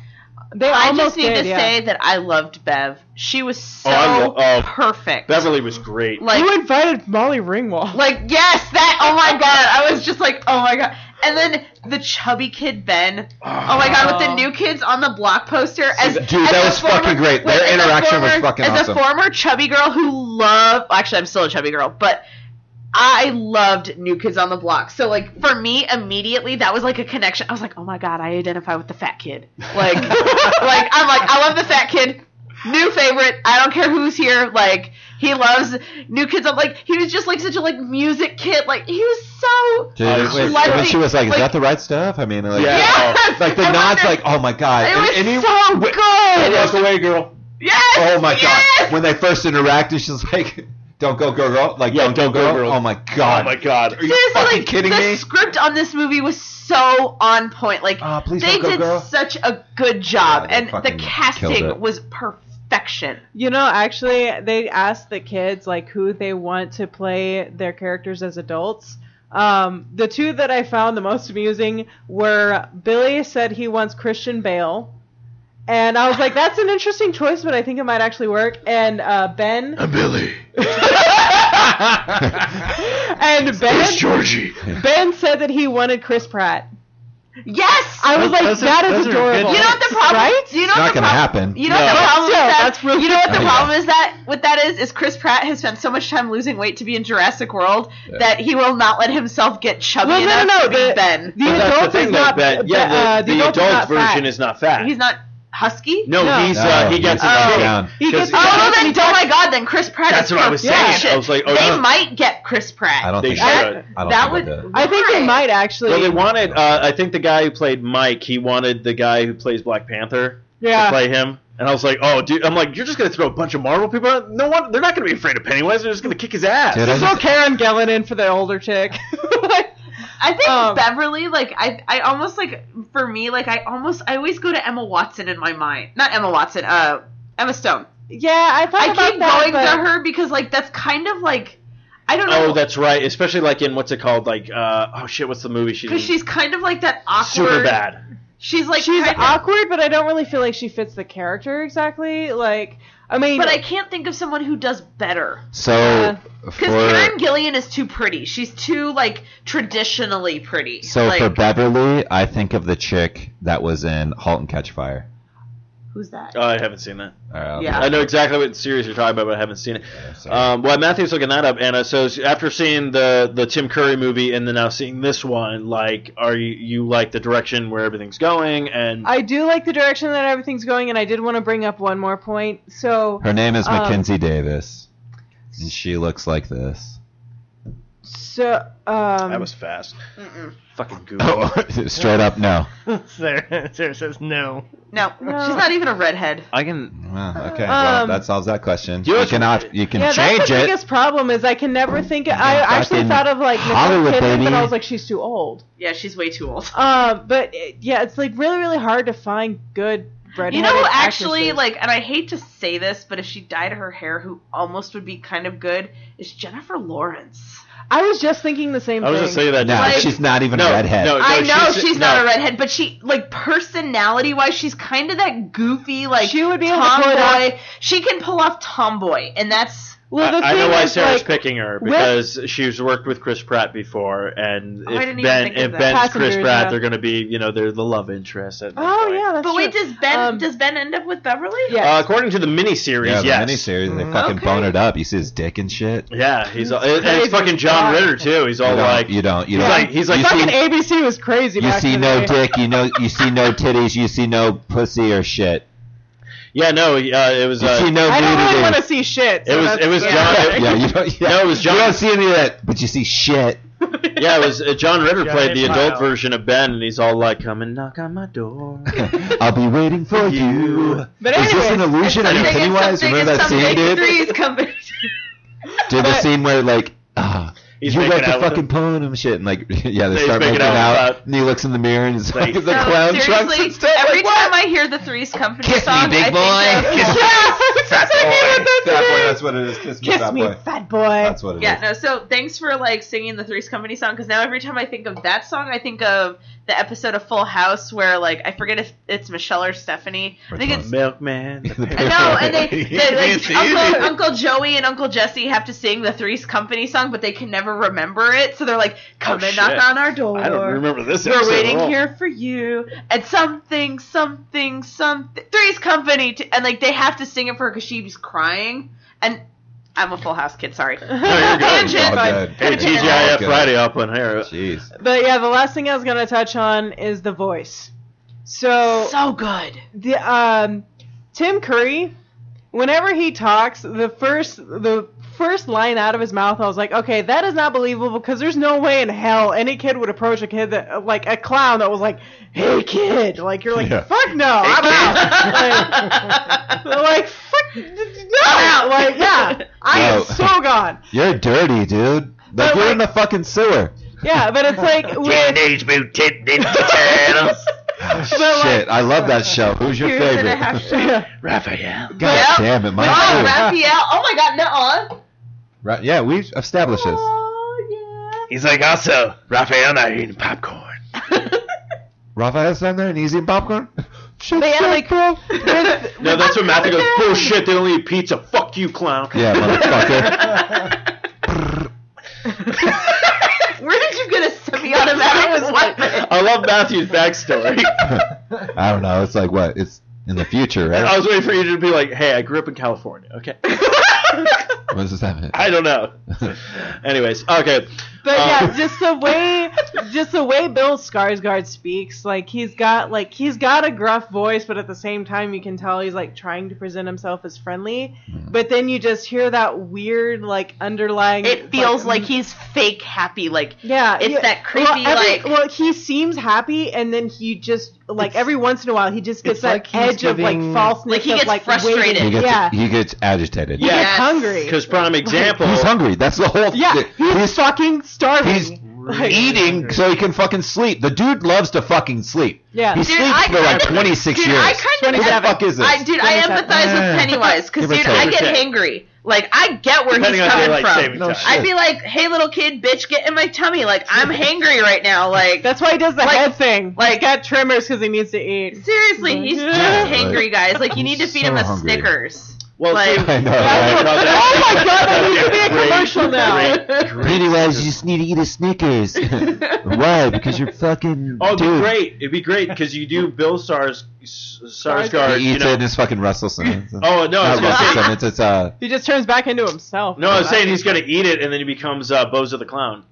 Speaker 4: they
Speaker 7: I
Speaker 4: almost
Speaker 7: just need
Speaker 4: did,
Speaker 7: to
Speaker 4: yeah.
Speaker 7: say that I loved Bev. She was so
Speaker 1: Oh, I lo- oh,
Speaker 7: perfect.
Speaker 1: Beverly was great
Speaker 7: like
Speaker 4: you invited Molly
Speaker 7: (laughs)
Speaker 4: Ringwald.
Speaker 7: like yes, that oh my god. I was just like, oh my god. And then the chubby kid Ben. Oh, my god, with the new kids on the block poster as
Speaker 5: that- dude,
Speaker 7: as
Speaker 5: that
Speaker 7: the
Speaker 5: was
Speaker 7: former-
Speaker 5: fucking great.
Speaker 7: wait,
Speaker 5: Their
Speaker 7: as a
Speaker 5: interaction was
Speaker 7: former-
Speaker 5: fucking
Speaker 7: as
Speaker 5: awesome.
Speaker 7: a former chubby girl who loved actually I'm still a chubby girl, but I loved New Kids on the Block. So like for me immediately that was like a connection. I was like, "Oh my god, I identify with the fat kid." Like
Speaker 5: (laughs)
Speaker 7: like I'm like I love the fat kid. New favorite. I don't care who's here. Like he loves New Kids on like he was just like such a like music kid. Like he was so
Speaker 5: Dude, it was-
Speaker 7: Like-
Speaker 5: when she was like, "Is
Speaker 7: like-
Speaker 5: that the right stuff?" I mean, like,
Speaker 1: Yeah.
Speaker 7: Yes!
Speaker 5: like the
Speaker 7: I
Speaker 5: nods,
Speaker 7: wonder-
Speaker 5: like, "Oh my god!"
Speaker 7: It
Speaker 5: And-
Speaker 7: was
Speaker 5: and he-
Speaker 7: so
Speaker 5: Hey,
Speaker 7: good.
Speaker 5: walk away, girl.
Speaker 7: Yes.
Speaker 5: Oh my
Speaker 7: yes!
Speaker 5: god! When they first interacted, she's like, "Don't go, girl, girl!" Like,
Speaker 1: Yeah,
Speaker 5: "Don't go, girl!" Oh my god!
Speaker 1: oh my god
Speaker 5: Are you
Speaker 7: Seriously,
Speaker 5: fucking
Speaker 7: like,
Speaker 5: kidding
Speaker 7: the
Speaker 5: me?
Speaker 7: script on this movie was so on point. Like
Speaker 5: Ah, please
Speaker 7: they
Speaker 5: don't go,
Speaker 7: did
Speaker 5: girl.
Speaker 7: such a good job,
Speaker 5: Yeah, they
Speaker 7: and
Speaker 5: fucking
Speaker 7: the
Speaker 5: killed it.
Speaker 7: casting was perfection.
Speaker 4: You know, actually, they asked the kids like who they want to play their characters as adults. Um, the two that I found the most amusing were Billy said he wants Christian Bale, and I was like, that's
Speaker 5: (laughs)
Speaker 4: an interesting choice, but I think it might actually work. And uh, Ben,
Speaker 1: Billy
Speaker 4: And Ben,
Speaker 5: Georgie.
Speaker 4: ben said that he wanted Chris Pratt.
Speaker 7: Yes.
Speaker 4: I was like,
Speaker 6: Those are-
Speaker 4: that is
Speaker 6: those are good
Speaker 4: adorable.
Speaker 7: you know what the problem?
Speaker 4: Right?
Speaker 7: You know
Speaker 5: It's
Speaker 7: what
Speaker 5: not
Speaker 7: the
Speaker 5: gonna
Speaker 7: problem?
Speaker 5: happen.
Speaker 7: You know what
Speaker 4: No.
Speaker 7: the problem
Speaker 4: Still,
Speaker 7: is that
Speaker 4: that's really-
Speaker 7: you know what the
Speaker 5: Yeah.
Speaker 7: problem is that what that is is Chris Pratt has spent so much time losing weight to be in Jurassic World that he will not let himself get chubby
Speaker 4: Well, no,
Speaker 7: enough
Speaker 4: no, no,
Speaker 7: to be
Speaker 4: the-
Speaker 7: Ben.
Speaker 4: The
Speaker 1: But that's the
Speaker 4: adult
Speaker 1: thing,
Speaker 4: is
Speaker 1: though,
Speaker 4: not
Speaker 1: Ben. Yeah, the,
Speaker 4: uh,
Speaker 1: the, adult,
Speaker 4: adult, is not
Speaker 1: version
Speaker 4: fat.
Speaker 1: is not fat.
Speaker 7: He's not husky.
Speaker 1: No,
Speaker 4: No.
Speaker 1: he's uh,
Speaker 5: No,
Speaker 1: he gets
Speaker 5: he's
Speaker 1: it
Speaker 5: not
Speaker 1: big.
Speaker 5: down.
Speaker 4: He
Speaker 1: 'Cause
Speaker 4: gets it
Speaker 7: Oh,
Speaker 4: down.
Speaker 7: then, oh my God! Then Chris Pratt
Speaker 1: That's
Speaker 7: is
Speaker 1: what I was saying.
Speaker 7: perfection.
Speaker 1: I was like, oh,
Speaker 7: they
Speaker 1: no.
Speaker 7: might get Chris Pratt.
Speaker 5: I don't
Speaker 1: They
Speaker 5: think
Speaker 1: should.
Speaker 5: that-
Speaker 1: should.
Speaker 5: I don't
Speaker 7: that
Speaker 5: think
Speaker 7: would.
Speaker 5: they'll do it.
Speaker 4: I think
Speaker 7: Right.
Speaker 4: they might actually.
Speaker 1: Well, they wanted. Uh, I think the guy who played Mike, he wanted the guy who plays Black Panther to
Speaker 4: yeah.
Speaker 1: play him. And I was like, oh, dude, I'm like, you're just gonna throw a bunch of Marvel people. out? No one, they're not gonna be afraid of Pennywise. They're just gonna kick his ass.
Speaker 5: Dude, I
Speaker 4: Throw
Speaker 5: just,
Speaker 4: Karen Gillan in for the older chick. (laughs)
Speaker 7: I think
Speaker 4: Um,
Speaker 7: Beverly, like I, I almost like for me, like I almost, I always go to Emma Watson in my mind. Not Emma Watson, uh, Emma Stone.
Speaker 4: yeah, I thought
Speaker 7: I
Speaker 4: about
Speaker 7: keep
Speaker 4: that,
Speaker 7: going
Speaker 4: but-
Speaker 7: to her because like that's kind of like, I don't know,
Speaker 1: Oh, that's right. Especially like in what's it called? Like, uh, oh shit, what's the movie she's in?
Speaker 7: because she's kind of like that awkward.
Speaker 1: super bad.
Speaker 7: She's like
Speaker 4: she's
Speaker 7: kind of-
Speaker 4: awkward, but I don't really feel like she fits the character exactly. Like, I mean,
Speaker 7: but I can't think of someone who does better.
Speaker 5: so
Speaker 7: Because
Speaker 5: for
Speaker 7: Karen Gillian is too pretty. She's too like traditionally pretty.
Speaker 5: so
Speaker 7: like,
Speaker 5: for Beverly, I think of the chick that was in *Halt and Catch Fire*. Uh,
Speaker 7: who's that?
Speaker 1: Oh, I haven't seen that.
Speaker 5: All right, I'll
Speaker 7: Yeah.
Speaker 5: do
Speaker 1: I know exactly what series you're talking about, but I haven't seen it.
Speaker 5: that. Sorry.
Speaker 1: Um, well, Matthew's looking that up, Anna. So after seeing the the Tim Curry movie and then now seeing this one, like, are you you like the direction where everything's going? And
Speaker 4: I do like the direction that everything's going, and I did want to bring up one more point. So,
Speaker 5: Her name is
Speaker 4: Um,
Speaker 5: Mackenzie Davis, and she looks like this.
Speaker 4: so, um,
Speaker 1: that was fast.
Speaker 7: Mm-mm.
Speaker 1: Fucking Google.
Speaker 5: Oh, (laughs) straight up, no.
Speaker 6: (laughs) Sarah, Sarah says no.
Speaker 7: No,
Speaker 4: No.
Speaker 7: she's not even a redhead.
Speaker 1: I can.
Speaker 5: Well, Ah, okay, well,
Speaker 4: Um,
Speaker 5: that solves that question.
Speaker 1: you
Speaker 5: You,
Speaker 1: know what's-
Speaker 5: cannot. You can
Speaker 4: yeah,
Speaker 5: change
Speaker 4: that's the
Speaker 5: it.
Speaker 4: biggest problem is I can never think. I
Speaker 5: Yeah,
Speaker 4: actually
Speaker 5: fucking
Speaker 4: thought of like Nicole
Speaker 5: Hollywood,
Speaker 4: Kidman, but
Speaker 5: baby.
Speaker 4: I was like, she's too old.
Speaker 7: Yeah, she's way too old.
Speaker 4: Uh, but uh, yeah, it's like really, really hard to find good
Speaker 7: You
Speaker 4: redheaded
Speaker 7: know, actually,
Speaker 4: actresses.
Speaker 7: like, and I hate to say this, but if she dyed her hair, who almost would be kind of good is Jennifer Lawrence.
Speaker 4: I was just thinking the same
Speaker 1: I was
Speaker 4: thing.
Speaker 1: gonna say that.
Speaker 5: No,
Speaker 1: just-
Speaker 5: she's not even
Speaker 1: no,
Speaker 5: a redhead.
Speaker 1: No, no,
Speaker 7: I know she's,
Speaker 1: she's,
Speaker 7: not
Speaker 1: no.
Speaker 7: a redhead, but she, like, personality-wise, she's kind of that goofy, like,
Speaker 4: She would be able to pull it off.
Speaker 7: tomboy. She can pull off tomboy, and that's.
Speaker 4: well, the
Speaker 1: I, I
Speaker 4: thing
Speaker 1: know why
Speaker 4: is,
Speaker 1: Sarah's
Speaker 4: like,
Speaker 1: picking her because she's worked with Chris Pratt before, and if
Speaker 7: I didn't even
Speaker 1: Ben
Speaker 7: think of
Speaker 1: if
Speaker 7: that.
Speaker 1: Ben's
Speaker 4: Passengers,
Speaker 1: Chris Pratt,
Speaker 4: yeah.
Speaker 1: they're gonna be you know they're the love interest. At that
Speaker 4: Oh
Speaker 1: point.
Speaker 4: yeah, that's
Speaker 7: but wait,
Speaker 4: true.
Speaker 7: does Ben
Speaker 4: Um,
Speaker 7: does Ben end up with Beverly?
Speaker 4: yeah.
Speaker 1: Uh, according to the miniseries,
Speaker 5: yeah, the
Speaker 1: yes.
Speaker 5: miniseries they
Speaker 4: Mm-hmm.
Speaker 6: Mm,
Speaker 5: fucking
Speaker 7: okay.
Speaker 5: bone it up. You see his dick and shit.
Speaker 1: Yeah, he's all, and
Speaker 4: Crazy
Speaker 1: it's fucking John
Speaker 4: God.
Speaker 1: Ritter too. He's
Speaker 5: You
Speaker 1: all
Speaker 5: don't,
Speaker 1: like,
Speaker 5: you don't. You
Speaker 1: he's
Speaker 5: don't.
Speaker 1: like, he's like,
Speaker 5: you
Speaker 4: fucking
Speaker 5: see-
Speaker 4: ABC was crazy.
Speaker 5: you
Speaker 4: back
Speaker 5: see
Speaker 4: in the
Speaker 5: no
Speaker 4: day.
Speaker 5: dick. You know. You see no titties. You see no pussy or shit.
Speaker 1: yeah, no, uh, it was,
Speaker 5: You
Speaker 1: uh,
Speaker 5: see no
Speaker 4: I don't really want to
Speaker 5: nudity.
Speaker 4: see shit.
Speaker 1: it
Speaker 4: so
Speaker 1: was,
Speaker 4: that's-
Speaker 1: it was
Speaker 7: yeah.
Speaker 4: (laughs)
Speaker 1: John.
Speaker 5: yeah, you don't. Yeah.
Speaker 1: No, it was
Speaker 5: You
Speaker 1: John.
Speaker 5: don't see any of that, but you see shit.
Speaker 1: (laughs) Yeah, it was uh, John Ritter
Speaker 6: Yeah,
Speaker 1: played the
Speaker 6: it's
Speaker 1: adult
Speaker 6: wild.
Speaker 1: version of Ben, and he's all like, "Come and knock on my door."
Speaker 5: I'll be waiting for you.
Speaker 4: But
Speaker 5: Is this an
Speaker 4: anyway,
Speaker 5: illusion? Are you
Speaker 7: Something is
Speaker 5: Pennywise?
Speaker 7: something
Speaker 5: Remember
Speaker 7: is
Speaker 5: that scene,
Speaker 7: something.
Speaker 5: dude?
Speaker 7: Three is coming.
Speaker 5: Dude, the
Speaker 4: But-
Speaker 5: scene where like, ah,
Speaker 1: He's
Speaker 5: you
Speaker 1: making
Speaker 5: wrote the
Speaker 1: out with
Speaker 5: fucking
Speaker 1: him.
Speaker 5: poem and shit, and like, (laughs) yeah, they
Speaker 1: He's
Speaker 5: start
Speaker 1: making
Speaker 5: making
Speaker 1: out
Speaker 5: out,
Speaker 1: with that.
Speaker 5: and he looks in the mirror and it's like (laughs) the
Speaker 7: No,
Speaker 5: clown trunks
Speaker 7: seriously,
Speaker 5: and stuff.
Speaker 7: Every
Speaker 5: like, what?
Speaker 7: time I hear the Threes Company
Speaker 5: Kiss me,
Speaker 7: song,
Speaker 5: big
Speaker 7: I
Speaker 5: boy.
Speaker 7: Think
Speaker 5: Kiss
Speaker 7: of,
Speaker 5: me.
Speaker 4: yes, that's what I did with that today.
Speaker 5: what it is. Kiss
Speaker 4: Kiss me, fat boy.
Speaker 5: That's what it is.
Speaker 7: Yeah, no. So thanks for like singing the Three's Company song because now every time I think of that song, I think of the episode of Full House where like I forget if it's Michelle or Stephanie. I
Speaker 5: Which
Speaker 7: think
Speaker 5: one?
Speaker 7: it's
Speaker 1: Milkman.
Speaker 5: (laughs) The
Speaker 1: the- (laughs)
Speaker 5: pig.
Speaker 7: no, and they, they like
Speaker 6: Easy,
Speaker 7: Uncle,
Speaker 6: easy.
Speaker 7: Uncle Joey and Uncle Jesse have to sing the Three's Company song, but they can never remember it. So they're like, "Come
Speaker 1: Oh,
Speaker 7: and
Speaker 1: shit.
Speaker 7: knock on our door.
Speaker 1: I don't remember this.
Speaker 7: We're
Speaker 1: episode at
Speaker 7: waiting
Speaker 1: all.
Speaker 7: here for you." And something, something, something. Three's Company, t- and like they have to sing it for her because she's crying. And I'm a Full House
Speaker 1: (laughs)
Speaker 7: kid. Sorry.
Speaker 1: No, you're good.
Speaker 7: Tangent.
Speaker 5: All good.
Speaker 1: Hey,
Speaker 5: All
Speaker 1: TGIF
Speaker 5: good.
Speaker 1: Friday up on here.
Speaker 5: Jeez.
Speaker 4: But yeah, the last thing I was gonna touch on is the voice. So,
Speaker 7: So good.
Speaker 4: the um, Tim Curry, whenever he talks, the first the first line out of his mouth, I was like, okay, that is not believable because there's no way in hell any kid would approach a kid that like a clown that was like, hey kid, like you're like,
Speaker 5: Yeah.
Speaker 4: fuck no, I'm out. like, (laughs) like, fuck no,
Speaker 7: I'm out.
Speaker 4: like yeah, I am
Speaker 5: No.
Speaker 4: so gone.
Speaker 5: You're dirty, dude. Like,
Speaker 4: But,
Speaker 5: you're
Speaker 4: like-
Speaker 5: in the fucking sewer.
Speaker 4: Yeah, but
Speaker 5: (laughs)
Speaker 4: it's like with
Speaker 5: Oh, Shit,
Speaker 4: like-
Speaker 5: I love that show. Who's your
Speaker 7: Years and a half.
Speaker 5: favorite?
Speaker 1: (laughs) Raphael.
Speaker 5: (laughs) God
Speaker 7: Yep.
Speaker 5: damn it,
Speaker 7: Oh,
Speaker 5: my
Speaker 7: Raphael. Oh my God, no.
Speaker 5: Right, yeah, we've established this.
Speaker 7: Oh,
Speaker 1: He's like, also, Raphael not eating popcorn.
Speaker 5: Raphael's down there and he's
Speaker 1: (laughs)
Speaker 5: eating popcorn. Shit,
Speaker 4: they
Speaker 5: shit.
Speaker 4: are like there's-
Speaker 1: No, that's
Speaker 4: (laughs)
Speaker 1: what Matthew goes, bullshit, they only eat pizza. Fuck you, clown. (laughs)
Speaker 5: yeah, motherfucker. (laughs)
Speaker 7: yeah. (laughs)
Speaker 1: (laughs) love Matthew's backstory.
Speaker 5: I don't know. It's like what? It's in the future,
Speaker 1: I
Speaker 5: right?
Speaker 1: was waiting for you to be like, "Hey, I grew up in California." Okay, (laughs) Oh.
Speaker 5: What does that mean?
Speaker 1: I don't know. Anyways, okay.
Speaker 4: But
Speaker 1: Uh,
Speaker 4: yeah, just the way, just the way Bill Skarsgård speaks, like he's got like he's got a gruff voice, but at the same time you can tell he's like trying to present himself as friendly. But then you just hear that weird like underlying.
Speaker 7: It feels
Speaker 4: like
Speaker 7: like he's fake happy. Like
Speaker 4: Yeah,
Speaker 7: It's
Speaker 4: yeah.
Speaker 7: that creepy,
Speaker 4: Well, every-
Speaker 7: like-
Speaker 4: Well, he seems happy, and then he just like
Speaker 6: It's-
Speaker 4: every once in a while he just gets
Speaker 6: it's
Speaker 4: that
Speaker 6: like he's
Speaker 4: edge of like
Speaker 6: giving-
Speaker 4: falseness.
Speaker 7: Like, he
Speaker 4: of,
Speaker 7: gets
Speaker 4: like,
Speaker 7: frustrated.
Speaker 4: waiting.
Speaker 5: He gets
Speaker 4: yeah,
Speaker 5: he gets agitated.
Speaker 1: Yeah.
Speaker 4: he
Speaker 7: Yes.
Speaker 4: gets hungry.
Speaker 1: Because prime example,
Speaker 5: He's hungry. That's the whole.
Speaker 4: Yeah,
Speaker 5: thi-
Speaker 4: he's,
Speaker 5: He's
Speaker 4: fucking starving.
Speaker 5: he's
Speaker 4: Like-
Speaker 5: eating so he can fucking sleep. The dude loves to fucking sleep.
Speaker 4: Yeah.
Speaker 5: He
Speaker 4: Dude,
Speaker 5: sleeps
Speaker 7: I
Speaker 5: for like
Speaker 7: kinda-
Speaker 5: 26
Speaker 7: dude,
Speaker 5: years.
Speaker 7: I kind of
Speaker 5: Who the fuck is this?
Speaker 7: I, dude, I
Speaker 4: Give or take.
Speaker 7: empathize with Pennywise because
Speaker 5: Give or
Speaker 7: dude,
Speaker 5: take.
Speaker 7: I
Speaker 1: Give or
Speaker 7: get
Speaker 1: take.
Speaker 7: hangry. Like I get where
Speaker 1: depending
Speaker 7: he's
Speaker 1: on
Speaker 7: coming
Speaker 1: daylight
Speaker 7: from.
Speaker 1: saving
Speaker 6: No
Speaker 1: time.
Speaker 6: shit.
Speaker 7: I'd be like, "Hey, little kid, bitch, get in my tummy. Like (laughs) I'm hangry right now. Like
Speaker 4: That's why he does the
Speaker 7: Like-
Speaker 4: head thing. Like,
Speaker 7: like-
Speaker 4: he's got tremors because he needs to eat.
Speaker 7: seriously, he's
Speaker 4: Yeah.
Speaker 7: just
Speaker 5: Yeah,
Speaker 7: hangry, guys. Like you need to
Speaker 5: He's
Speaker 7: feed him
Speaker 5: so
Speaker 7: a
Speaker 5: hungry. (laughs)
Speaker 7: Snickers.
Speaker 1: well,
Speaker 7: like-
Speaker 1: see,
Speaker 5: I know,
Speaker 1: that's
Speaker 5: right?
Speaker 1: what-
Speaker 4: Oh my God, that
Speaker 1: that's
Speaker 4: needs to be a
Speaker 1: great,
Speaker 4: commercial now.
Speaker 1: great, great.
Speaker 5: Pennywise, you just need to eat a Snickers. (laughs)
Speaker 4: (laughs)
Speaker 5: Why? Because you're fucking.
Speaker 1: Oh, it'd be
Speaker 5: dude.
Speaker 1: great. It'd be great because you do Bill Stars Sarsgaard.
Speaker 5: He
Speaker 1: You
Speaker 5: eats it
Speaker 1: know.
Speaker 5: in his fucking Russell Simmons.
Speaker 1: Oh no, I was
Speaker 5: Not
Speaker 1: gonna
Speaker 5: Russell
Speaker 1: say.
Speaker 5: Simmons. It's uh.
Speaker 4: He just turns back into himself.
Speaker 1: No, I was saying he's gonna eat it and then he becomes uh, Bozo the clown.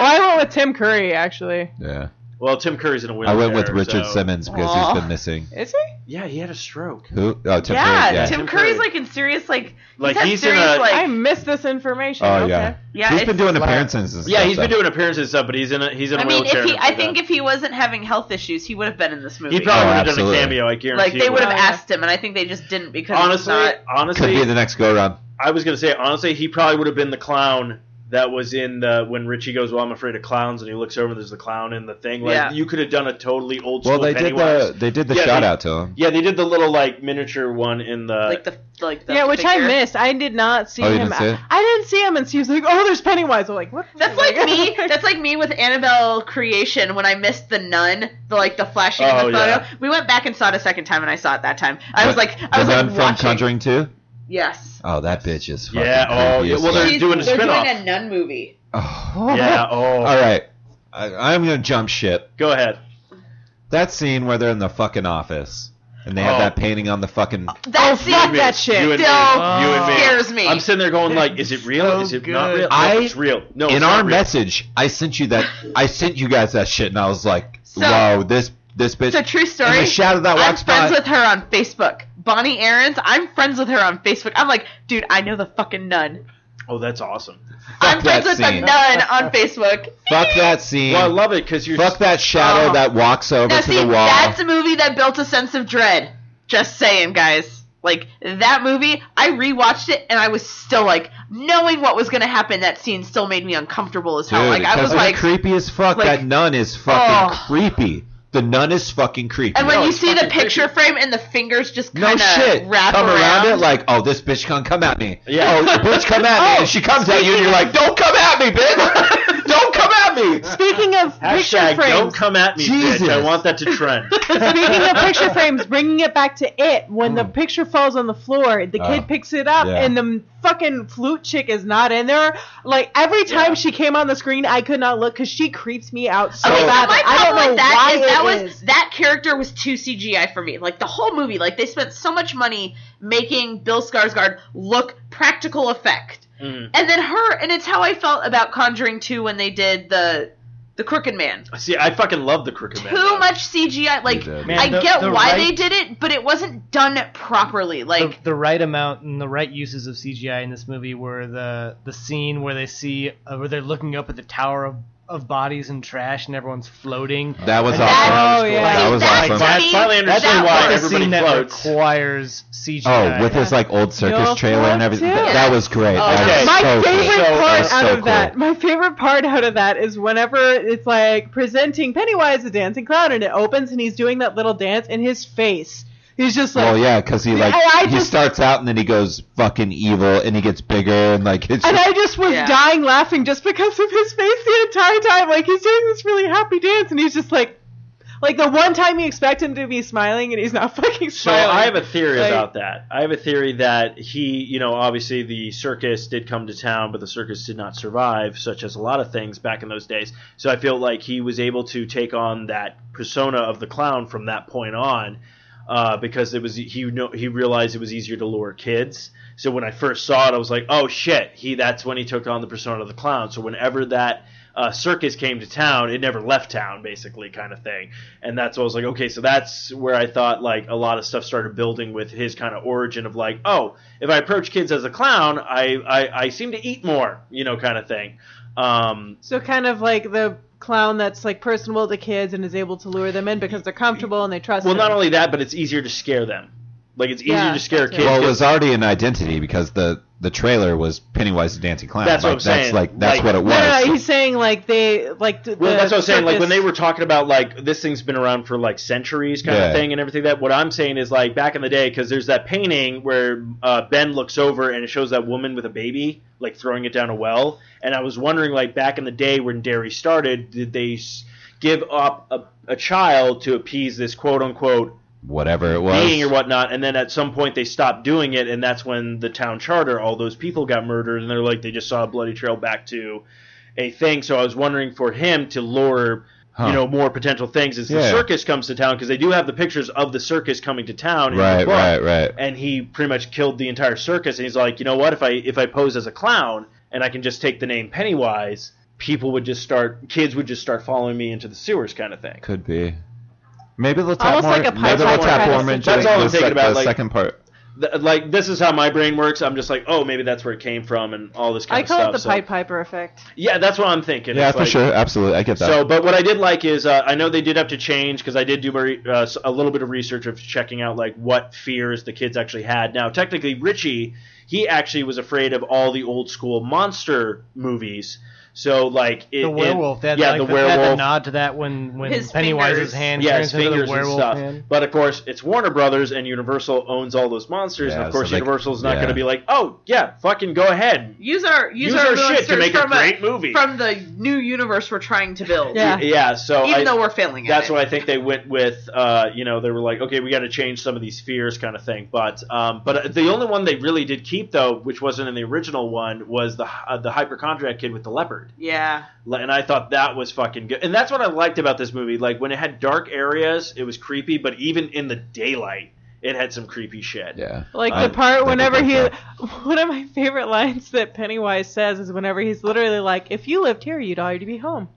Speaker 4: Well, I went with Tim Curry actually.
Speaker 5: Yeah.
Speaker 1: Well, Tim Curry's in a wheelchair.
Speaker 5: I went with Richard
Speaker 1: so-
Speaker 5: Simmons because
Speaker 7: Aw.
Speaker 5: he's been missing.
Speaker 4: Is he?
Speaker 1: Yeah, he had a stroke.
Speaker 5: Who? Oh, Tim
Speaker 7: yeah,
Speaker 5: Curry, yeah.
Speaker 7: Tim
Speaker 1: Tim
Speaker 7: Curry's
Speaker 1: Curry.
Speaker 7: like in serious like
Speaker 1: Like,
Speaker 7: he's, had
Speaker 1: he's in
Speaker 7: serious,
Speaker 1: a-
Speaker 7: like
Speaker 4: I missed this information.
Speaker 5: Oh
Speaker 4: okay.
Speaker 5: yeah.
Speaker 7: yeah.
Speaker 5: he's
Speaker 7: it's-
Speaker 5: been doing
Speaker 6: flat.
Speaker 5: appearances and
Speaker 1: Yeah,
Speaker 5: stuff.
Speaker 1: he's been
Speaker 5: so-
Speaker 1: doing appearances and stuff, but he's in a he's in a
Speaker 7: I mean,
Speaker 1: wheelchair.
Speaker 7: if he,
Speaker 1: and stuff
Speaker 7: I
Speaker 1: like
Speaker 7: think
Speaker 1: that.
Speaker 7: if he wasn't having health issues, he would have been in this movie.
Speaker 1: he probably
Speaker 5: Oh,
Speaker 1: would have done a
Speaker 5: absolutely.
Speaker 1: cameo. I guarantee.
Speaker 7: like they
Speaker 1: it
Speaker 7: would have
Speaker 4: would.
Speaker 7: asked him, and I think they just didn't because it's
Speaker 1: Honestly,
Speaker 7: not.
Speaker 5: Could be
Speaker 1: honestly,
Speaker 5: the next go round.
Speaker 1: I was gonna say honestly, he probably would have been the clown that was in the when Richie goes, "Well, I'm afraid of clowns," and he looks over and there's the clown in the thing. Like
Speaker 7: Yeah.
Speaker 1: you could have done a totally old school
Speaker 5: Well, they did
Speaker 1: Pennywise.
Speaker 5: the they did the
Speaker 1: Yeah,
Speaker 5: shout
Speaker 1: they-
Speaker 5: out to him.
Speaker 1: Yeah, they did the little like miniature one in the.
Speaker 5: uh,
Speaker 7: like the like the
Speaker 4: Yeah, which I
Speaker 7: figure.
Speaker 4: missed. I did not see
Speaker 5: Oh, you
Speaker 4: him.
Speaker 5: didn't see it?
Speaker 4: I didn't see him, and she was like, "Oh, there's Pennywise." I'm like, "What?"
Speaker 7: That's like
Speaker 4: (laughs)
Speaker 7: me. That's like me with Annabelle creation when I missed the nun, the like the flashing of
Speaker 1: Oh,
Speaker 7: the photo.
Speaker 1: yeah.
Speaker 7: We went back and saw it a second time, and I saw it that time. I was
Speaker 5: The-
Speaker 7: like, I was
Speaker 5: the
Speaker 7: like
Speaker 5: nun from
Speaker 7: watching.
Speaker 5: Conjuring Two.
Speaker 7: Yes.
Speaker 5: Oh, that bitch is fucking
Speaker 1: Yeah, oh,
Speaker 5: creepy
Speaker 1: yeah,
Speaker 5: as
Speaker 1: well,
Speaker 5: fuck.
Speaker 1: They're doing a
Speaker 7: they're doing
Speaker 1: spin-off.
Speaker 7: a nun movie.
Speaker 5: Oh.
Speaker 1: yeah. (laughs) Oh,
Speaker 5: (laughs) All right, I, I'm gonna jump ship.
Speaker 1: go ahead.
Speaker 5: That scene where they're in the fucking office and they have
Speaker 1: Oh.
Speaker 5: that painting on the fucking.
Speaker 7: That
Speaker 4: Oh,
Speaker 7: scene
Speaker 4: fuck that
Speaker 1: You
Speaker 4: shit.
Speaker 1: and me.
Speaker 7: still
Speaker 1: you and me.
Speaker 7: scares me.
Speaker 1: I'm sitting there going like, is it real?
Speaker 6: So
Speaker 1: is it not
Speaker 6: good.
Speaker 1: real? No,
Speaker 5: I-
Speaker 1: it's real. No,
Speaker 5: in
Speaker 1: it's
Speaker 5: our
Speaker 1: not real.
Speaker 5: message, I sent you that. I sent you guys that shit, and I was like,
Speaker 7: So-
Speaker 5: "Whoa, this this bitch."
Speaker 7: It's a true story.
Speaker 5: And the shadow that
Speaker 7: I'm
Speaker 5: walks
Speaker 7: friends
Speaker 5: by.
Speaker 7: with her on Facebook. Bonnie Aarons. I'm friends with her on Facebook. I'm like, dude, I know the fucking nun.
Speaker 1: Oh, that's awesome.
Speaker 7: I'm
Speaker 5: that
Speaker 7: friends with
Speaker 5: scene.
Speaker 7: the nun on Facebook.
Speaker 5: Fuck that scene.
Speaker 1: Well, I love it because you're.
Speaker 5: Fuck that shadow
Speaker 7: Oh.
Speaker 5: that walks over
Speaker 7: Now,
Speaker 5: to
Speaker 7: see,
Speaker 5: the wall.
Speaker 7: that's a movie that built a sense of dread. Just saying, guys. Like that movie, I rewatched it and I was still like, knowing what was gonna happen. That scene still made me uncomfortable as hell.
Speaker 5: Dude,
Speaker 7: like I
Speaker 5: 'cause
Speaker 7: was
Speaker 5: it's
Speaker 7: like,
Speaker 5: creepy as fuck.
Speaker 7: like-
Speaker 5: that nun is fucking
Speaker 7: Oh.
Speaker 5: creepy. The nun is fucking creepy.
Speaker 7: and
Speaker 1: No,
Speaker 7: when you
Speaker 1: it's
Speaker 7: see the
Speaker 1: fucking
Speaker 7: picture
Speaker 1: creepy.
Speaker 7: frame and the fingers just
Speaker 5: no
Speaker 7: kind of
Speaker 5: shit.
Speaker 7: wrap
Speaker 5: come
Speaker 7: around,
Speaker 5: around. it like, oh, this bitch can come at me.
Speaker 1: Yeah.
Speaker 5: Oh, bitch, come
Speaker 1: (laughs)
Speaker 5: at me. And she comes at you, and you're like, don't come at me, bitch. (laughs) don't come
Speaker 1: (laughs)
Speaker 5: at me.
Speaker 4: Speaking of picture
Speaker 1: Hashtag don't
Speaker 4: frames,
Speaker 1: come at me, bitch.
Speaker 5: Jesus.
Speaker 1: I want that to
Speaker 6: (laughs)
Speaker 1: trend.
Speaker 4: speaking
Speaker 5: (laughs)
Speaker 4: of picture frames, bringing it back to it. When the picture falls on the floor, the
Speaker 5: Oh.
Speaker 4: kid picks it up,
Speaker 5: Hmm. Yeah.
Speaker 4: and the fucking flute chick is not in there. Like every time
Speaker 1: Yeah.
Speaker 4: she came on the screen, I could not look because she creeps me out so
Speaker 7: Okay, so
Speaker 4: bad.
Speaker 7: my
Speaker 4: I don't
Speaker 7: problem
Speaker 4: know
Speaker 7: with that
Speaker 4: why
Speaker 7: is that
Speaker 4: it
Speaker 7: was
Speaker 4: is.
Speaker 7: that character was too CGI for me. Like the whole movie, like they spent so much money making Bill Skarsgård look practical effect,
Speaker 1: Mm.
Speaker 7: and then her, and it's how I felt about Conjuring Two when they did the the Crooked Man.
Speaker 1: See, I fucking love the Crooked Man.
Speaker 7: Too much CGI. Like
Speaker 5: did.
Speaker 6: Man,
Speaker 7: I
Speaker 6: the-
Speaker 7: get
Speaker 6: the
Speaker 7: why
Speaker 6: right-
Speaker 7: they did it, but it wasn't done properly.
Speaker 6: the,
Speaker 7: Like
Speaker 6: the right amount and the right uses of CGI in this movie were the the scene where they see uh, where they're looking up at the tower of, of bodies and trash and everyone's floating.
Speaker 5: That was
Speaker 7: That-
Speaker 5: awesome.
Speaker 4: Oh, yeah.
Speaker 5: That was
Speaker 7: that
Speaker 5: awesome.
Speaker 7: to
Speaker 1: I
Speaker 7: me,
Speaker 1: finally understand
Speaker 7: that
Speaker 1: why
Speaker 7: was-
Speaker 6: That's a
Speaker 1: everybody
Speaker 6: scene that
Speaker 1: floats.
Speaker 6: requires CGI.
Speaker 5: Oh, with his like old circus
Speaker 4: You'll
Speaker 5: trailer and
Speaker 4: float
Speaker 5: everything.
Speaker 4: too.
Speaker 5: That, that was great.
Speaker 7: Oh,
Speaker 5: That
Speaker 1: okay.
Speaker 5: was
Speaker 4: My
Speaker 5: so
Speaker 4: favorite
Speaker 5: cool. That
Speaker 4: part
Speaker 5: was
Speaker 4: out
Speaker 5: so
Speaker 4: of
Speaker 5: cool.
Speaker 4: that, my favorite part out of that is whenever it's like presenting Pennywise the dancing clown, and it opens and he's doing that little dance, and his face, he's just like,
Speaker 5: Well, yeah, because he like
Speaker 4: I- I
Speaker 5: he
Speaker 4: just-
Speaker 5: starts out and then he goes fucking evil and he gets bigger and like it's
Speaker 4: and
Speaker 5: just,
Speaker 4: I just was
Speaker 7: Yeah.
Speaker 4: dying laughing just because of his face the entire time. Like he's doing this really happy dance, and he's just like, Like the one time you expect him to be smiling and he's not (laughs) fucking
Speaker 1: So
Speaker 4: smiling.
Speaker 1: I have a theory
Speaker 4: Like-
Speaker 1: about that. I have a theory that he, you know, obviously the circus did come to town, but the circus did not survive, such as a lot of things back in those days. So I feel like he was able to take on that persona of the clown from that point on, uh, because it was he know, he realized it was easier to lure kids. So when I first saw it, I was like, oh shit, he. That's when he took on the persona of the clown. So whenever that uh, circus came to town, it never left town, basically, kind of thing. And that's what I was like, okay, so that's where I thought like a lot of stuff started building with his kind of origin of like, oh, if I approach kids as a clown, I I, I seem to eat more, you know, kind of thing. Um,
Speaker 4: so kind of like the clown that's like personable to kids and is able to lure them in because they're comfortable and they trust
Speaker 1: well,
Speaker 4: him.
Speaker 1: not only that, but it's easier to scare them. Like it's easier
Speaker 4: Yeah,
Speaker 1: to scare
Speaker 4: that too.
Speaker 1: kids.
Speaker 5: (laughs) Well, it
Speaker 1: 'cause-
Speaker 5: was already an identity because the the trailer was Pennywise the Dancing Clown.
Speaker 1: That's what
Speaker 5: like,
Speaker 1: I'm saying.
Speaker 5: That's like that's
Speaker 1: Like-
Speaker 5: what it was.
Speaker 4: No, no, no, he's saying like they like th-
Speaker 1: Well,
Speaker 4: the
Speaker 1: that's what I was saying. Like when
Speaker 4: circus-
Speaker 1: they were talking about like this thing's been around for like centuries, kind
Speaker 5: Yeah.
Speaker 1: of thing, and everything. That what I'm saying is like back in the day, because there's that painting where uh, Ben looks over and it shows that woman with a baby like throwing it down a well, and I was wondering like back in the day when dairy started, did they s- give up a, a child to appease this quote unquote
Speaker 5: Whatever it was.
Speaker 1: being or whatnot, and then at some point they stopped doing it, and that's when the town charter, all those people got murdered, and they're like they just saw a bloody trail back to a thing. So I was wondering for him to lure
Speaker 5: Huh.
Speaker 1: you know more potential things as the
Speaker 5: Yeah.
Speaker 1: circus comes to town because they do have the pictures of the circus coming to town. in the
Speaker 5: Right,
Speaker 1: book,
Speaker 5: right, right.
Speaker 1: And he pretty much killed the entire circus, and he's like, you know what? If I if I pose as a clown and I can just take the name Pennywise, people would just start, kids would just start following me into the sewers, kind of thing.
Speaker 5: Could be. Maybe they'll tap
Speaker 4: Almost
Speaker 5: more.
Speaker 4: like a
Speaker 5: maybe they'll
Speaker 1: pipeline
Speaker 5: tap
Speaker 1: kind of
Speaker 5: more into
Speaker 1: situation. That's
Speaker 5: the
Speaker 1: all I'm
Speaker 5: sec-
Speaker 1: thinking about,
Speaker 5: the
Speaker 1: like-
Speaker 5: second part.
Speaker 1: Th- like this is how my brain works. I'm just like, oh, maybe that's where it came from, and all this kind
Speaker 4: I
Speaker 1: of
Speaker 4: call
Speaker 1: stuff.
Speaker 4: it the
Speaker 1: so-
Speaker 4: Pied Piper effect.
Speaker 1: Yeah, that's what I'm thinking.
Speaker 5: Yeah,
Speaker 1: It's
Speaker 5: for
Speaker 1: like-
Speaker 5: sure. Absolutely, I get that.
Speaker 1: So, but what I did like is uh, I know they did have to change because I did do very, uh, s- a little bit of research of checking out like what fears the kids actually had. Now, technically, Richie he actually was afraid of all the old school monster movies. So, like it,
Speaker 6: the
Speaker 1: it-
Speaker 6: werewolf. They had,
Speaker 1: yeah,
Speaker 6: like,
Speaker 1: the
Speaker 6: they had
Speaker 1: werewolf.
Speaker 6: nod to that when when
Speaker 7: His
Speaker 6: Pennywise's
Speaker 7: fingers.
Speaker 6: hand
Speaker 1: yeah,
Speaker 6: turns
Speaker 1: his
Speaker 6: into the
Speaker 1: fingers and
Speaker 6: werewolf
Speaker 1: stuff.
Speaker 6: hand.
Speaker 1: But of course, it's Warner Brothers and Universal owns all those monsters,
Speaker 5: Yeah,
Speaker 1: and of
Speaker 5: so
Speaker 1: course,
Speaker 5: they-
Speaker 1: Universal's not
Speaker 5: yeah.
Speaker 1: going to be like, "Oh yeah, fucking go ahead,
Speaker 7: Use our use,
Speaker 1: Use our shit to
Speaker 7: monsters
Speaker 1: make a
Speaker 7: from
Speaker 1: great movie.
Speaker 7: from the new universe we're trying to build.
Speaker 4: Yeah.
Speaker 1: yeah so
Speaker 7: even
Speaker 1: I,
Speaker 7: though we're failing at
Speaker 1: that's
Speaker 7: it.
Speaker 1: what I think they went with. Uh, you know, they were like, okay, we got to change some of these fears, kind of thing. But um, but the only one they really did keep though, which wasn't in the original one, was the uh, the hypochondriac kid with the leopard.
Speaker 7: yeah,
Speaker 1: Like, And I thought that was fucking good. And that's what I liked about this movie. Like when it had dark areas, it was creepy. But even in the daylight, it had some creepy shit.
Speaker 5: yeah.
Speaker 4: Like
Speaker 5: I
Speaker 4: the part
Speaker 5: think
Speaker 4: whenever
Speaker 5: about
Speaker 4: he,
Speaker 5: that.
Speaker 4: (laughs) one of my favorite lines that Pennywise says is whenever he's literally like, "If you lived here, you'd already be home,"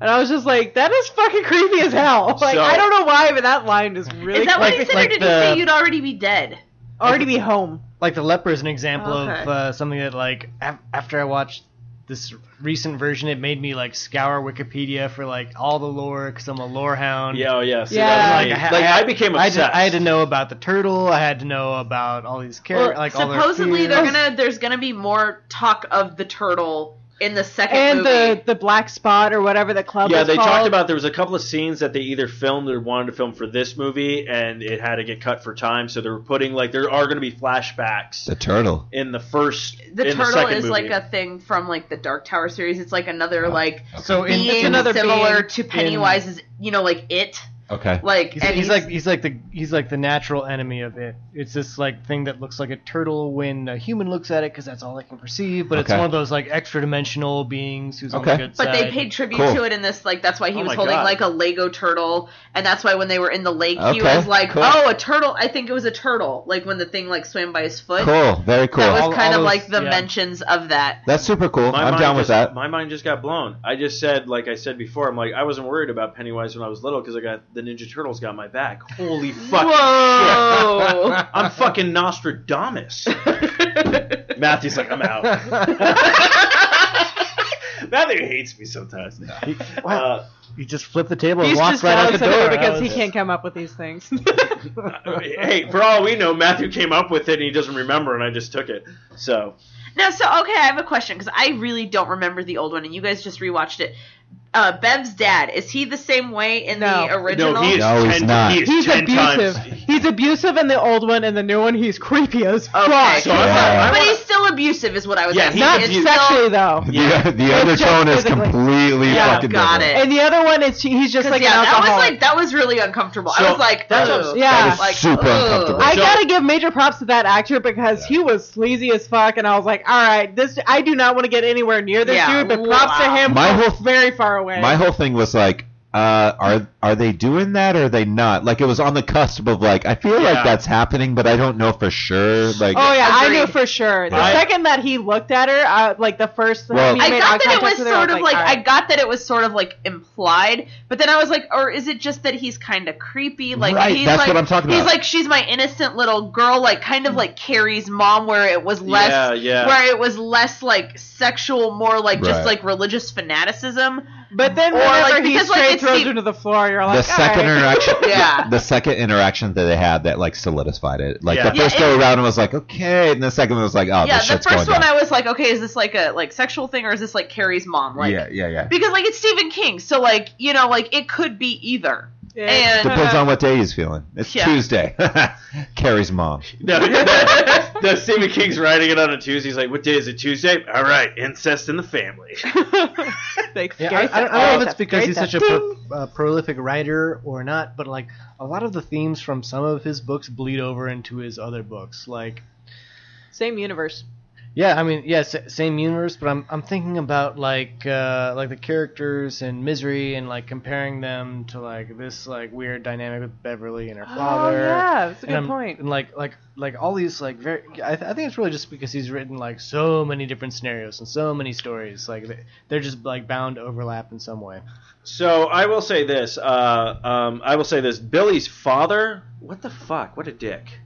Speaker 4: and I was just like, "That is fucking creepy as hell." (laughs) Like
Speaker 1: So-
Speaker 4: I don't know why, but that line is really
Speaker 7: is that
Speaker 4: like,
Speaker 7: what he said,
Speaker 6: like
Speaker 7: or did
Speaker 6: the-
Speaker 7: he say you'd already be dead?
Speaker 4: already be home.
Speaker 6: like the leper is an example of
Speaker 7: Oh, Okay.
Speaker 6: uh, something that like af- after I watched this recent version, it made me like scour Wikipedia for like all the lore because I'm a lore hound.
Speaker 1: Yeah, oh, yeah. See,
Speaker 4: Yeah.
Speaker 1: that was
Speaker 6: Like,
Speaker 1: me.
Speaker 6: I ha-
Speaker 1: like
Speaker 6: I-
Speaker 1: I became (laughs)
Speaker 6: I had,
Speaker 1: obsessed.
Speaker 6: to, I had to know about the turtle. I had to know about all these
Speaker 7: Well,
Speaker 6: characters. like all their
Speaker 7: supposedly they're
Speaker 6: fears.
Speaker 7: gonna there's gonna be more talk of the turtle in the second
Speaker 4: And
Speaker 7: movie.
Speaker 4: the the black spot or whatever the club.
Speaker 1: yeah,
Speaker 4: is
Speaker 1: they
Speaker 4: called.
Speaker 1: talked about there was a couple of scenes that they either filmed or wanted to film for this movie, and it had to get cut for time. So they were putting like there are going to be flashbacks
Speaker 5: The turtle.
Speaker 1: in the first.
Speaker 7: the
Speaker 1: in
Speaker 7: turtle
Speaker 1: second
Speaker 7: is
Speaker 1: movie.
Speaker 7: like a thing from like the Dark Tower series. It's like another
Speaker 5: Oh.
Speaker 7: like
Speaker 6: So in,
Speaker 7: being
Speaker 6: in-
Speaker 4: another
Speaker 7: similar
Speaker 6: being
Speaker 7: to
Speaker 6: in-
Speaker 7: Pennywise's, you know, like it,
Speaker 5: Okay.
Speaker 7: like
Speaker 6: He's,
Speaker 7: and
Speaker 6: he's like he's like the he's like the natural enemy of it. It's this like thing that looks like a turtle when a human looks at it because that's all they can perceive. But it's
Speaker 5: Okay.
Speaker 6: one of those like extra dimensional beings who's on
Speaker 5: Okay.
Speaker 6: the good
Speaker 7: But
Speaker 6: side.
Speaker 7: they
Speaker 6: (laughs)
Speaker 7: paid tribute
Speaker 5: Cool.
Speaker 7: to it in this, like that's why he
Speaker 1: Oh
Speaker 7: was
Speaker 1: my
Speaker 7: holding
Speaker 1: God.
Speaker 7: like a Lego turtle, and that's why when they were in the lake, he
Speaker 5: Okay,
Speaker 7: was like,
Speaker 5: cool.
Speaker 7: "Oh, a turtle!" I think it was a turtle, like when the thing like swam by his foot.
Speaker 5: Cool. Very cool.
Speaker 7: That was
Speaker 6: All-
Speaker 7: kind of
Speaker 6: all those-
Speaker 7: like the
Speaker 6: yeah.
Speaker 7: mentions of that.
Speaker 5: that's super cool.
Speaker 1: My
Speaker 5: I'm
Speaker 1: mind
Speaker 5: down with
Speaker 1: just-
Speaker 5: that.
Speaker 1: My mind just got blown. I just said, like I said before, I'm like I wasn't worried about Pennywise when I was little because I got the Ninja Turtles got my back.
Speaker 5: (laughs)
Speaker 1: Holy fuck!
Speaker 7: Whoa!
Speaker 1: (laughs) I'm fucking
Speaker 5: (laughs)
Speaker 1: Nostradamus. (laughs) Matthew's like I'm out. Matthew hates me sometimes. Uh,
Speaker 6: (laughs) you just flip the table and
Speaker 4: He's
Speaker 6: walk
Speaker 4: just
Speaker 6: right out the
Speaker 4: Alex
Speaker 6: door
Speaker 4: Hunter
Speaker 6: I
Speaker 4: because he
Speaker 6: was- (laughs)
Speaker 4: can't come up with
Speaker 1: (laughs)
Speaker 4: these things.
Speaker 1: hey, for all we know, Matthew came up with it and he doesn't remember, and I just took it. So
Speaker 7: (laughs) no, so okay, I have a question because I really don't remember the old one, and you guys just rewatched it. Uh, Bev's dad is he the same way in
Speaker 4: No.
Speaker 7: the original?
Speaker 1: no, he is
Speaker 5: No,
Speaker 1: ten,
Speaker 5: he's not.
Speaker 1: He is
Speaker 4: He's
Speaker 1: ten
Speaker 4: abusive.
Speaker 1: times.
Speaker 4: He's abusive in the old one, and the new one he's creepy as
Speaker 7: Okay.
Speaker 4: fuck.
Speaker 1: So I'm-
Speaker 5: Yeah.
Speaker 1: I
Speaker 7: But
Speaker 1: wanna-
Speaker 7: he's still still abusive, is what I was.
Speaker 1: Yeah,
Speaker 7: asking.
Speaker 1: he's
Speaker 4: Not
Speaker 7: it's
Speaker 1: abu-
Speaker 4: sexually
Speaker 7: still,
Speaker 4: though.
Speaker 5: (laughs) The, the other
Speaker 4: just
Speaker 5: tone is
Speaker 4: physically.
Speaker 5: completely
Speaker 7: Yeah,
Speaker 5: fucking
Speaker 7: got
Speaker 5: different.
Speaker 7: it.
Speaker 4: And the other one is he's just
Speaker 7: 'cause,
Speaker 4: like
Speaker 7: yeah,
Speaker 4: an
Speaker 7: that was
Speaker 4: alcoholic.
Speaker 7: like that was really uncomfortable. I
Speaker 1: So,
Speaker 7: was like,
Speaker 1: that's-
Speaker 7: ugh.
Speaker 4: yeah. that is
Speaker 7: like, oh.
Speaker 5: super
Speaker 7: ugh.
Speaker 5: uncomfortable.
Speaker 4: I
Speaker 1: So-
Speaker 4: gotta give major props to that actor because he was sleazy as fuck, and I was like, all right, this I do not want to get anywhere near this
Speaker 7: Yeah,
Speaker 4: dude, but props
Speaker 7: wow.
Speaker 4: to him.
Speaker 5: My
Speaker 4: he's
Speaker 5: whole-
Speaker 4: very far away.
Speaker 5: My whole thing was like, uh, are are they doing that or are they not? Like it was on the cusp of like, I feel
Speaker 1: Yeah.
Speaker 5: like that's happening, but I don't know for sure. Like,
Speaker 4: oh yeah, I knew
Speaker 7: Agreed.
Speaker 4: for sure. The
Speaker 1: I-
Speaker 4: second that he looked at her, I, like the first
Speaker 5: Well-
Speaker 4: he
Speaker 7: I
Speaker 4: made eye
Speaker 7: got that
Speaker 4: contact
Speaker 7: it was
Speaker 4: with her,
Speaker 7: sort of like
Speaker 4: all
Speaker 7: I
Speaker 4: right.
Speaker 7: got that it was sort of like implied, but then I was like, or is it just that he's kind of creepy? Like
Speaker 5: Right,
Speaker 7: he's
Speaker 5: that's
Speaker 7: like
Speaker 5: what I'm talking
Speaker 7: he's
Speaker 5: about.
Speaker 7: like she's my innocent little girl, like kind of like Carrie's mom, where it was less
Speaker 1: yeah, yeah.
Speaker 7: where it was less like sexual, more like just
Speaker 5: Right.
Speaker 7: like religious fanaticism.
Speaker 4: but then
Speaker 7: or,
Speaker 4: whenever
Speaker 7: like,
Speaker 4: he
Speaker 7: because, like,
Speaker 4: straight
Speaker 7: it's
Speaker 4: throws
Speaker 7: the-
Speaker 4: her to the floor, you're like,
Speaker 5: the second
Speaker 4: all
Speaker 7: (laughs)
Speaker 4: right.
Speaker 5: interaction,
Speaker 7: oh, Yeah.
Speaker 5: the second interaction that they had that like solidified it. Like
Speaker 1: Yeah.
Speaker 5: the
Speaker 1: Yeah,
Speaker 5: first
Speaker 7: it-
Speaker 5: go around was like okay, and the second one was like, oh,
Speaker 7: yeah,
Speaker 5: this
Speaker 7: the
Speaker 5: shit's
Speaker 7: first one
Speaker 5: going down.
Speaker 7: I was like, okay, is this like a like sexual thing or is this like Carrie's mom? Like
Speaker 5: yeah,
Speaker 7: (laughs)
Speaker 5: yeah, yeah.
Speaker 7: because like it's Stephen King, so like you know like it could be either.
Speaker 4: Yeah.
Speaker 7: And- uh,
Speaker 5: Depends on what day he's feeling. It's
Speaker 7: Yeah.
Speaker 5: Tuesday. (laughs) Carrie's mom.
Speaker 1: No, (laughs) no, no, Stephen King's writing it on a Tuesday. He's like, "What day is it? Tuesday? All right, incest in the family."
Speaker 4: (laughs) Thanks,
Speaker 6: Yeah, I,
Speaker 4: Gary
Speaker 6: I don't, I
Speaker 4: Sinise.
Speaker 6: don't know if
Speaker 4: That's
Speaker 6: it's because
Speaker 4: great
Speaker 6: he's
Speaker 4: stuff.
Speaker 6: such a pro, uh, prolific writer or not, but like a lot of the themes from some of his books bleed over into his other books. Like,
Speaker 4: same universe.
Speaker 6: yeah, I mean, yeah, s- same universe, but I'm I'm thinking about like uh, like the characters and misery and like comparing them to like this like weird dynamic with Beverly and her father.
Speaker 4: Oh yeah, that's a
Speaker 6: And
Speaker 4: good
Speaker 6: I'm-
Speaker 4: point.
Speaker 6: And like, like, like all these, like, very. I, th- I think it's really just because he's written like so many different scenarios and so many stories. Like, they- they're just like bound to overlap in some way.
Speaker 1: so I will say this. Uh, um, I will say this. Billy's father. What the fuck? What a dick.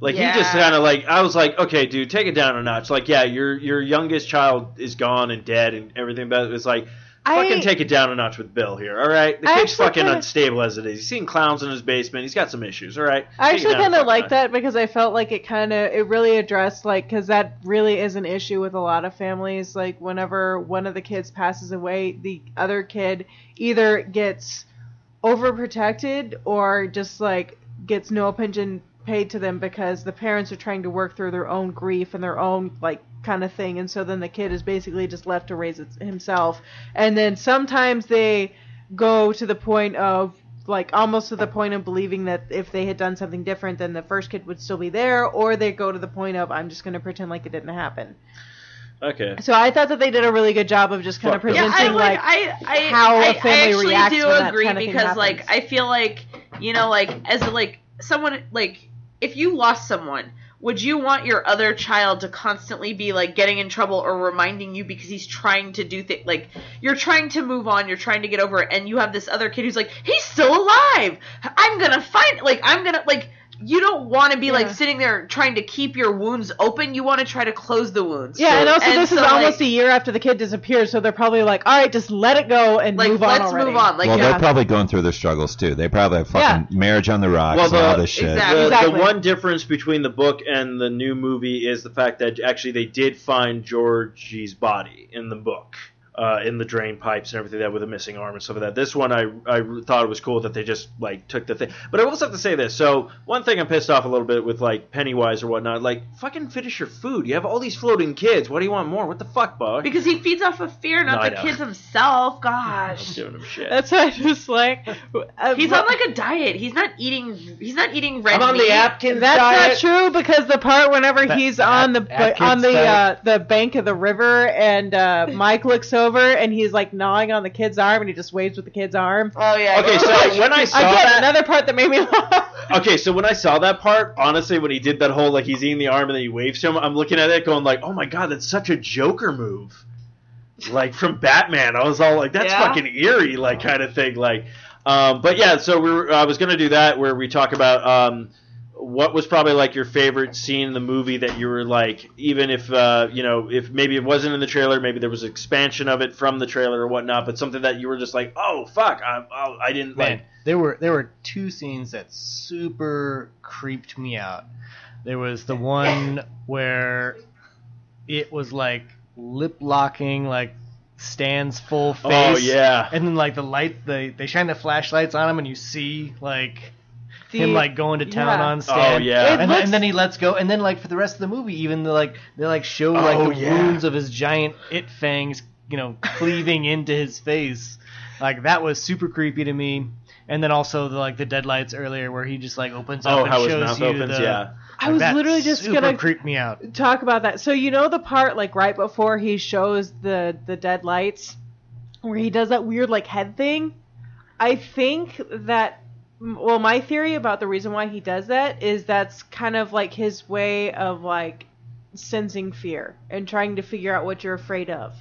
Speaker 1: Like he just
Speaker 7: Yeah.
Speaker 1: kind of like I was like, okay, dude, take it down a notch. Like, yeah, your your youngest child is gone and dead and everything, but it's like. Fucking
Speaker 4: I-
Speaker 1: take it down a notch with Bill here, all right? The
Speaker 4: I
Speaker 1: kid's
Speaker 4: actually
Speaker 1: fucking
Speaker 4: kinda-
Speaker 1: unstable as it is. He's seen clowns in his basement. He's got some issues, all right?
Speaker 4: I
Speaker 1: Take it
Speaker 4: actually
Speaker 1: down a
Speaker 4: kind of
Speaker 1: fucking
Speaker 4: like
Speaker 1: notch.
Speaker 4: that because I felt like it kind of it really addressed like because that really is an issue with a lot of families. Like whenever one of the kids passes away, the other kid either gets overprotected or just like gets no attention paid to them because the parents are trying to work through their own grief and their own like kind of thing and so then the kid is basically just left to raise it himself and then sometimes they go to the point of like almost to the point of believing that if they had done something different then the first kid would still be there or they go to the point of i'm just going to pretend like it didn't happen
Speaker 1: Okay.
Speaker 4: so i thought that they did a really good job of just kind of
Speaker 1: Fuck them. Yeah,
Speaker 4: presenting
Speaker 1: I
Speaker 7: I
Speaker 4: like,
Speaker 7: I, I,
Speaker 4: how a
Speaker 7: I,
Speaker 4: family
Speaker 7: I actually
Speaker 4: reacts
Speaker 7: do
Speaker 4: when that
Speaker 7: agree
Speaker 4: kinda thing
Speaker 7: because like I
Speaker 4: happens.
Speaker 7: feel like you know like as like someone like if you lost someone would you want your other child to constantly be like getting in trouble or reminding you because he's trying to do things like you're trying to move on you're trying to get over it and you have this other kid who's like he's still alive i'm gonna find like i'm gonna like you don't want to be like
Speaker 4: Yeah.
Speaker 7: sitting there trying to keep your wounds open you want to try to close the wounds
Speaker 4: yeah and also
Speaker 7: and
Speaker 4: this
Speaker 7: so,
Speaker 4: is
Speaker 7: like-
Speaker 4: almost a year after the kid disappeared so they're probably like all right just let it go and
Speaker 7: like
Speaker 4: move on
Speaker 7: let's
Speaker 4: already.
Speaker 7: move on like
Speaker 5: well,
Speaker 7: yeah.
Speaker 5: they're probably going through their struggles too. They probably have fucking marriage on the rocks
Speaker 1: Well,
Speaker 5: and all
Speaker 1: the-
Speaker 5: this shit.
Speaker 7: exactly.
Speaker 1: The,
Speaker 4: Exactly.
Speaker 1: the one difference between the book and the new movie is the fact that actually they did find Georgie's body in the book, uh, in the drain pipes and everything like that with a missing arm and stuff like that. This one I I thought it was cool that they just like took the thing. But I will also have to say this. So one thing I'm pissed off a little bit with like Pennywise or whatnot. Like fucking finish your food. You have all these floating kids. What do you want more? What the fuck, bug?
Speaker 7: Because he feeds off of fear,
Speaker 1: No,
Speaker 7: not
Speaker 1: I
Speaker 7: the
Speaker 1: know. (laughs)
Speaker 7: kids himself.
Speaker 1: I'm
Speaker 7: Gosh.
Speaker 1: giving them shit.
Speaker 4: that's what i just like uh,
Speaker 7: (laughs) He's
Speaker 4: but-
Speaker 7: on like a diet. He's not eating he's not eating red
Speaker 1: I'm on
Speaker 7: meat.
Speaker 1: the Atkins
Speaker 4: (laughs) That's
Speaker 1: diet.
Speaker 4: not true because the part whenever
Speaker 6: That-
Speaker 4: he's
Speaker 6: that-
Speaker 4: on the
Speaker 6: that
Speaker 4: on
Speaker 6: kid's
Speaker 4: the uh,
Speaker 6: diet.
Speaker 4: the bank of the river and uh, Mike looks over and he's like gnawing on the kid's arm and he just waves with the kid's arm.
Speaker 7: Oh yeah.
Speaker 1: Okay, (laughs) so when I saw
Speaker 4: Again,
Speaker 1: that,
Speaker 4: another part that made me (laughs) laugh.
Speaker 1: Okay, so when I saw that part, honestly, when he did that whole like he's eating the arm and then he waves to him, I'm looking at it going like, oh my god, that's such a Joker move, like from Batman. I was all like, that's
Speaker 7: Yeah.
Speaker 1: fucking eerie, like kind of thing, like. Um, but yeah, so we were, I was gonna do that where we talk about um, what was probably like your favorite scene in the movie that you were like, even if uh, you know, if maybe it wasn't in the trailer, maybe there was expansion of it from the trailer or whatnot, but something that you were just like, oh fuck, I, I, I didn't
Speaker 6: Man,
Speaker 1: like.
Speaker 6: there were there were two scenes that super creeped me out. There was the one where it was like lip locking, like Stan's full face.
Speaker 1: Oh yeah.
Speaker 6: And then like the light, they they shine the flashlights on him, and you see like
Speaker 4: the
Speaker 6: him like going to town
Speaker 4: yeah.
Speaker 6: on Stan.
Speaker 1: Oh, yeah. It
Speaker 6: and,
Speaker 4: looks-
Speaker 6: and then he lets go, and then like for the rest of the movie, even the, like they like show like
Speaker 1: Oh,
Speaker 6: the
Speaker 1: yeah.
Speaker 6: wounds of his giant it fangs, you know, cleaving into his face. Like that was super creepy to me. And then also the like the deadlights earlier, where he just like opens up
Speaker 1: Oh,
Speaker 6: and
Speaker 1: how his
Speaker 6: shows
Speaker 1: mouth
Speaker 6: you
Speaker 1: opens.
Speaker 6: the.
Speaker 1: Yeah.
Speaker 4: I was
Speaker 6: that
Speaker 4: literally just
Speaker 6: super
Speaker 4: gonna
Speaker 6: creep me out.
Speaker 4: talk about that. So you know the part like right before he shows the the dead lights, where he does that weird like head thing. I think that well, my theory about the reason why he does that is that's kind of like his way of like sensing fear and trying to figure out what you're afraid of.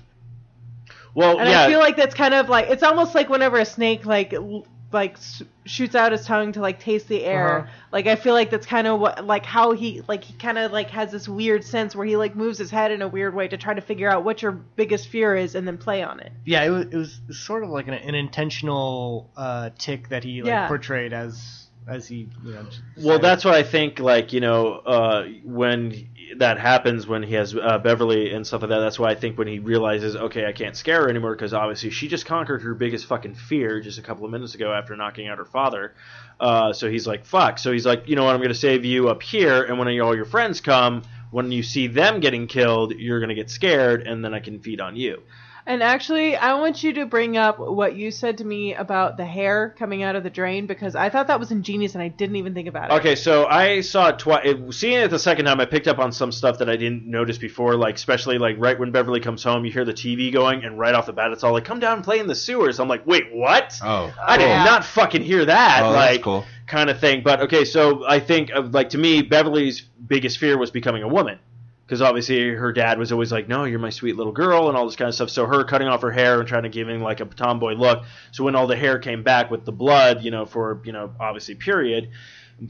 Speaker 1: Well,
Speaker 4: And
Speaker 1: yeah.
Speaker 4: I feel like that's kind of like it's almost like whenever a snake like l- like s- shoots out his tongue to like taste the air.
Speaker 6: Uh-huh.
Speaker 4: Like I feel like that's kind of what like how he like he kind of like has this weird sense where he like moves his head in a weird way to try to figure out what your biggest fear is and then play on it.
Speaker 6: Yeah, it was, it was sort of like an, an intentional uh, tick that he like
Speaker 4: Yeah.
Speaker 6: portrayed as as he. You know,
Speaker 1: Well,
Speaker 6: decided-
Speaker 1: that's what I think. Like you know, uh, when that happens, when he has uh, Beverly and stuff like that, that's why I think when he realizes, okay, I can't scare her anymore because obviously she just conquered her biggest fucking fear just a couple of minutes ago after knocking out her father. Uh, so he's like, fuck. So he's like, you know what? I'm going to save you up here, and when all your friends come, when you see them getting killed, you're going to get scared, and then I can feed on you.
Speaker 4: And actually, I want you to bring up what you said to me about the hair coming out of the drain because I thought that was ingenious and I didn't even think about it.
Speaker 1: Okay, so I saw it twice. Seeing it the second time, I picked up on some stuff that I didn't notice before. Like especially like right when Beverly comes home, you hear the TV going, and right off the bat, it's all like, "Come down and play in the sewers." I'm like, "Wait, what?"
Speaker 5: Oh,
Speaker 1: I did
Speaker 7: yeah.
Speaker 1: not fucking hear that.
Speaker 5: oh,
Speaker 1: like,
Speaker 5: that's cool.
Speaker 1: kind of thing. But okay, so I think of, like to me, Beverly's biggest fear was becoming a woman because obviously her dad was always like, "No, you're my sweet little girl" and all this kind of stuff. So her cutting off her hair and trying to giving like a tomboy look. So when all the hair came back with the blood, you know, for you know obviously period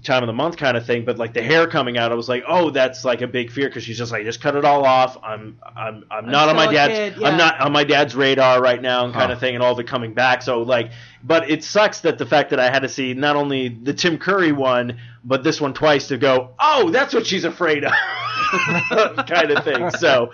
Speaker 1: time of the month kind of thing but like the hair coming out i was like oh that's like a big fear because she's just like just cut it all off i'm i'm i'm not on
Speaker 4: still
Speaker 1: my
Speaker 4: a
Speaker 1: dad's
Speaker 4: kid,
Speaker 1: i'm
Speaker 4: yeah.
Speaker 1: not on my dad's radar right now and kind
Speaker 5: Huh.
Speaker 1: of thing and all the coming back so like but it sucks that the fact that i had to see not only the tim curry one but this one twice to go oh that's what she's afraid of kind of (laughs) thing so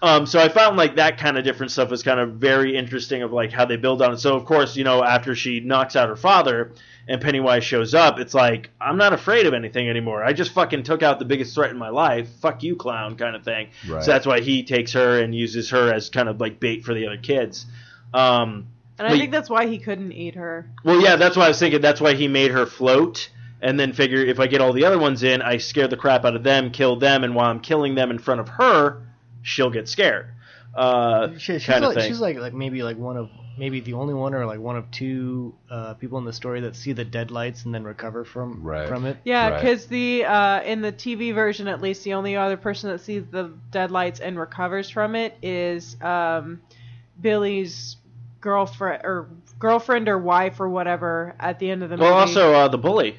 Speaker 1: um, so I found like that kind of different stuff was kind of very interesting of like how they build on it. So of course, you know, after she knocks out her father and Pennywise shows up, it's like I'm not afraid of anything anymore. I just fucking took out the biggest threat in my life. Fuck you, clown, kind of thing.
Speaker 5: Right.
Speaker 1: So that's why he takes her and uses her as kind of like bait for the other kids. Um,
Speaker 4: and I
Speaker 1: wait.
Speaker 4: think that's why he couldn't eat her.
Speaker 1: well, yeah, that's why I was thinking. That's why he made her float, and then figure if I get all the other ones in, I scare the crap out of them, kill them, and while I'm killing them in front of her, she'll get scared. Uh,
Speaker 6: She- she's,
Speaker 1: kinda
Speaker 6: like,
Speaker 1: thing.
Speaker 6: she's like like maybe like one of maybe the only one or like one of two uh, people in the story that see the deadlights and then recover from
Speaker 5: Right.
Speaker 6: from it.
Speaker 4: Yeah,
Speaker 5: Right.
Speaker 4: because the uh, in the TV version, at least, the only other person that sees the deadlights and recovers from it is um, Billy's girlfriend or girlfriend or wife or whatever at the end of the movie.
Speaker 1: Well, also uh, the bully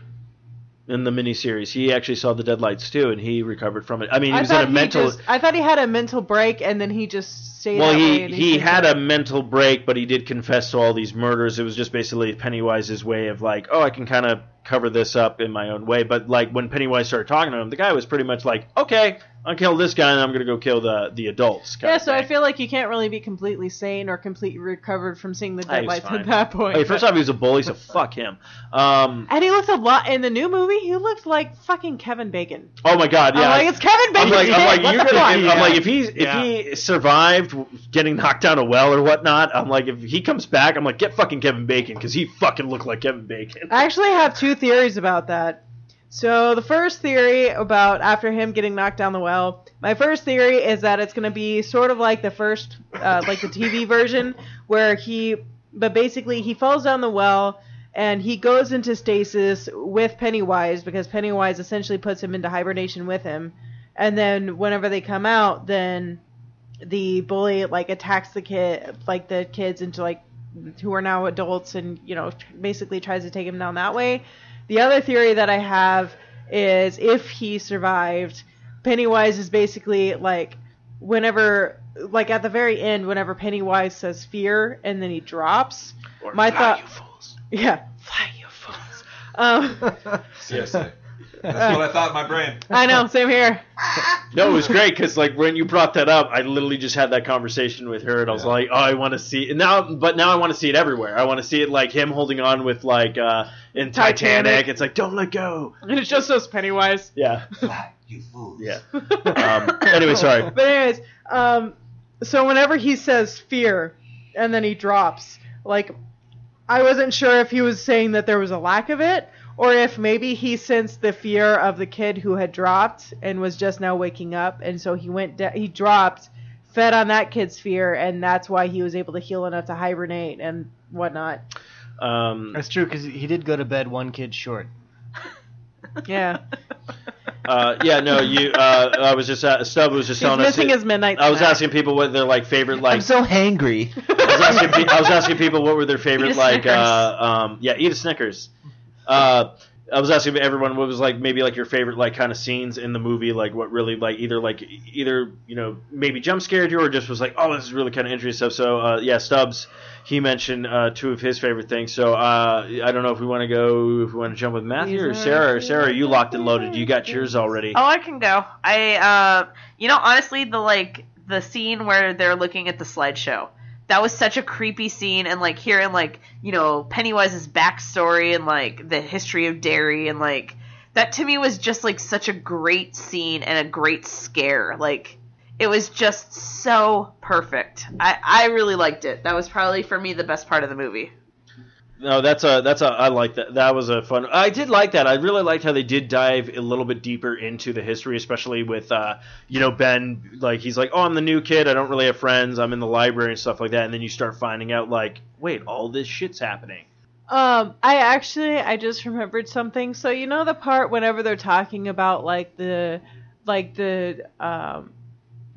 Speaker 1: in the miniseries, he actually saw the deadlights too, and he recovered from it. I mean, he
Speaker 4: I
Speaker 1: was at
Speaker 4: thought
Speaker 1: a
Speaker 4: he
Speaker 1: mental.
Speaker 4: just- I thought he had a mental break, and then he just stayed.
Speaker 1: well,
Speaker 4: that way
Speaker 1: he
Speaker 4: and
Speaker 1: he
Speaker 4: couldn't-
Speaker 1: had a mental break, but he did confess to all these murders. It was just basically Pennywise's way of like, oh, I can kind of cover this up in my own way. But like when Pennywise started talking to him, the guy was pretty much like, okay, I'll kill this guy, and I'm gonna go kill the the adults. kind
Speaker 4: Yeah,
Speaker 1: of
Speaker 4: so I
Speaker 1: thing.
Speaker 4: feel like you can't really be completely sane or completely recovered from seeing the
Speaker 1: Ah, he was
Speaker 4: deadlights
Speaker 1: fine.
Speaker 4: at that point.
Speaker 1: Hey, first
Speaker 4: but-
Speaker 1: off, he was a bully,
Speaker 4: (laughs)
Speaker 1: so fuck him. Um,
Speaker 4: and he looks a lot in the new movie. He looks like fucking Kevin Bacon.
Speaker 1: oh my god, yeah.
Speaker 4: I'm like, it's Kevin
Speaker 1: I'm
Speaker 4: Bacon.
Speaker 1: like, I'm like,
Speaker 4: (laughs) what
Speaker 1: you're
Speaker 4: the fuck?
Speaker 1: gonna. Give, I'm
Speaker 6: Yeah.
Speaker 1: like, if he's if
Speaker 6: Yeah.
Speaker 1: he survived getting knocked down a well or whatnot, I'm like, if he comes back, I'm like, get fucking Kevin Bacon because he fucking looked like Kevin Bacon.
Speaker 4: I actually have two theories about that. So the first theory about after him getting knocked down the well, my first theory is that it's going to be sort of like the first, uh, like the TV version, where he, but basically he falls down the well and he goes into stasis with Pennywise because Pennywise essentially puts him into hibernation with him, and then whenever they come out, then the bully like attacks the kid, like the kids into like who are now adults and you know tr- basically tries to take him down that way. The other theory that I have is if he survived, Pennywise is basically like whenever like at the very end whenever Pennywise says fear and then he drops.
Speaker 1: Or
Speaker 4: my
Speaker 1: fly,
Speaker 4: thought-
Speaker 1: you fools.
Speaker 4: Yeah, fly you fools. Um,
Speaker 5: (laughs) Seriously. That's what I thought in my brain.
Speaker 4: I know, same here.
Speaker 1: No, it was great because like when you brought that up, I literally just had that conversation with her, and I was
Speaker 5: Yeah.
Speaker 1: like, oh, I want to see and now, but now I want to see it everywhere. I want to see it like him holding on with like uh, in Titanic.
Speaker 4: Titanic.
Speaker 1: It's like, don't let go.
Speaker 4: And it just says Pennywise. (laughs)
Speaker 1: Yeah.
Speaker 5: You fool.
Speaker 1: Yeah. Um, anyway, sorry.
Speaker 4: (laughs) But anyways, um, so whenever he says fear, and then he drops, like, I wasn't sure if he was saying that there was a lack of it, or if maybe he sensed the fear of the kid who had dropped and was just now waking up, and so he went, da- he dropped, fed on that kid's fear, and that's why he was able to heal enough to hibernate and whatnot.
Speaker 1: Um,
Speaker 6: That's true because he did go to bed one kid short.
Speaker 7: (laughs)
Speaker 4: Yeah,
Speaker 1: uh, yeah, no, you. Uh, I was just uh, Stub was just
Speaker 4: he's
Speaker 1: telling
Speaker 4: missing
Speaker 1: us.
Speaker 4: his midnight.
Speaker 1: I was
Speaker 4: snack.
Speaker 1: asking people what their like favorite like.
Speaker 6: so hangry.
Speaker 1: I was asking, pe- I was asking people what were their favorite
Speaker 7: Eat a
Speaker 1: like.
Speaker 7: Snickers.
Speaker 1: Uh, um, yeah, eat a Snickers. Uh, I was asking everyone what was like maybe like your favorite like kind of scenes in the movie, like what really like either like either you know maybe jump scared you or just was like oh this is really kind of interesting stuff. So uh, yeah, Stubbs he mentioned uh, two of his favorite things. So uh, I don't know if we want to go if we want to jump with Matthew or Sarah. Or Sarah, you locked and loaded. You got yours already.
Speaker 7: Oh, I can go. I, uh, you know, honestly, the like the scene where they're looking at the slideshow. That was such a creepy scene, and like hearing like you know Pennywise's backstory and like the history of Derry, and like that to me was just like such a great scene and a great scare. Like it was just so perfect. I I really liked it. That was probably for me the best part of the movie.
Speaker 1: No, that's a that's a I like that. That was a fun. I did like that. I really liked how they did dive a little bit deeper into the history, especially with uh, you know Ben. Like he's like, oh, I'm the new kid. I don't really have friends. I'm in the library and stuff like that. And then you start finding out like, wait, all this shit's happening.
Speaker 4: Um, I actually I just remembered something. So you know the part whenever they're talking about like the like the um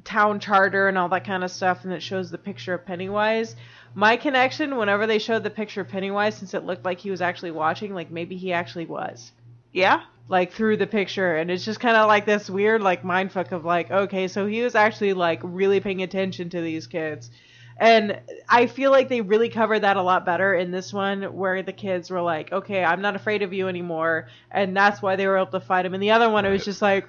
Speaker 4: town charter and all that kind of stuff and it shows the picture of Pennywise. My connection whenever they showed the picture of Pennywise since it looked like he was actually watching, like maybe he actually was.
Speaker 7: Yeah.
Speaker 4: Like through the picture and it's just kind of like this weird like mindfuck of like okay, so he was actually like really paying attention to these kids. And I feel like they really covered that a lot better in this one, where the kids were like, "Okay, I'm not afraid of you anymore," and that's why they were able to fight him. And the other one, it was just like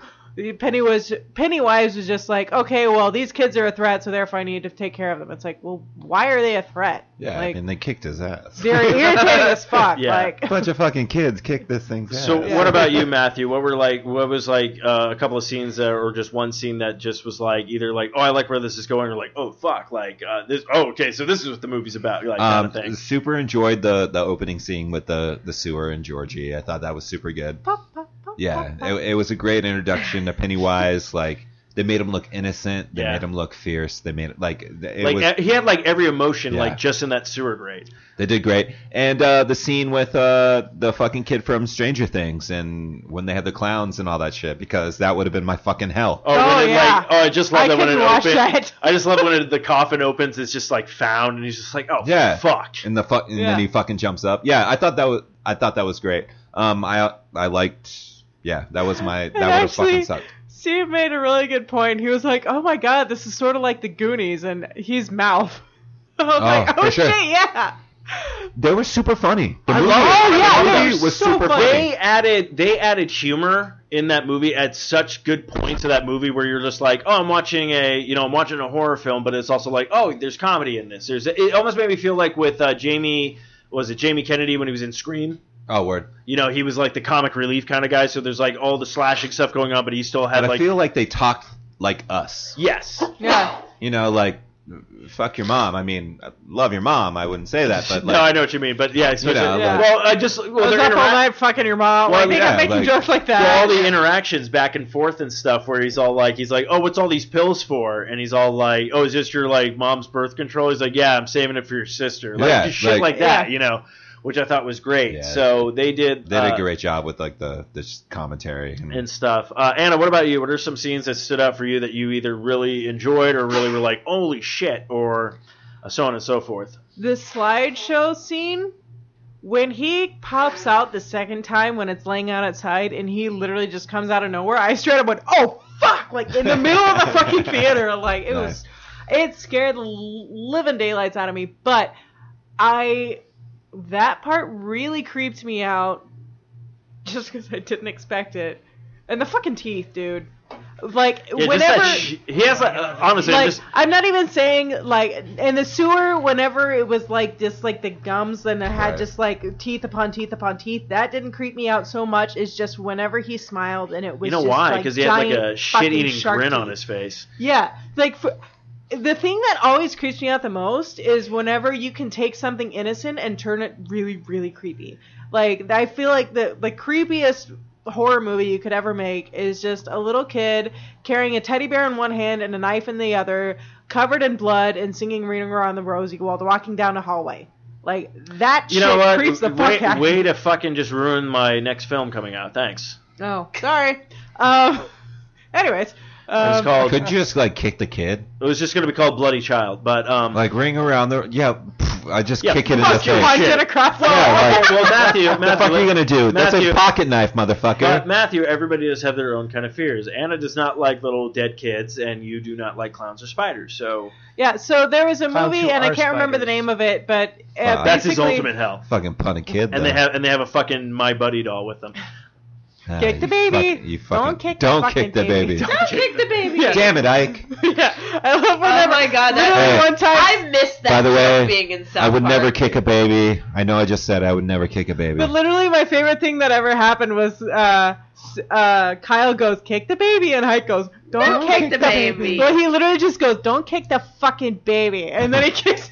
Speaker 4: Penny was Pennywise was just like, "Okay, well these kids are a threat, so therefore I need to take care of them." It's like, well, why are they a threat?
Speaker 5: Yeah,
Speaker 4: like
Speaker 5: I mean, they kicked his ass.
Speaker 4: they're irritating
Speaker 5: (laughs)
Speaker 4: as fuck.
Speaker 1: Yeah.
Speaker 4: Like, (laughs)
Speaker 5: A bunch of fucking kids kicked this thing's ass.
Speaker 1: So
Speaker 4: Yeah.
Speaker 1: what about you, Matthew? What were like? What was like uh, a couple of scenes that, or just one scene that just was like either like, oh, I like where this is going, or like, oh fuck, like uh, this. Oh, okay, so this is what the movie's about, like kind of
Speaker 5: Um,
Speaker 1: thing.
Speaker 5: super enjoyed the the opening scene with the the sewer and Georgie. I thought that was super good.
Speaker 4: pop, pop, pop,
Speaker 5: Yeah,
Speaker 4: pop, pop.
Speaker 5: it, it was a great introduction to Pennywise. Like they made him look innocent. They
Speaker 1: Yeah.
Speaker 5: made him look fierce. They made it like it
Speaker 1: Like
Speaker 5: was,
Speaker 1: e- he had like every emotion
Speaker 5: Yeah.
Speaker 1: like just in that sewer grate.
Speaker 5: they did great. And uh, the scene with uh, the fucking kid from Stranger Things and when they had the clowns and all that shit because that would have been my fucking hell.
Speaker 1: Oh,
Speaker 4: Oh,
Speaker 1: when it,
Speaker 4: yeah.
Speaker 1: like, oh, I just love
Speaker 4: I
Speaker 1: that when it
Speaker 4: couldn't watch
Speaker 1: opens.
Speaker 4: that.
Speaker 1: I just love when it, the coffin opens. It's just like found, and he's just like, oh,
Speaker 5: Yeah.
Speaker 1: fuck.
Speaker 5: and the fuck, and
Speaker 4: Yeah.
Speaker 5: then he fucking jumps up. Yeah, I thought that was I thought that was great. Um, I I liked. Yeah, that was my that would have fucking
Speaker 4: actually-
Speaker 5: sucked.
Speaker 4: Steve made a really good point. He was like, "Oh my god, this is sort of like the Goonies," and he's mouth. (laughs) I was
Speaker 5: Oh,
Speaker 4: like,
Speaker 5: for
Speaker 4: "Oh
Speaker 5: sure.
Speaker 4: shit, yeah."
Speaker 5: They were super funny. The movie,
Speaker 1: love it.
Speaker 5: the
Speaker 1: Oh, yeah,
Speaker 5: movie
Speaker 4: they're
Speaker 5: was
Speaker 4: so
Speaker 5: super
Speaker 4: funny.
Speaker 5: funny.
Speaker 1: They added they added humor in that movie at such good points of that movie where you're just like, oh, I'm watching a you know I'm watching a horror film, but it's also like, oh, there's comedy in this. There's it almost made me feel like with uh, Jamie was it Jamie Kennedy when he was in Scream.
Speaker 5: Oh, word.
Speaker 1: You know, he was like the comic relief kind of guy, so there's like all the slashing stuff going on, but he still had
Speaker 5: And I
Speaker 1: like
Speaker 5: feel like they talked like us.
Speaker 1: yes,
Speaker 4: Yeah.
Speaker 5: You know, like fuck your mom. I mean, I love your mom. I wouldn't say that, but like,
Speaker 1: no, I know what you mean, but yeah, especially,
Speaker 5: know,
Speaker 4: like-
Speaker 1: well, I just
Speaker 4: I
Speaker 1: well,
Speaker 4: was
Speaker 1: they're
Speaker 4: up all
Speaker 1: interact-
Speaker 4: night fucking your mom.
Speaker 1: Well,
Speaker 4: like, they
Speaker 5: yeah,
Speaker 4: kept making
Speaker 5: like-
Speaker 4: jokes like that.
Speaker 1: Well, all
Speaker 4: (laughs)
Speaker 1: the interactions back and forth and stuff where he's all like he's like oh what's all these pills for and he's all like oh is this your like mom's birth control he's like yeah i'm saving it for your sister like
Speaker 5: Yeah,
Speaker 1: just shit like,
Speaker 5: like-
Speaker 1: that
Speaker 4: Yeah.
Speaker 1: you know which i thought was great
Speaker 5: Yeah.
Speaker 1: so they did
Speaker 5: they did
Speaker 1: uh,
Speaker 5: a great job with like the this commentary. And,
Speaker 1: and stuff uh, anna what about you what are some scenes that stood out for you that you either really enjoyed or really were like holy shit or uh, so on and so forth
Speaker 4: the slideshow scene when he pops out the second time when it's laying out outside and he literally just comes out of nowhere i straight up went oh fuck like in the middle of the fucking theater like it was it scared the l- living daylights out of me but i that part really creeped me out just because i didn't expect it and the fucking teeth dude Like
Speaker 1: Yeah, just
Speaker 4: whenever
Speaker 1: that sh- he has a, uh, honestly
Speaker 4: like
Speaker 1: just
Speaker 4: I'm not even saying like in the sewer whenever it was like just like the gums and it had
Speaker 5: Right.
Speaker 4: just like teeth upon teeth upon teeth that didn't creep me out so much it's just whenever he smiled and it was
Speaker 1: you know
Speaker 4: just,
Speaker 1: why
Speaker 4: like,
Speaker 1: because he had like
Speaker 4: giant
Speaker 1: a shit-eating
Speaker 4: fucking shark
Speaker 1: grin on
Speaker 4: teeth.
Speaker 1: his face.
Speaker 4: yeah like for, the thing that always creeps me out the most is whenever you can take something innocent and turn it really really creepy like I feel like the the creepiest horror movie you could ever make is just a little kid carrying a teddy bear in one hand and a knife in the other, covered in blood and singing "Ring Around the Rosie" while walking down a hallway. Like that
Speaker 1: You
Speaker 4: shit
Speaker 1: know what?
Speaker 4: creeps the
Speaker 1: way,
Speaker 4: fuck out.
Speaker 1: way to fucking just ruin my next film coming out. Thanks.
Speaker 4: Oh, sorry. Um. Anyways,
Speaker 1: It's
Speaker 4: um,
Speaker 1: called. (laughs)
Speaker 5: Could you just like kick the kid?
Speaker 1: It was just going to be called Bloody Child, but um.
Speaker 5: Like ring around the yeah. pff, I just
Speaker 1: Yeah,
Speaker 5: kick it in the
Speaker 4: punch
Speaker 5: face.
Speaker 4: punch
Speaker 1: shit.
Speaker 4: it across the
Speaker 5: Yeah,
Speaker 4: hallway.
Speaker 5: like,
Speaker 1: well, Matthew, Matthew,
Speaker 5: the fuck are you gonna do? That's
Speaker 1: Matthew-
Speaker 5: a pocket knife, motherfucker.
Speaker 1: But Matthew, everybody does have their own kind of fears. Anna does not like little dead kids, and you do not like clowns or spiders. So
Speaker 4: yeah. So there was a
Speaker 6: Clowns
Speaker 4: movie,
Speaker 6: who
Speaker 4: and I
Speaker 6: are
Speaker 4: can't remember the
Speaker 6: spiders.
Speaker 4: name of it, but uh,
Speaker 5: Fuck.
Speaker 1: that's his
Speaker 4: basically-
Speaker 1: ultimate hell.
Speaker 5: Fucking punt a kid.
Speaker 1: And they
Speaker 5: though.
Speaker 1: have and they have a fucking my buddy doll with (laughs) them.
Speaker 5: Ah,
Speaker 4: Kick the
Speaker 5: you
Speaker 4: baby.
Speaker 5: fuck- you
Speaker 4: Don't
Speaker 5: fucking,
Speaker 4: kick the
Speaker 5: don't
Speaker 4: fucking
Speaker 5: kick the
Speaker 4: baby.
Speaker 5: baby.
Speaker 7: Don't kick the baby.
Speaker 1: Yeah.
Speaker 5: Damn it, Ike.
Speaker 4: (laughs) yeah, I love
Speaker 7: Oh
Speaker 4: whenever.
Speaker 7: my god,
Speaker 4: literally
Speaker 5: Hey.
Speaker 7: that
Speaker 4: one time.
Speaker 7: I missed that
Speaker 5: By the
Speaker 7: joke
Speaker 5: way,
Speaker 7: being in South
Speaker 5: I would never
Speaker 7: Park.
Speaker 5: kick a baby. I know I just said I would never kick a baby.
Speaker 4: But literally, my favorite thing that ever happened was uh, s- uh, Kyle goes, "Kick the baby," and Hyde goes, "Don't,
Speaker 7: Don't
Speaker 4: kick,
Speaker 7: kick
Speaker 4: the
Speaker 7: the
Speaker 4: baby."
Speaker 7: baby.
Speaker 4: Well, he literally just goes, "Don't kick the fucking baby," and then he (laughs) kicks.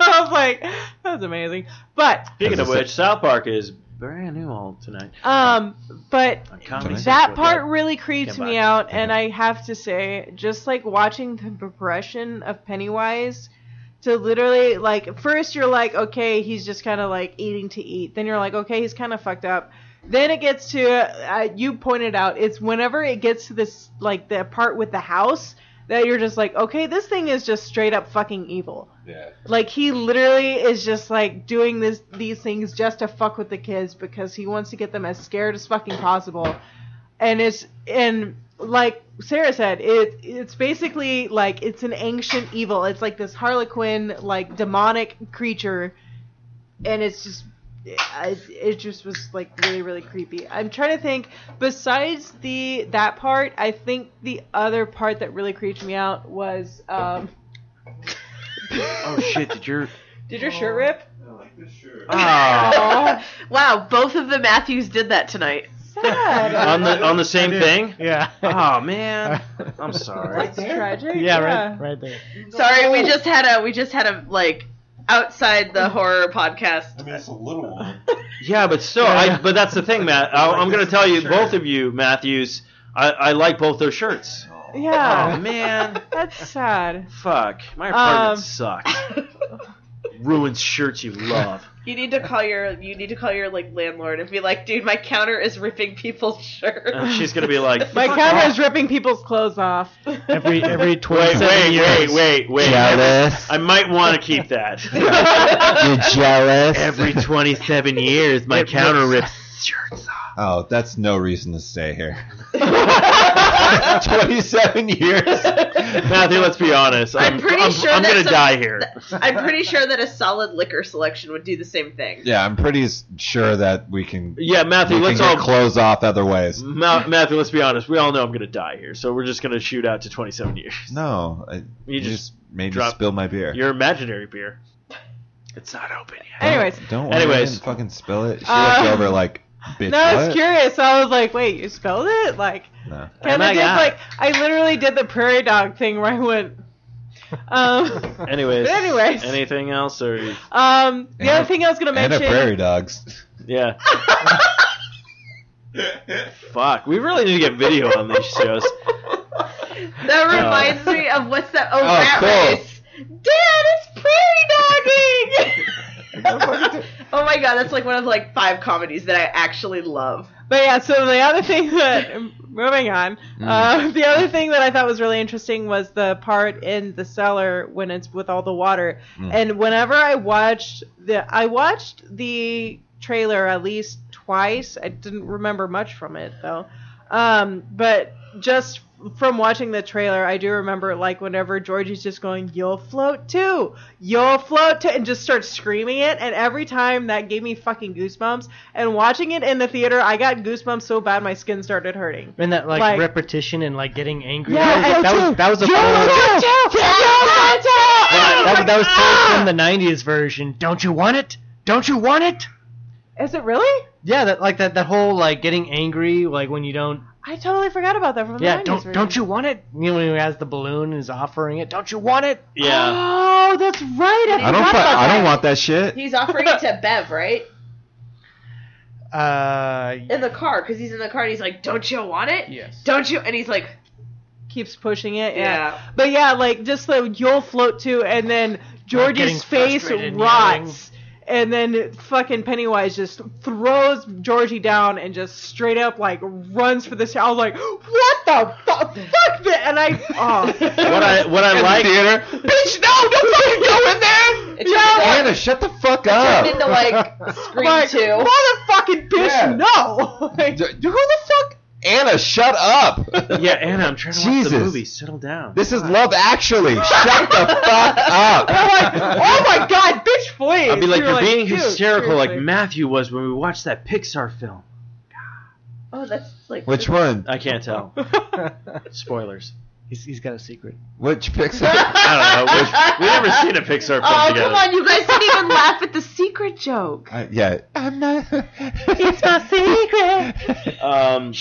Speaker 4: I was like, "That's amazing." But
Speaker 1: Speaking of
Speaker 5: As I
Speaker 1: which, South Park is brand new all tonight.
Speaker 4: um, but
Speaker 1: On Comedy
Speaker 5: Tonight?
Speaker 1: Central.
Speaker 4: that part
Speaker 1: Yeah.
Speaker 4: really creeps
Speaker 1: Can't
Speaker 4: me
Speaker 1: buy it.
Speaker 4: out, and I have to say, just like watching the progression of Pennywise, to literally like first you're like, okay, he's just kind of like eating to eat. Then you're like, okay, he's kind of fucked up. Then it gets to uh, you pointed out it's whenever it gets to this like the part with the house that you're just like, okay, this thing is just straight up fucking evil.
Speaker 5: Yeah.
Speaker 4: Like he literally is just like doing this these things just to fuck with the kids because he wants to get them as scared as fucking possible. And it's and like Sarah said, it it's basically like it's an ancient evil. It's like this harlequin like demonic creature and it's just it, it just was like really really creepy. I'm trying to think besides the that part, I think the other part that really creeped me out was um (laughs)
Speaker 1: Oh shit! Did your
Speaker 4: did your shirt rip?
Speaker 1: oh.
Speaker 7: (laughs) Wow, both of the Matthews did that tonight.
Speaker 6: (laughs)
Speaker 4: Sad.
Speaker 1: on the on the same thing?
Speaker 6: Yeah.
Speaker 1: (laughs) Oh (laughs) man, I'm sorry.
Speaker 4: That's tragic.
Speaker 6: yeah, right, right there.
Speaker 7: Sorry, we just had a we just had a like outside the horror podcast.
Speaker 1: Yeah, but still,
Speaker 6: Yeah,
Speaker 1: I,
Speaker 6: yeah.
Speaker 1: but that's the thing, Matt. I, I'm going to tell you, both of you, Matthews, I, I like both those shirts.
Speaker 4: Yeah.
Speaker 1: Oh
Speaker 6: (laughs)
Speaker 1: man,
Speaker 4: That's sad.
Speaker 1: fuck! My apartment
Speaker 4: Um,
Speaker 1: sucks. Ruins shirts you love.
Speaker 7: you need to call your you need to call your like landlord and be like, dude, my counter is ripping people's shirts.
Speaker 1: And Oh, she's gonna
Speaker 7: (laughs)
Speaker 1: be like,
Speaker 4: My camera is ripping people's clothes off.
Speaker 6: Every every
Speaker 1: wait,
Speaker 6: twenty
Speaker 1: wait, wait,
Speaker 6: years.
Speaker 1: wait, wait.
Speaker 5: Jealous.
Speaker 1: I might want to keep that.
Speaker 5: You're jealous.
Speaker 1: Every 27 years, my
Speaker 6: It
Speaker 1: counter
Speaker 6: rips.
Speaker 1: rips shirts off.
Speaker 5: (laughs) oh, that's no reason to stay here. (laughs) Twenty-seven years.
Speaker 1: Matthew, let's be honest. I'm, I'm
Speaker 7: pretty sure
Speaker 1: I'm gonna
Speaker 7: that's a-
Speaker 1: die here.
Speaker 7: I'm pretty sure that a solid liquor selection would do the same thing.
Speaker 5: Yeah, I'm pretty s- sure that we can.
Speaker 1: Yeah, Matthew,
Speaker 5: we can
Speaker 1: let's
Speaker 5: get
Speaker 1: all. Mm.
Speaker 5: close off other ways.
Speaker 1: Ma- Matthew, let's be honest. We all know I'm gonna die here, so we're just gonna shoot out to 27 years. (laughs)
Speaker 5: No, I, you,
Speaker 1: You
Speaker 5: just,
Speaker 1: just
Speaker 5: made me
Speaker 1: drop
Speaker 5: spill my beer.
Speaker 1: your imaginary beer. It's not open yet.
Speaker 5: Don't-
Speaker 4: Anyways.
Speaker 5: don't worry, I
Speaker 1: Anyways.
Speaker 5: didn't fucking spill it. She
Speaker 4: Uh,
Speaker 5: looked over like, bitch.
Speaker 4: (laughs) No, I was
Speaker 5: what?"
Speaker 4: curious. So I was like, wait, you spelled it? Like,
Speaker 5: No.
Speaker 4: kind of
Speaker 1: Oh my
Speaker 4: did
Speaker 1: God.
Speaker 4: like, I literally did the prairie dog thing where I went. Um,
Speaker 1: Anyways,
Speaker 4: But anyways.
Speaker 1: anything else or
Speaker 4: um, the
Speaker 5: And
Speaker 4: other
Speaker 5: a-
Speaker 4: thing I was going to
Speaker 5: And a
Speaker 4: mention.
Speaker 5: prairie dogs.
Speaker 1: yeah. Fuck, we really need to get video on these
Speaker 4: (laughs)
Speaker 1: shows.
Speaker 7: That reminds me of what's that? Oh,
Speaker 5: Oh,
Speaker 7: rat
Speaker 5: cool.
Speaker 7: race. Dad, it's prairie dogging. (laughs) oh my god, that's like one of like five comedies that I actually love.
Speaker 4: But yeah, so the other thing (laughs) that moving on, uh, the other thing that I thought was really interesting was the part in the cellar when it's with all the water. And whenever I watched the, I watched the trailer at least twice. I didn't remember much from it though, um, but just from watching the trailer, I do remember like whenever Georgie's just going, "You'll float too, you'll float too," and just starts screaming it, and every time that gave me fucking goosebumps. And watching it in the theater, I got goosebumps so bad my skin
Speaker 6: (laughs)
Speaker 4: started hurting.
Speaker 6: And that like,
Speaker 4: Like-
Speaker 6: repetition and like getting angry.
Speaker 4: Yeah,
Speaker 6: that, was, that was that was a full,
Speaker 4: Float too! You'll float too!
Speaker 6: that, was- that was pulled from the '90s version. Don't you want it? Don't you want it?
Speaker 4: Is it really?
Speaker 6: Yeah, that like that that whole like getting angry like when you don't.
Speaker 4: I totally forgot about that from the
Speaker 6: Yeah,
Speaker 4: 90s
Speaker 6: don't
Speaker 4: version.
Speaker 6: don't you want it? You know when he has the balloon and is offering it. Don't you want it? Uh,
Speaker 1: Yeah.
Speaker 6: (gasps)
Speaker 4: Oh, that's right. I,
Speaker 5: I don't. fu-
Speaker 4: forgot about
Speaker 5: I
Speaker 4: that.
Speaker 5: don't want that shit.
Speaker 7: He's offering it (laughs) to Bev, right?
Speaker 6: Uh,
Speaker 7: In the car, because he's in the car and he's like, Don't you want it?
Speaker 6: yes.
Speaker 7: Don't you? And he's like,
Speaker 4: keeps pushing it. Yeah.
Speaker 7: Yeah.
Speaker 4: But yeah, like just the you'll float too, and then
Speaker 6: getting
Speaker 4: Georgie's face
Speaker 6: frustrated and
Speaker 4: rots. And then fucking Pennywise just throws Georgie down and just straight up like runs for this. I was like, what the fuck? fuck that? And I,
Speaker 5: (laughs)
Speaker 4: oh,
Speaker 1: What I what I like
Speaker 5: theater. Bitch, no! Don't fucking go in there.
Speaker 7: It turned
Speaker 5: Anna, shut the fuck
Speaker 7: into,
Speaker 1: (laughs)
Speaker 5: up.
Speaker 7: turned into like Scream
Speaker 4: like,
Speaker 7: 2.
Speaker 4: motherfucking bitch,
Speaker 5: Yeah.
Speaker 4: no! Like,
Speaker 5: D- Who the fuck? Anna, shut up.
Speaker 1: (laughs) Yeah, Anna, I'm trying to watch
Speaker 5: Jesus.
Speaker 1: the movie. Settle down.
Speaker 5: This is Love Actually. Shut the fuck
Speaker 4: (laughs)
Speaker 5: up.
Speaker 4: like, oh my
Speaker 5: (laughs)
Speaker 4: god, bitch, please!
Speaker 1: I'd be like,
Speaker 4: You're
Speaker 1: you're, being
Speaker 4: dude,
Speaker 1: hysterical like
Speaker 4: seriously.
Speaker 1: Matthew was when we watched that Pixar film.
Speaker 7: Oh, that's like.
Speaker 5: Which one?
Speaker 1: (laughs) I can't
Speaker 4: (laughs)
Speaker 1: tell. Spoilers.
Speaker 6: He's, he's got a secret.
Speaker 5: Which
Speaker 4: (laughs)
Speaker 5: Pixar?
Speaker 1: I don't know. We've, we've never seen a Pixar film
Speaker 7: Oh,
Speaker 1: together.
Speaker 7: come on. You guys didn't even (laughs) laugh at the secret joke.
Speaker 5: I, yeah. I'm not.
Speaker 1: (laughs)
Speaker 4: It's my secret!
Speaker 1: Um,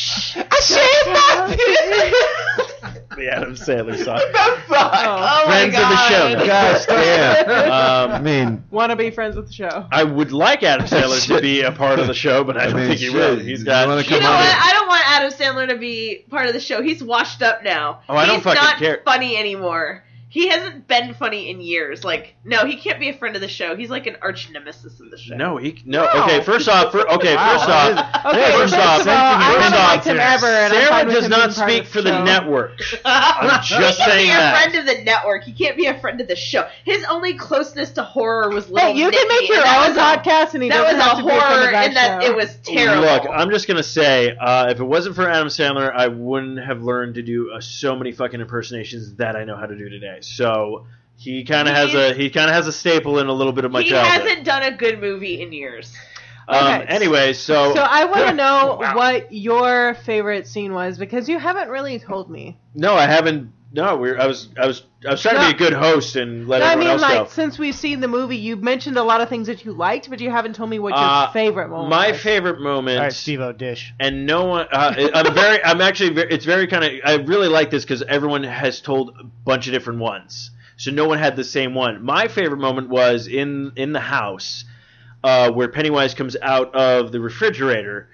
Speaker 5: I
Speaker 1: (laughs) the Adam Sandler (laughs) song.
Speaker 4: Oh,
Speaker 1: Friends of the show.
Speaker 5: Gosh damn. I
Speaker 1: Um,
Speaker 5: mean,
Speaker 4: Wanna be friends with the show.
Speaker 1: I would like Adam Sandler to
Speaker 5: Shit.
Speaker 1: be a part of the show, but I don't
Speaker 5: mean,
Speaker 1: think he
Speaker 5: shit.
Speaker 1: will. He's
Speaker 5: You
Speaker 1: got.
Speaker 5: wanna
Speaker 1: shit
Speaker 5: come
Speaker 7: You know
Speaker 5: on
Speaker 7: what?
Speaker 5: in.
Speaker 7: I don't want Adam Sandler to be part of the show. He's washed up now.
Speaker 1: Oh, I don't
Speaker 7: He's
Speaker 1: fucking
Speaker 7: not
Speaker 1: care.
Speaker 7: funny anymore. He hasn't been funny in years. Like, no, he can't be a friend of the show. He's like an arch nemesis of the show. (laughs)
Speaker 1: No, he no.
Speaker 4: No.
Speaker 1: Okay, first off, fir- okay, first off,
Speaker 4: Okay,
Speaker 1: Hey, first off,
Speaker 4: of all, I
Speaker 1: first
Speaker 4: haven't
Speaker 1: off,
Speaker 4: liked him ever, and I'm fine
Speaker 1: Sarah
Speaker 4: with
Speaker 1: does
Speaker 4: him
Speaker 1: not
Speaker 4: being part of
Speaker 1: speak for
Speaker 4: show.
Speaker 1: the network.
Speaker 7: I'm
Speaker 1: just
Speaker 7: he can't
Speaker 1: saying
Speaker 7: be
Speaker 1: that.
Speaker 7: a friend of the network. He can't be a friend of the show. His only closeness to horror was Little
Speaker 4: Hey, you
Speaker 7: Nicky,
Speaker 4: can make your
Speaker 7: and that
Speaker 4: own
Speaker 7: was a-
Speaker 4: podcast, and he
Speaker 7: That was
Speaker 4: doesn't have
Speaker 7: a
Speaker 4: to be a friend
Speaker 7: horror,
Speaker 4: of that
Speaker 7: and that
Speaker 4: show.
Speaker 7: it was terrible.
Speaker 1: Look, I'm just gonna say, uh, if it wasn't for Adam Sandler, I wouldn't have learned to do uh, so many fucking impersonations that I know how to do today. So he kind of has a he kind of has a staple in a little bit of my
Speaker 7: he
Speaker 1: childhood.
Speaker 7: hasn't done a good movie in years.
Speaker 1: Um,
Speaker 4: Okay.
Speaker 1: anyway, so,
Speaker 4: So
Speaker 1: (laughs)
Speaker 4: I want to
Speaker 1: Oh.
Speaker 4: know
Speaker 1: Wow.
Speaker 4: what your favorite scene was because you haven't really told me.
Speaker 1: no, I haven't. No, we're, I was I was I was trying to be a good host and let
Speaker 4: No, I
Speaker 1: everyone
Speaker 4: mean,
Speaker 1: else
Speaker 4: like
Speaker 1: go.
Speaker 4: since we've seen the movie, you mentioned a lot of things that you liked, but you haven't told me what your
Speaker 1: Uh,
Speaker 4: favorite moment.
Speaker 1: My
Speaker 4: was.
Speaker 1: favorite moment.
Speaker 6: All right, Steve-O, dish.
Speaker 1: and no one uh, I- i'm very i'm actually very, it's very kind of i really like this because everyone has told a bunch of different ones so no one had the same one my favorite moment was in in the house uh, where pennywise comes out of the refrigerator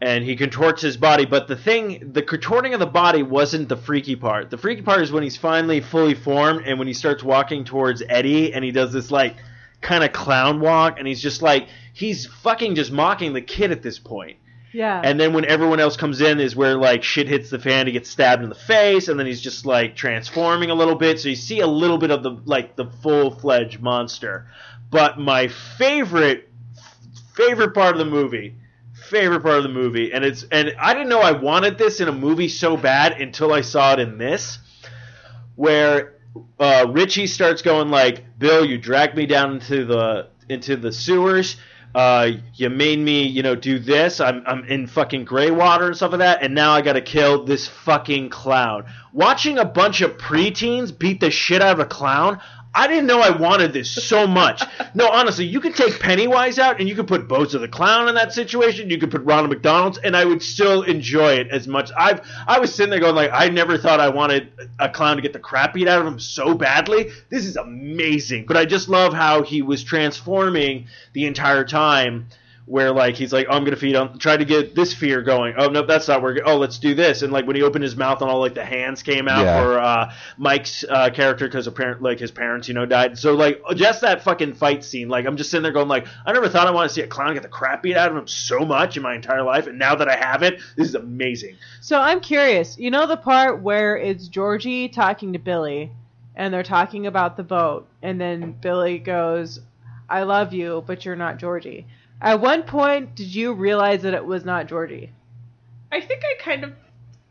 Speaker 1: and he contorts his body but the thing the contorting of the body wasn't the freaky part the freaky part is when he's finally fully formed and when he starts walking towards eddie and he does this like kind of clown walk and he's just like he's fucking just mocking the kid at this point
Speaker 4: yeah.
Speaker 1: and then when everyone else comes in is where like shit hits the fan. He gets stabbed in the face, and then he's just like transforming a little bit. So you see a little bit of the like the full fledged monster. But my favorite favorite part of the movie, favorite part of the movie, and it's and I didn't know I wanted this in a movie so bad until I saw it in this, where uh, Richie starts going like, "Bill, you dragged me down into the into the sewers. Uh, you made me, you know, do this. I'm I'm in fucking gray water and stuff like that. And now I got to kill this fucking clown. Watching a bunch of preteens beat the shit out of a clown." I didn't know I wanted this so much. No, honestly, you could take Pennywise out and you could put Bozo the Clown in that situation. You could put Ronald McDonald's, and I would still enjoy it as much. I've I was sitting there going like, I never thought I wanted a clown to get the crap beat out of him so badly. This is amazing. But I just love how he was transforming the entire time. Where like he's like, oh, I'm gonna feed on, try to get this fear going. Oh no, that's not working. Oh, let's do this. And like when he opened his mouth and all like the hands came out
Speaker 5: Yeah.
Speaker 1: for uh, Mike's uh, character because apparent like his parents, you know, died. So like just that fucking fight scene. Like I'm just sitting there going like, I never thought I want to see a clown get the crap beat out of him so much in my entire life, and now that I have it, this is amazing.
Speaker 4: So I'm curious. You know the part where it's Georgie talking to Billy, and they're talking about the boat, and then Billy goes, "I love you, but you're not Georgie." At one point, did you realize that it was not Georgie?
Speaker 7: I think I kind of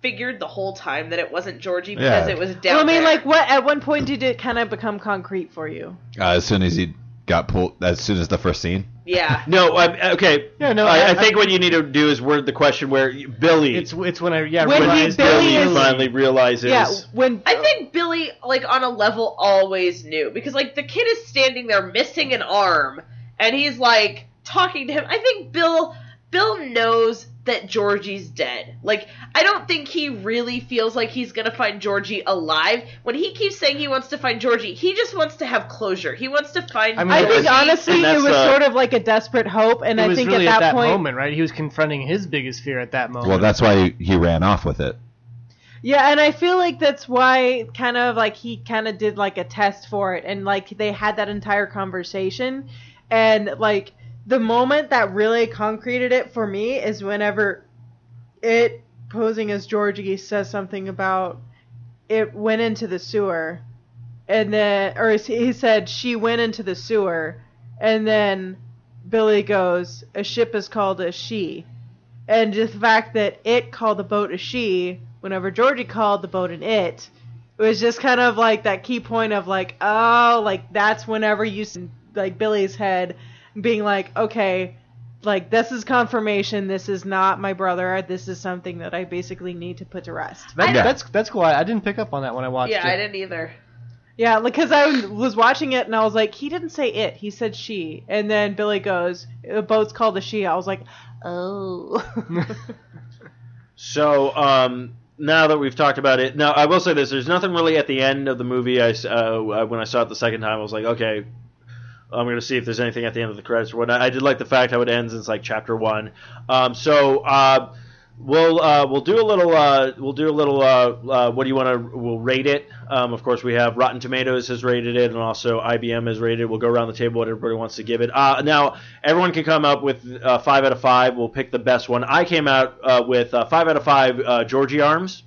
Speaker 7: figured the whole time that it wasn't Georgie because
Speaker 5: Yeah.
Speaker 7: it was down
Speaker 4: Well, I
Speaker 7: there.
Speaker 4: mean, like, what? At one point, did it kind of become concrete for you?
Speaker 5: Uh, as soon as he got pulled, as soon as the first scene.
Speaker 7: yeah.
Speaker 1: No, I, okay.
Speaker 6: Yeah, no,
Speaker 1: I,
Speaker 6: I-
Speaker 1: I think what you need to do is word the question where you- Billy,
Speaker 6: It's it's when I yeah
Speaker 4: When he
Speaker 6: realized
Speaker 4: Billy
Speaker 1: Billy
Speaker 4: is-
Speaker 1: finally realizes.
Speaker 4: Yeah. When
Speaker 7: I think Billy, like on a level, always knew because like the kid is standing there missing an arm, and he's like talking to him. I think Bill, Bill knows that Georgie's dead. Like I don't think he really feels like he's gonna find Georgie alive. When he keeps saying he wants to find Georgie, he just wants to have closure. He wants to find.
Speaker 6: I mean,
Speaker 4: I
Speaker 6: Yeah.
Speaker 4: think
Speaker 7: Georgie.
Speaker 4: honestly,
Speaker 1: And
Speaker 4: it
Speaker 1: that's,
Speaker 4: was
Speaker 1: uh,
Speaker 4: sort of like a desperate hope, and
Speaker 6: it
Speaker 4: I
Speaker 6: was
Speaker 4: think
Speaker 6: really
Speaker 4: at that, point,
Speaker 6: moment, right? He was confronting his biggest fear at that moment.
Speaker 5: Well, that's why he, he ran off with it.
Speaker 4: yeah, and I feel like that's why kind of like he kind of did like a test for it, and like they had that entire conversation, and like the moment that really concreted it for me is whenever it posing as Georgie says something about it went into the sewer, and then or he said she went into the sewer, and then Billy goes, a ship is called a she, and just the fact that it called the boat a she whenever Georgie called the boat an it. It was just kind of like that key point of like, oh, like that's whenever you s- like Billy's head being like, okay, like this is confirmation. This is not my brother. This is something that I basically need to put to rest.
Speaker 6: That-
Speaker 5: I-
Speaker 6: that's that's cool. I, I didn't pick up on that when I watched
Speaker 7: yeah,
Speaker 6: it.
Speaker 7: I didn't either.
Speaker 4: Yeah, because I was watching it and I was like, he didn't say it. He said she. And then Billy goes, the boat's called a she. I was like, oh. (laughs)
Speaker 1: So um, now that we've talked about it, now I will say this: there's nothing really at the end of the movie. I s- uh, when I saw it the second time, I was like, okay, I'm gonna see if there's anything at the end of the credits or whatnot. I did like the fact how it ends. It's like chapter one. Um, so. Uh, We'll uh, we'll do a little uh, we'll do a little uh, uh, what do you want to we'll rate it. Um, of course, we have Rotten Tomatoes has rated it, and also IBM has rated. it. We'll go around the table what everybody wants to give it. Uh, now everyone can come up with uh, five out of five. We'll pick the best one. I came out uh, with uh, five out of five uh, Georgie arms.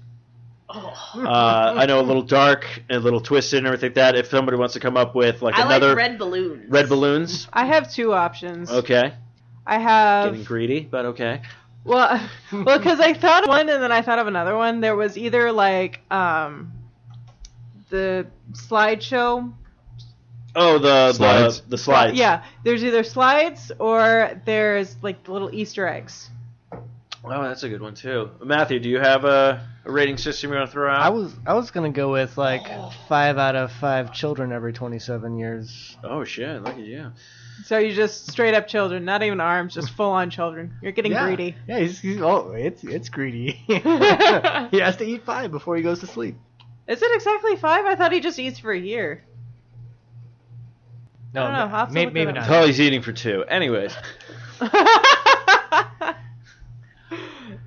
Speaker 6: Oh.
Speaker 1: Uh, I know a
Speaker 6: (laughs)
Speaker 1: little dark and a little twisted and everything like that. If somebody wants to come up with like
Speaker 7: I
Speaker 1: another
Speaker 7: like red balloons.
Speaker 1: red balloons,
Speaker 4: I have two options.
Speaker 1: okay,
Speaker 4: I have
Speaker 1: getting greedy, but okay.
Speaker 4: Well, (laughs) well, because I thought of one and then I thought of another one. There was either like um, the slideshow.
Speaker 1: Oh, the
Speaker 5: Slides?
Speaker 1: the, the slides.
Speaker 4: Yeah, there's either slides or there's like the little Easter eggs.
Speaker 1: Oh, that's a good one too. Matthew, do you have a, a rating system you want to throw out?
Speaker 6: I was I was gonna go with like
Speaker 4: Oh.
Speaker 6: five out of five children every 27 years.
Speaker 1: oh shit! Look at you.
Speaker 4: So you just straight up children, not even arms, just full on children. You're getting
Speaker 6: yeah.
Speaker 4: greedy.
Speaker 6: Yeah, he's, he's oh, it's it's greedy. (laughs) he has to eat five before he goes to sleep.
Speaker 4: Is it exactly five? I thought he just eats for a year. (laughs)
Speaker 6: No,
Speaker 4: I don't know, I'll have to
Speaker 6: may-
Speaker 4: look
Speaker 6: maybe
Speaker 4: that up.
Speaker 6: not.
Speaker 1: Oh, he's eating for two. Anyways,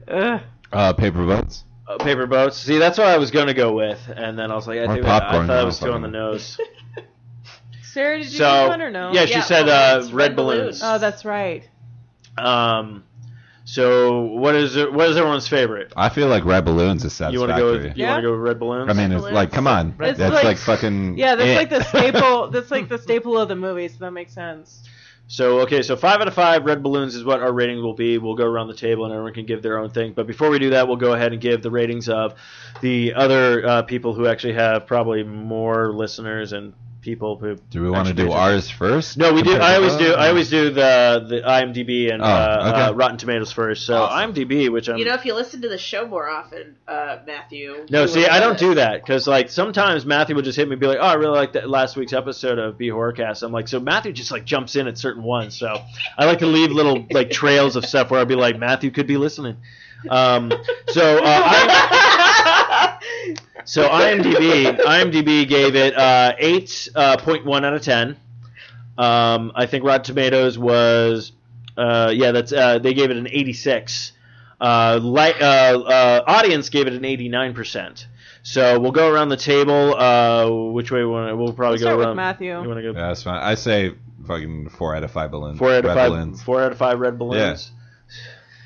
Speaker 4: Ugh.
Speaker 5: Uh, paper boats.
Speaker 1: uh, paper boats. See, that's what I was gonna go with, and then I was like, I,
Speaker 5: Or
Speaker 1: think I
Speaker 5: popcorn,
Speaker 1: thought I was
Speaker 5: no,
Speaker 1: too on the
Speaker 5: fucking-
Speaker 1: nose.
Speaker 4: Sarah, did you
Speaker 1: So,
Speaker 4: get one or no?
Speaker 1: yeah, she
Speaker 7: Yeah,
Speaker 1: said uh,
Speaker 7: balloons,
Speaker 1: red,
Speaker 7: red
Speaker 1: balloons.
Speaker 4: Oh, that's right.
Speaker 1: Um, so what is it, what is everyone's favorite?
Speaker 5: I feel like red balloons is
Speaker 1: You
Speaker 5: satisfactory.
Speaker 1: want to go? With, you
Speaker 4: Yeah.
Speaker 1: want to go with red balloons?
Speaker 5: I mean, it's like, come on,
Speaker 4: It's
Speaker 5: that's
Speaker 4: like-
Speaker 5: like, fucking.
Speaker 4: Yeah, that's
Speaker 5: eh.
Speaker 4: like the staple. That's like the staple of the movie, so that makes sense.
Speaker 1: So okay, so five out of five red balloons is what our rating will be. We'll go around the table and everyone can give their own thing. But before we do that, we'll go ahead and give the ratings of the other uh, people who actually have probably more listeners and people who.
Speaker 5: (laughs) do we want to
Speaker 1: actually
Speaker 5: do ours first?
Speaker 1: No, we do.
Speaker 5: Compared
Speaker 1: I
Speaker 5: to-
Speaker 1: always do. I always do the the IMDb and
Speaker 5: Oh,
Speaker 1: uh, uh,
Speaker 5: okay.
Speaker 1: Rotten Tomatoes first. So
Speaker 7: Awesome.
Speaker 1: IMDb, which I'm
Speaker 7: You know, if you listen to the show more often, uh, Matthew.
Speaker 1: No,
Speaker 7: you
Speaker 1: see,
Speaker 7: would
Speaker 1: I don't
Speaker 7: love
Speaker 1: do
Speaker 7: it.
Speaker 1: that because like sometimes Matthew will just hit me and be like, "Oh, I really like that last week's episode of B Horrorcast." I'm like, so Matthew just like jumps in at certain ones. So I like to leave little like trails of stuff where I'll be like, Matthew could be listening. Um, so uh, I, so IMDb IMDb gave it uh, eight point one out of ten. Um, I think Rotten Tomatoes was uh, yeah, that's uh, they gave it an eighty six. Uh, li- uh, uh, audience gave it an 89%. So we'll go around the table. Uh, which way we want to? We'll probably
Speaker 4: We'll start
Speaker 1: go
Speaker 4: with
Speaker 1: around.
Speaker 4: Matthew.
Speaker 1: You want to go
Speaker 5: Yeah, that's fine. I say fucking four out of five balloons.
Speaker 1: four out of
Speaker 5: red
Speaker 1: five?
Speaker 5: Balloons.
Speaker 1: Four out of five red balloons.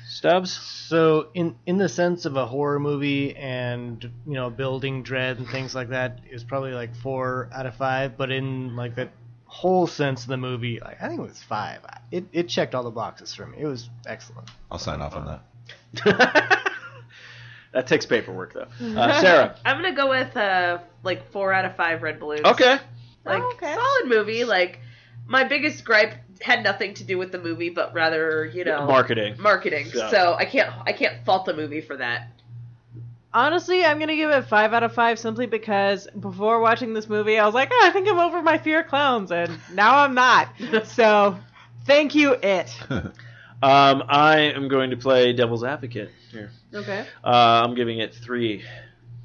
Speaker 1: Stubbs. (laughs)
Speaker 6: So in in the sense of a horror movie and you know building dread and things like that is probably like four out of five. But in like that whole sense of the movie, like I think it was five. It it checked all the boxes for me. It was excellent.
Speaker 5: I'll sign off on that.
Speaker 1: That takes paperwork though.
Speaker 4: (laughs)
Speaker 1: Uh, Sarah.
Speaker 7: I'm gonna go with uh like four out of five red balloons.
Speaker 1: Okay.
Speaker 7: Like
Speaker 4: Oh, okay.
Speaker 7: solid movie. Like my biggest gripe had nothing to do with the movie, but rather you know
Speaker 1: Marketing.
Speaker 7: marketing.
Speaker 1: Yeah.
Speaker 7: So I can't I can't fault the movie for that.
Speaker 4: Honestly, I'm gonna give it five out of five simply because before watching this movie, I was like, oh, I think I'm over my fear of clowns, and now
Speaker 1: (laughs)
Speaker 4: I'm not. So, thank you, it.
Speaker 1: Um, I am going to play devil's advocate here.
Speaker 4: Okay.
Speaker 1: Uh, I'm giving it three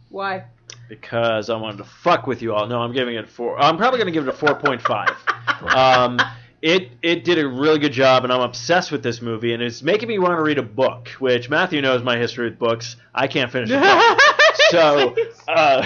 Speaker 4: Why?
Speaker 1: because I wanted to fuck with you all. No, I'm giving it four. I'm probably going to give it a four point five. Um, it it did a really good job, and I'm obsessed with this movie, and it's making me want to read a book. Which Matthew knows my history with books. I can't finish a
Speaker 4: (laughs)
Speaker 1: book. (laughs) so uh,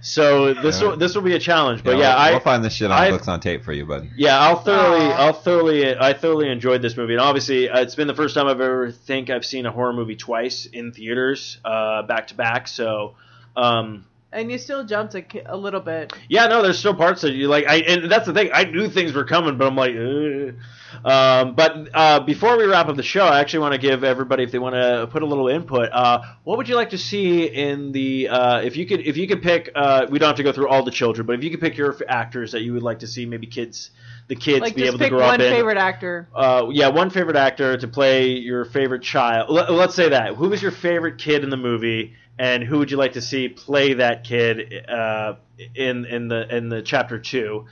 Speaker 1: so this will, this will be a challenge. But yeah,
Speaker 5: we'll,
Speaker 1: I
Speaker 5: we'll find this shit on
Speaker 1: I-
Speaker 5: books on tape for you, bud.
Speaker 1: yeah, I'll thoroughly,
Speaker 4: Aw.
Speaker 1: I'll thoroughly, I thoroughly enjoyed this movie, and obviously, uh, it's been the first time I've ever think I've seen a horror movie twice in theaters, uh, back to back. So, um,
Speaker 4: and you still jumped a, ki- a little bit.
Speaker 1: yeah, no, there's still parts that you like. I and that's the thing. I knew things were coming, but I'm like, Ugh. um, but uh, before we wrap up the show, I actually want to give everybody, if they want to put a little input, uh, what would you like to see in the uh, if you could if you could pick? Uh, we don't have to go through all the children, but if you could pick your f- actors that you would like to see, maybe kids, the kids
Speaker 4: like,
Speaker 1: be
Speaker 4: just
Speaker 1: able to
Speaker 4: pick
Speaker 1: grow up
Speaker 4: one
Speaker 1: in
Speaker 4: favorite actor.
Speaker 1: uh, yeah, one favorite actor to play your favorite child. Let, us say that. Who was your favorite kid in the movie, and who would you like to see play that kid uh, in in the in the chapter two,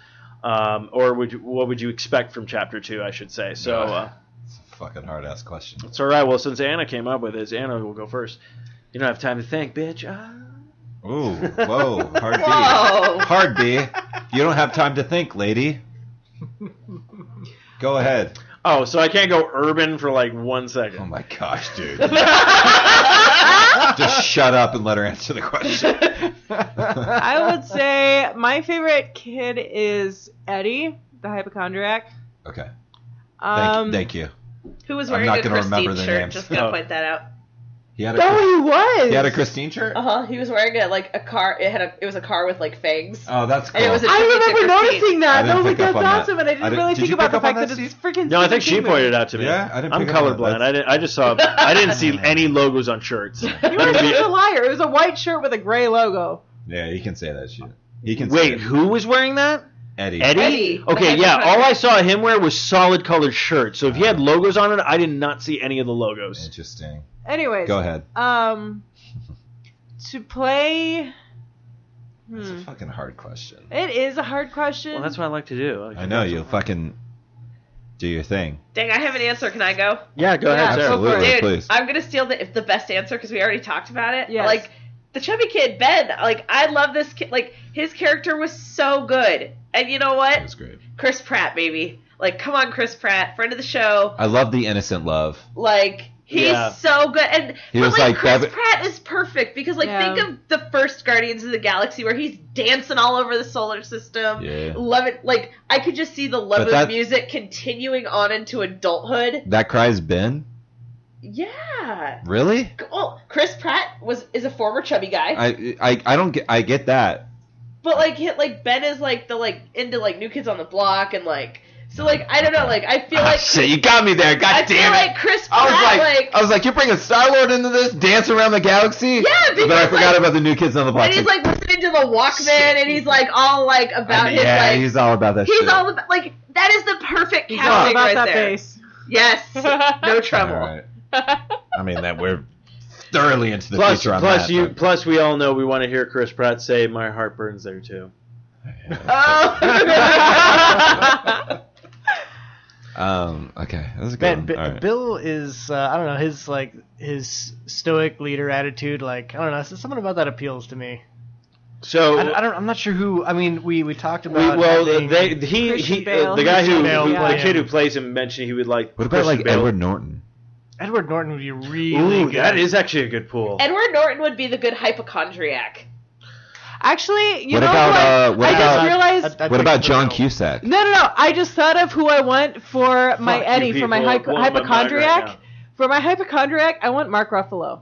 Speaker 1: um, or would you, what would you expect from chapter two? I should say. So uh,
Speaker 5: It's a fucking hard ass question.
Speaker 1: it's all right. Well, since Anna came up with this, Anna will go first. You don't have time to think, bitch. Ah.
Speaker 5: Ooh, whoa, hard B.
Speaker 7: Whoa.
Speaker 5: Hard B. You don't have time to
Speaker 7: (laughs)
Speaker 5: think, lady. Go ahead.
Speaker 1: Oh, so I can't go urban for like one second.
Speaker 5: Oh my gosh, dude.
Speaker 7: (laughs)
Speaker 5: Just shut up and let her answer the question.
Speaker 1: (laughs)
Speaker 4: I would say my favorite kid is Eddie, the hypochondriac.
Speaker 5: Okay. Thank,
Speaker 4: Um,
Speaker 5: thank you.
Speaker 7: Who was
Speaker 5: I'm
Speaker 7: wearing
Speaker 5: not
Speaker 7: a
Speaker 5: gonna remember
Speaker 7: Christine
Speaker 5: their
Speaker 7: shirt?
Speaker 5: names.
Speaker 7: Just gonna
Speaker 1: Oh.
Speaker 7: point that out.
Speaker 5: He had a,
Speaker 4: No, he was.
Speaker 5: he had a Christine shirt?
Speaker 7: Uh huh. He was wearing a like a car. It had a it was a car with like fangs.
Speaker 5: Oh, that's cool.
Speaker 7: And it was a-
Speaker 4: I remember noticing
Speaker 5: I
Speaker 4: that.
Speaker 5: didn't
Speaker 4: I was like,
Speaker 5: pick up
Speaker 4: that's
Speaker 5: on that.
Speaker 4: awesome, and I didn't,
Speaker 5: I didn't-
Speaker 4: really
Speaker 5: did
Speaker 4: think
Speaker 5: you
Speaker 4: about
Speaker 5: pick
Speaker 4: the
Speaker 5: up on
Speaker 4: fact that,
Speaker 5: that,
Speaker 4: it's freaking. (laughs)
Speaker 1: No, I think she pointed it out to me.
Speaker 5: Yeah, I didn't
Speaker 1: I'm
Speaker 5: pick up on that.
Speaker 1: colorblind.
Speaker 5: That's-
Speaker 1: I didn't. I just saw. I didn't see
Speaker 5: (laughs)
Speaker 1: any logos on shirts.
Speaker 4: You were such a liar. It was a white shirt with a gray logo.
Speaker 5: yeah, he can say that shit. He can say
Speaker 1: Wait,
Speaker 5: it.
Speaker 1: who was wearing that?
Speaker 5: Eddie.
Speaker 1: Eddie?
Speaker 7: Eddie, the
Speaker 1: Okay,
Speaker 7: head
Speaker 1: yeah.
Speaker 7: of the
Speaker 1: All I
Speaker 7: country.
Speaker 1: saw him wear was solid colored shirts. So if he had
Speaker 5: Uh,
Speaker 1: logos on it, I did not see any of the logos.
Speaker 5: Interesting.
Speaker 4: Anyways,
Speaker 5: Go ahead.
Speaker 4: um, to play.
Speaker 5: It's
Speaker 4: Hmm.
Speaker 5: a fucking hard question.
Speaker 4: It is a hard question.
Speaker 1: Well, that's what I like to do. like to
Speaker 5: I know
Speaker 1: do
Speaker 5: you
Speaker 1: something.
Speaker 5: fucking do your thing.
Speaker 7: Dang, I have an answer. Can I go?
Speaker 1: Yeah, go
Speaker 4: Yeah,
Speaker 1: ahead, Sarah.
Speaker 4: go for it.
Speaker 5: Absolutely,
Speaker 7: Dude,
Speaker 5: please.
Speaker 7: I'm gonna steal the if the best answer because we already talked about it.
Speaker 4: Yes.
Speaker 7: Like the chubby kid Ben. Like I love this kid. Like his character was so good. And you know
Speaker 5: That
Speaker 7: what?
Speaker 5: was great.
Speaker 7: Chris Pratt, baby. Like come on, Chris Pratt, friend of the show.
Speaker 5: I love the innocent love.
Speaker 7: Like he's
Speaker 1: Yeah.
Speaker 7: so good. And
Speaker 5: He
Speaker 7: but
Speaker 5: was
Speaker 7: like,
Speaker 5: like
Speaker 7: Chris
Speaker 5: Bev-
Speaker 7: Pratt is perfect because like
Speaker 4: Yeah.
Speaker 7: think of the first Guardians of the Galaxy where he's dancing all over the solar system.
Speaker 5: Yeah.
Speaker 7: Love it. Like I could just see the love
Speaker 5: But
Speaker 7: of
Speaker 5: that-
Speaker 7: music continuing on into adulthood.
Speaker 5: That cries Ben?
Speaker 7: Yeah.
Speaker 5: Really?
Speaker 7: Well, Chris Pratt was is a former chubby guy,
Speaker 5: I I I don't get I get that.
Speaker 7: but like hit like Ben is like the like into like New Kids on the Block and like so like I don't know like I feel
Speaker 5: (laughs)
Speaker 7: like
Speaker 5: you got me there. Ah, God
Speaker 7: I feel like Chris Pratt like,
Speaker 5: was like, oh, you're bringing Star Lord into this dance around the
Speaker 7: Yeah,
Speaker 5: galaxy.
Speaker 7: because,
Speaker 5: but I forgot
Speaker 7: like-
Speaker 5: about the new kids on the block.
Speaker 7: and he's like listening to the Walkman and he's like all like about his
Speaker 5: yeah,
Speaker 7: like he's,
Speaker 5: he's all about that. shit.
Speaker 7: all about like that is the perfect
Speaker 4: It's all
Speaker 7: casting
Speaker 4: about
Speaker 7: right
Speaker 4: that
Speaker 7: there.
Speaker 4: face.
Speaker 7: Yes,
Speaker 4: (laughs)
Speaker 7: no
Speaker 5: All
Speaker 7: trouble.
Speaker 5: right. I mean that we're thoroughly into the
Speaker 1: Plus,
Speaker 5: future on
Speaker 1: plus
Speaker 5: that.
Speaker 1: you,
Speaker 5: but-
Speaker 1: plus we all know we want to hear Chris Pratt say, "My heart burns there too."
Speaker 7: Uh, Oh.
Speaker 5: Um. Okay, that was a
Speaker 6: Man,
Speaker 5: good. one. All
Speaker 6: B-
Speaker 5: right.
Speaker 6: Bill is uh, I don't know his like his stoic leader attitude. Like I don't know, something about that appeals to me.
Speaker 1: So
Speaker 6: I, I don't. I'm not sure who. I mean, we we talked
Speaker 1: we,
Speaker 6: about.
Speaker 1: well,
Speaker 6: having-
Speaker 1: they, he,
Speaker 4: Christian
Speaker 1: he uh,
Speaker 4: Bale.
Speaker 1: the guy who,
Speaker 6: Christian Bale
Speaker 1: who- the
Speaker 6: playing.
Speaker 1: kid who plays him mentioned he would like.
Speaker 5: What about
Speaker 1: Christian
Speaker 5: like
Speaker 1: Bale.
Speaker 5: Edward Norton?
Speaker 6: Edward Norton would be really
Speaker 1: Ooh,
Speaker 6: good.
Speaker 1: that is actually a good pool.
Speaker 7: Edward Norton would be the good hypochondriac.
Speaker 4: (laughs) Actually, you
Speaker 5: What
Speaker 4: know
Speaker 5: about, uh,
Speaker 4: what?
Speaker 5: what
Speaker 4: I
Speaker 5: about-
Speaker 4: just realized.
Speaker 6: I- I
Speaker 5: What
Speaker 6: picked
Speaker 5: about
Speaker 6: Bill.
Speaker 5: John Cusack?
Speaker 4: no, no, no. I just thought of who I want for my
Speaker 1: Fuck you
Speaker 4: Eddie, for my
Speaker 1: people,
Speaker 4: hypo-
Speaker 1: blowing my mind right
Speaker 4: hypochondriac.
Speaker 1: now.
Speaker 4: for my hypochondriac, I want Mark Ruffalo.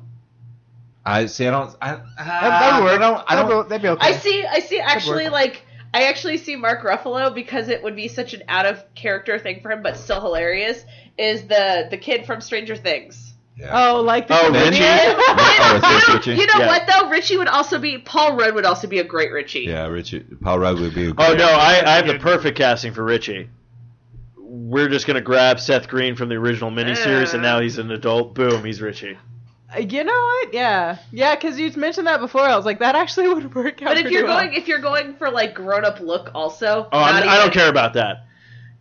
Speaker 5: I see. I don't. I,
Speaker 6: That,
Speaker 4: Uh,
Speaker 6: that would
Speaker 5: I
Speaker 6: work.
Speaker 5: don't. I
Speaker 6: That'd
Speaker 5: don't.
Speaker 6: go- that'd be okay.
Speaker 7: I
Speaker 6: (laughs)
Speaker 7: see. I see. Actually,
Speaker 6: work.
Speaker 7: like I actually see Mark Ruffalo because it would be such an out of character thing for him, but still hilarious. Is the the kid from Stranger Things?
Speaker 4: Oh, like the
Speaker 1: Oh,
Speaker 4: comedian? (laughs)
Speaker 1: Richie?
Speaker 5: Oh, it's
Speaker 7: (laughs) you
Speaker 5: Richie.
Speaker 7: know, you know
Speaker 1: Yeah.
Speaker 7: what though? Richie would also be Paul Rudd would also be a great Richie.
Speaker 5: Yeah, Richard. Paul Rudd would be. A
Speaker 1: Oh no, I, I have the
Speaker 6: Good.
Speaker 1: perfect casting for Richie. We're just gonna grab Seth Green from the original miniseries, and now he's an adult. Boom, he's Richie.
Speaker 4: Uh, You know what? Yeah, yeah, because you mentioned that before. I was like, that actually (laughs) would work out.
Speaker 7: But if
Speaker 4: pretty
Speaker 7: you're
Speaker 4: well.
Speaker 7: going if you're going for like grown up look also,
Speaker 1: Oh, I'm,
Speaker 7: not
Speaker 1: I don't
Speaker 7: even-
Speaker 1: care about that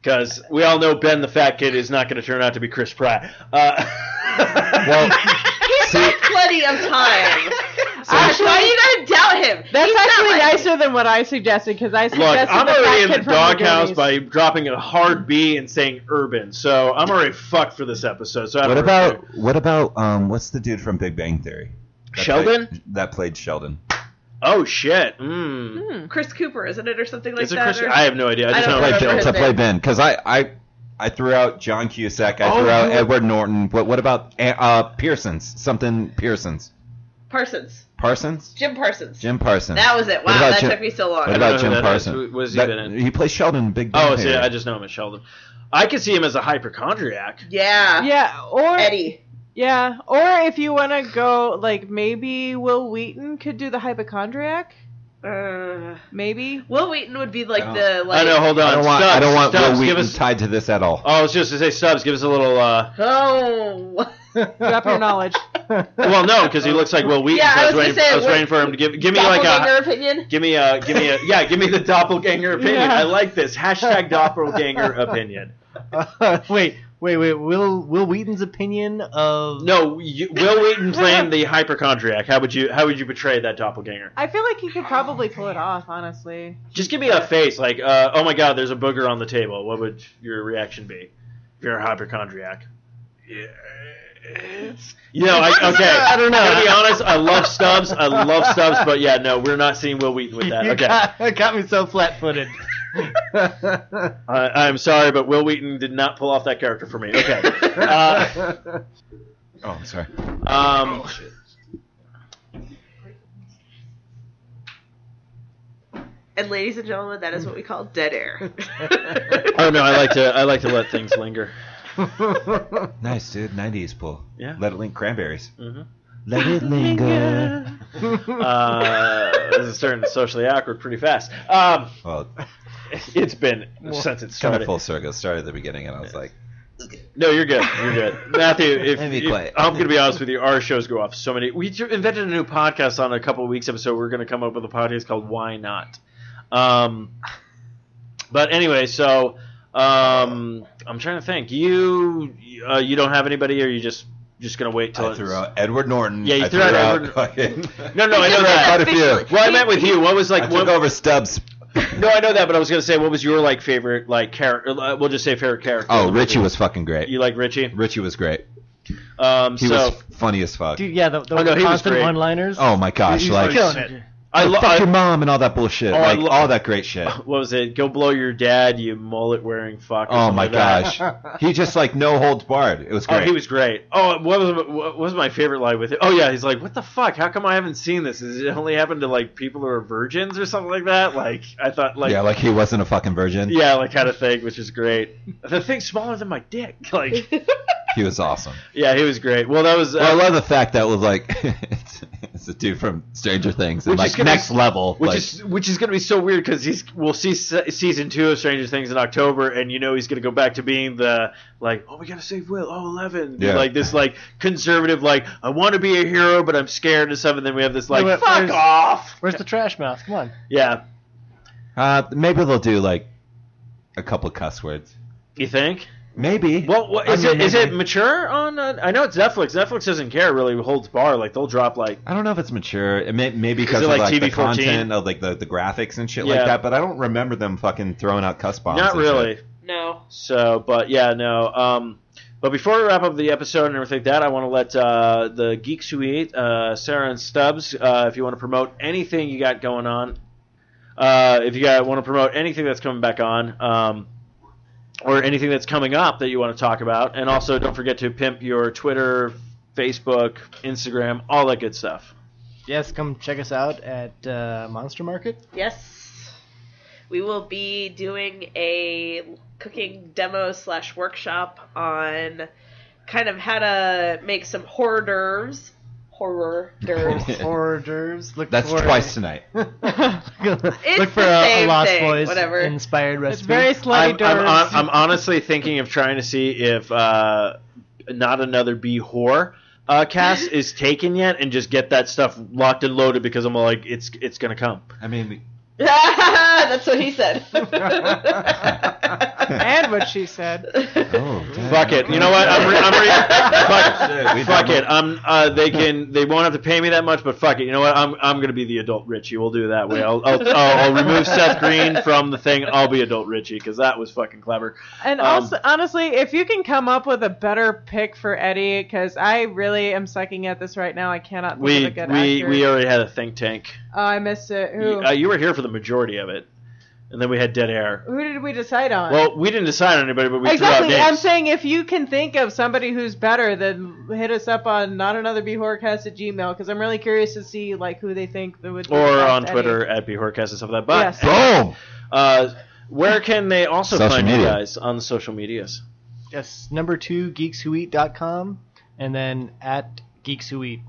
Speaker 1: because we all know Ben the fat kid is not gonna turn out to be Chris Pratt. Uh, (laughs)
Speaker 5: Well,
Speaker 7: He's got plenty of time.
Speaker 4: Actually-
Speaker 7: Actually, why do you gotta doubt him?
Speaker 4: that's
Speaker 7: He's not
Speaker 4: actually
Speaker 7: like-
Speaker 4: nicer than what I suggested because I
Speaker 1: look,
Speaker 4: suggested
Speaker 1: I'm
Speaker 4: the fat
Speaker 1: already in
Speaker 4: kid
Speaker 1: the
Speaker 4: from
Speaker 1: doghouse
Speaker 4: Goonies.
Speaker 1: by dropping a hard B and saying urban, so I'm already fucked for this episode. So I don't
Speaker 5: what
Speaker 1: really care.
Speaker 5: about what about um? What's the dude from Big Bang Theory? That
Speaker 1: Sheldon?
Speaker 5: played- that played Sheldon.
Speaker 1: Oh shit! Mm.
Speaker 7: Chris Cooper, isn't it, or Hmm. something like
Speaker 1: Is it
Speaker 7: that?
Speaker 1: Chris?
Speaker 7: or-
Speaker 1: I have no idea. I just
Speaker 7: don't
Speaker 1: know
Speaker 5: Play
Speaker 7: remember
Speaker 1: like
Speaker 5: Bill
Speaker 7: his
Speaker 5: to play
Speaker 7: name.
Speaker 5: Ben because I, I I threw out John Cusack. I
Speaker 1: Oh,
Speaker 5: threw out
Speaker 1: you-
Speaker 5: Edward Norton. What what about uh, uh Pearson's something Pearson's
Speaker 7: Parsons,
Speaker 5: Parsons
Speaker 7: Jim Parsons.
Speaker 5: Jim Parsons.
Speaker 7: That was it.
Speaker 5: What
Speaker 7: Wow,
Speaker 5: about
Speaker 7: that
Speaker 5: Jim-
Speaker 7: took me so long.
Speaker 5: What
Speaker 1: don't know
Speaker 5: about
Speaker 1: who
Speaker 5: Jim
Speaker 1: that is.
Speaker 5: Parsons?
Speaker 1: Who- was he
Speaker 5: That-
Speaker 1: been in?
Speaker 5: He plays Sheldon in Big Bang
Speaker 1: Oh, see,
Speaker 5: Theory.
Speaker 1: I just know him as Sheldon. I could see him as a hypochondriac.
Speaker 7: yeah.
Speaker 4: yeah, or
Speaker 7: Eddie.
Speaker 4: yeah, or if you want to go like maybe Will Wheaton could do the hypochondriac,
Speaker 7: Uh,
Speaker 4: maybe.
Speaker 7: Will Wheaton would be like
Speaker 5: I
Speaker 7: the
Speaker 1: I
Speaker 7: like.
Speaker 1: know. Hold on.
Speaker 5: I don't want
Speaker 1: Stubbs,
Speaker 5: I don't want
Speaker 1: Stubbs,
Speaker 5: Will
Speaker 1: give
Speaker 5: Wheaton
Speaker 1: us.
Speaker 5: tied to this at all.
Speaker 1: Oh, I was just to say, Stubbs, give us a little. uh
Speaker 7: Oh.
Speaker 4: Drop your knowledge.
Speaker 7: (laughs)
Speaker 1: Well, no, because he looks like Will Wheaton.
Speaker 7: Yeah,
Speaker 1: so
Speaker 7: I was
Speaker 1: waiting.
Speaker 7: gonna say,
Speaker 1: I was
Speaker 7: what-
Speaker 1: waiting for him to give. Give me like
Speaker 7: Doppelganger
Speaker 1: a.
Speaker 7: opinion.
Speaker 1: Give me a. Give me a. Yeah, give me the doppelganger opinion.
Speaker 4: Yeah.
Speaker 1: I like this hashtag
Speaker 7: (laughs)
Speaker 1: doppelganger opinion.
Speaker 6: (laughs) wait, wait, wait. Will Will Wheaton's opinion of (laughs)
Speaker 1: No, you, Will Wheaton
Speaker 7: (laughs)
Speaker 1: playing the hypochondriac. How would you? How would you portray that doppelganger?
Speaker 4: I feel like he could probably pull it off,
Speaker 7: (laughs)
Speaker 4: honestly.
Speaker 1: Just give me a face like, uh, oh my god, there's a booger on the table. What would your reaction be if you're a hypochondriac? You know, I, okay. I don't know. To be honest, I love Stubbs. I love Stubbs, but yeah, no, we're not seeing Will Wheaton with that.
Speaker 6: you
Speaker 1: okay,
Speaker 6: got, got me
Speaker 1: (laughs)
Speaker 6: so flat-footed. (laughs)
Speaker 1: Uh, I, I'm sorry, but Will Wheaton did not pull off that character for me. Okay. Uh,
Speaker 5: Oh, I'm sorry.
Speaker 1: um,
Speaker 7: And ladies and gentlemen, that is what we call dead air.
Speaker 1: I don't know. oh, I
Speaker 6: (laughs)
Speaker 1: like to. I like to let things linger.
Speaker 5: Nice dude, nineties pull.
Speaker 1: Yeah.
Speaker 5: Let it link cranberries.
Speaker 1: Mhm.
Speaker 5: Let it linger.
Speaker 1: Uh, this is turning socially awkward pretty fast. Um,
Speaker 5: Well,
Speaker 1: it's been since it
Speaker 5: kind of
Speaker 1: started.
Speaker 5: full circle. It Started at the beginning, and I was like,
Speaker 1: No, you're good. You're
Speaker 5: (laughs)
Speaker 1: good, Matthew. If,
Speaker 5: Let me
Speaker 1: if-
Speaker 5: quiet.
Speaker 1: I'm going to be honest with you, our shows go off so many. We ju- invented a new podcast on a couple of weeks episode. We're going to come up with a podcast called Why Not. Um, but anyway, so um, I'm trying to think. You uh, you don't have anybody, or you just just going to wait till
Speaker 5: I threw
Speaker 1: it's...
Speaker 5: out Edward Norton.
Speaker 1: Yeah, you
Speaker 5: I
Speaker 1: threw out Edward-
Speaker 5: fucking- (laughs)
Speaker 1: No, no, I know
Speaker 5: threw out
Speaker 1: that.
Speaker 5: quite a few.
Speaker 1: Well, I meant with you. What was like?
Speaker 5: I
Speaker 1: what,
Speaker 5: took over Stubbs.
Speaker 1: No, I know that, but I was going to say, what was your like favorite like character? We'll just say favorite character.
Speaker 5: Oh, Richie was fucking great.
Speaker 1: You like Richie?
Speaker 5: Richie was great.
Speaker 1: Um,
Speaker 5: He
Speaker 1: so
Speaker 5: was funny as fuck.
Speaker 6: Dude, yeah, the, the
Speaker 1: Oh, no, he was
Speaker 6: constant
Speaker 1: great.
Speaker 6: one-liners.
Speaker 5: oh my gosh,
Speaker 6: he's
Speaker 5: like
Speaker 6: killing it.
Speaker 1: I, lo-
Speaker 5: fuck
Speaker 1: I
Speaker 5: your mom and all that bullshit,
Speaker 1: Oh, I
Speaker 5: like
Speaker 1: lo-
Speaker 5: all that
Speaker 1: (laughs)
Speaker 5: great shit.
Speaker 1: what was it? Go blow your dad, you mullet wearing fuck. or
Speaker 5: Oh
Speaker 1: something
Speaker 5: my
Speaker 1: like that.
Speaker 5: gosh,
Speaker 4: (laughs)
Speaker 5: he just like no holds barred. It was
Speaker 1: Oh,
Speaker 5: great.
Speaker 1: he was great. Oh, what was what was my favorite line with it? Oh yeah, he's like, "What the fuck? How come I haven't seen this? Is it only happened to like people who are virgins or something like that?" Like I thought, like
Speaker 5: yeah,
Speaker 1: yeah, like,
Speaker 5: like he wasn't a fucking virgin.
Speaker 1: kind of thing, which is great. The thing's smaller than my dick. (laughs) Like
Speaker 5: he
Speaker 1: (laughs)
Speaker 5: was awesome.
Speaker 1: yeah, he was great. Well, that was uh,
Speaker 5: Well, I love the fact that was like (laughs) it's, it's a dude from Stranger Things, and
Speaker 1: Which is
Speaker 5: like
Speaker 1: gonna-
Speaker 5: next level,
Speaker 1: which
Speaker 5: like,
Speaker 1: is which is going to be so weird because he's we'll see se- season two of Stranger Things in October, and you know he's going to go back to being the like, oh, we got to save Will, oh, Eleven,
Speaker 5: Yeah.
Speaker 1: like this like conservative, like I want to be a hero, but I'm scared and stuff. And then we have this like,
Speaker 6: Yeah, but
Speaker 1: fuck
Speaker 6: there's-
Speaker 1: off,
Speaker 6: Where's the trash mouth? Come on.
Speaker 1: yeah.
Speaker 5: uh, maybe they'll do like a couple cuss words.
Speaker 1: You think?
Speaker 5: Maybe.
Speaker 1: Well, what,
Speaker 5: I
Speaker 1: is
Speaker 5: mean,
Speaker 1: it is
Speaker 5: maybe.
Speaker 1: it mature on? Uh, I know it's Netflix. Netflix doesn't care really. Holds bar like they'll drop like
Speaker 5: I don't know if it's mature. It may, maybe because
Speaker 1: it
Speaker 5: of
Speaker 1: like
Speaker 5: like, the
Speaker 1: TV-14?
Speaker 5: content of like the, the graphics and shit
Speaker 1: Yeah.
Speaker 5: like that. But I don't remember them fucking throwing out cuss bombs.
Speaker 1: not
Speaker 5: and shit.
Speaker 1: really.
Speaker 7: no.
Speaker 1: So, but yeah, no. Um, but before we wrap up the episode and everything like that, I want to let uh, the geeks who eat, uh, Sarah and Stubbs, uh, if you want to promote anything you got going on, uh, if you got want to promote anything that's coming back on, um, or anything that's coming up that you want to talk about, and also don't forget to pimp your Twitter, Facebook, Instagram, all that good stuff.
Speaker 6: Yes, come check us out at uh, Monster
Speaker 5: (laughs)
Speaker 6: Market.
Speaker 7: Yes. We will be doing a cooking demo slash workshop on kind of how to make some hors d'oeuvres. Horror d'oeuvres.
Speaker 6: Hors d'oeuvres. Look
Speaker 5: That's
Speaker 6: for (laughs)
Speaker 5: twice tonight.
Speaker 6: Look for
Speaker 7: the
Speaker 6: a, a
Speaker 7: same
Speaker 6: Lost
Speaker 7: thing,
Speaker 6: Boys
Speaker 7: whatever.
Speaker 6: inspired recipe.
Speaker 4: It's very
Speaker 1: I'm,
Speaker 4: slutty
Speaker 1: I'm, hon-
Speaker 4: d'oeuvres.
Speaker 1: I'm honestly thinking of trying to see if uh, not another B whore uh,
Speaker 4: (laughs)
Speaker 1: cast is taken yet, and just get that stuff locked and loaded because I'm like, it's it's gonna come.
Speaker 5: I mean,
Speaker 7: (laughs) That's what he said. (laughs)
Speaker 6: Oh,
Speaker 4: and what she said.
Speaker 5: oh,
Speaker 1: Fuck it. You know what? I'm re- I'm
Speaker 5: (laughs)
Speaker 1: re- fuck,
Speaker 5: We
Speaker 1: fuck
Speaker 5: done.
Speaker 1: it. I'm uh, they can they won't have to pay me that much, but fuck it. You know what? I'm I'm gonna be the adult Richie. We'll do it that way. I'll I'll, I'll, I'll remove Seth Green from the thing. I'll be adult Richie because that was fucking clever.
Speaker 4: And
Speaker 1: Um,
Speaker 4: also, honestly, if you can come up with a better pick for Eddie, because I really am sucking at this right now. I cannot think
Speaker 1: We
Speaker 4: of a good
Speaker 1: we
Speaker 4: actor.
Speaker 1: we already had a think tank.
Speaker 4: oh, I missed it. Who?
Speaker 1: Uh, you were here for the majority of it, and then we had dead air.
Speaker 4: who did we decide on?
Speaker 1: Well, we didn't decide on anybody, but we
Speaker 4: exactly.
Speaker 1: threw out
Speaker 4: I'm
Speaker 1: names.
Speaker 4: saying if you can think of somebody who's better, then hit us up on not another BHorrorcast at Gmail, because I'm really curious to see like who they think that would. be the
Speaker 1: or
Speaker 4: best
Speaker 1: on
Speaker 4: Eddie.
Speaker 1: Twitter at bhorcast and stuff like that. But
Speaker 4: Yes.
Speaker 5: Boom.
Speaker 1: uh, where can they also
Speaker 5: Social
Speaker 1: find you
Speaker 5: media.
Speaker 1: guys on the social medias?
Speaker 6: (laughs) Yes, number two, geekswhoeat.com, and then at geekswhoeat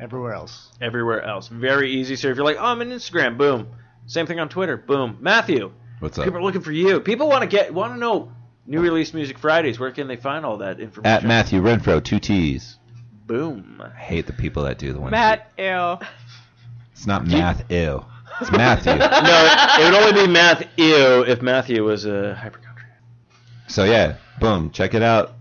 Speaker 6: everywhere else.
Speaker 1: Everywhere else, very easy. So if you're like, oh, I'm on Instagram, boom. Same thing on Twitter, boom. Matthew,
Speaker 5: What's
Speaker 1: people are
Speaker 5: up?
Speaker 1: looking for you. People want to get want to know new release music Fridays. Where can they find all that information?
Speaker 5: At Matthew Renfro, two T's.
Speaker 1: boom. (laughs)
Speaker 5: I hate the people that do the one.
Speaker 4: Matt, ew.
Speaker 5: It's not math. Ew. It's
Speaker 1: (laughs)
Speaker 5: Matthew.
Speaker 1: No, it would only be Matthew if Matthew was uh, a hyperchondriac.
Speaker 5: So yeah, boom, check it out.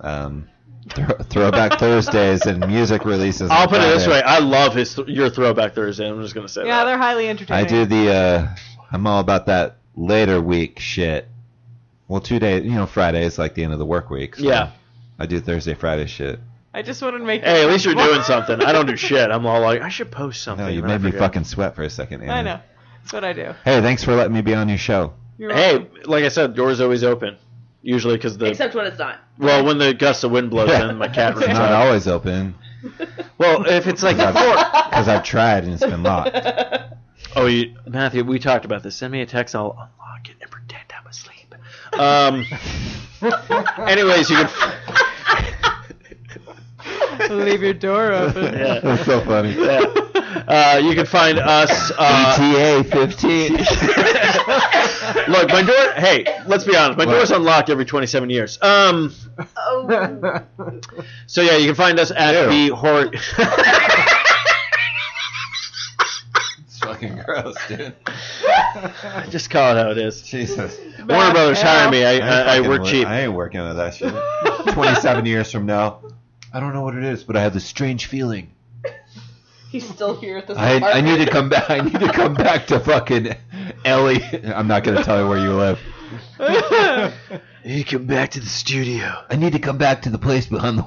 Speaker 5: Um, thro- throwback Thursdays and music releases.
Speaker 1: I'll
Speaker 5: on
Speaker 1: put it this way:
Speaker 5: Friday.
Speaker 1: I love his th- your throwback Thursday. I'm just gonna say
Speaker 4: Yeah,
Speaker 1: that.
Speaker 4: they're highly
Speaker 5: I
Speaker 4: entertaining.
Speaker 5: do the. Uh, I'm all about that later week shit. Well, two days, you know, Friday is like the end of the work week. so
Speaker 1: Yeah.
Speaker 5: I do Thursday, Friday shit.
Speaker 4: I just wanted to make.
Speaker 1: Hey, at least you're doing something. I don't do shit. I'm all like, I should post something.
Speaker 5: No, Oh, you
Speaker 1: and I
Speaker 5: made me
Speaker 1: forget.
Speaker 5: fucking sweat for a second.
Speaker 4: (laughs) I
Speaker 5: Andy.
Speaker 4: know. That's what I do.
Speaker 5: Hey, thanks for letting me be on your show.
Speaker 4: You're
Speaker 1: Hey, like I said, doors always open. Usually because the
Speaker 7: Except when it's not.
Speaker 1: well, when the gust of wind blows in, my
Speaker 5: (laughs)
Speaker 1: cat
Speaker 5: It's
Speaker 1: runs
Speaker 5: not
Speaker 1: out.
Speaker 5: always open
Speaker 4: (laughs)
Speaker 1: Well, if it's
Speaker 5: (laughs)
Speaker 1: like
Speaker 5: Because
Speaker 1: four. (laughs)
Speaker 5: because I've tried and it's been locked.
Speaker 4: (laughs)
Speaker 1: Oh, you, Matthew, we talked about this. Send me a text. I'll unlock it and pretend I'm asleep.
Speaker 4: (laughs)
Speaker 1: Um. anyways, you can. (laughs)
Speaker 4: Leave your door open.
Speaker 1: Yeah.
Speaker 5: (laughs) That's so funny.
Speaker 1: Uh, you can find us. Uh,
Speaker 5: ETA
Speaker 1: (laughs)
Speaker 5: 15.
Speaker 1: Look, my door. Hey, let's be honest. My door's unlocked every 27 years. Um. So yeah, you can find us at
Speaker 5: Ew.
Speaker 1: the horror.
Speaker 5: it's fucking gross, dude.
Speaker 1: (laughs) Just call it how it is.
Speaker 5: Jesus.
Speaker 1: Warner Brothers hire me. I I, I
Speaker 5: ain't
Speaker 1: work
Speaker 5: fucking
Speaker 1: cheap.
Speaker 5: wor- I ain't working on that shit. 27 years from now. I don't know what it is, but I have this strange feeling.
Speaker 7: He's still here at this
Speaker 5: I, I
Speaker 7: apartment.
Speaker 5: need to come back. I need to come back to fucking Ellie. I'm not gonna tell you where you live.
Speaker 1: You come back to the studio.
Speaker 5: I need to come back to the place behind the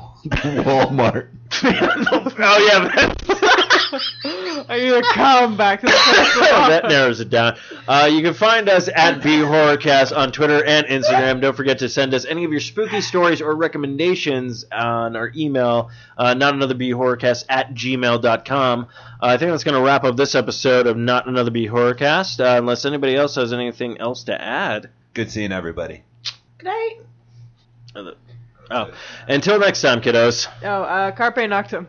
Speaker 5: Walmart.
Speaker 1: (laughs) oh yeah,
Speaker 5: (laughs)
Speaker 4: I need to (laughs) come back. This place is awful.
Speaker 1: that narrows it down. Uh, you can find us at B Horrorcast on Twitter and Instagram. Don't forget to send us any of your spooky stories or recommendations on our email, uh, not another B Horrorcast at gmail.com. Uh, I think that's going to wrap up this episode of Not Another B Horrorcast, uh, unless anybody else has anything else to add.
Speaker 5: Good seeing everybody.
Speaker 7: Good night.
Speaker 1: Oh, until next time, kiddos.
Speaker 4: Oh, uh, Carpe Noctem.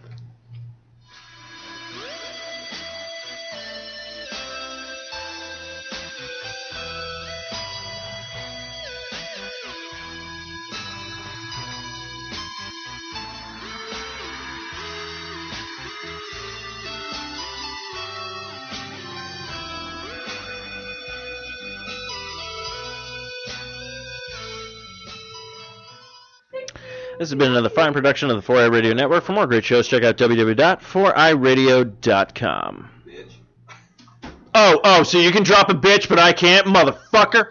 Speaker 1: This has been another fine production of the 4i Radio Network. For more great shows, check out www.4iradio.com. Oh, oh, so you can drop a bitch, but I can't, motherfucker.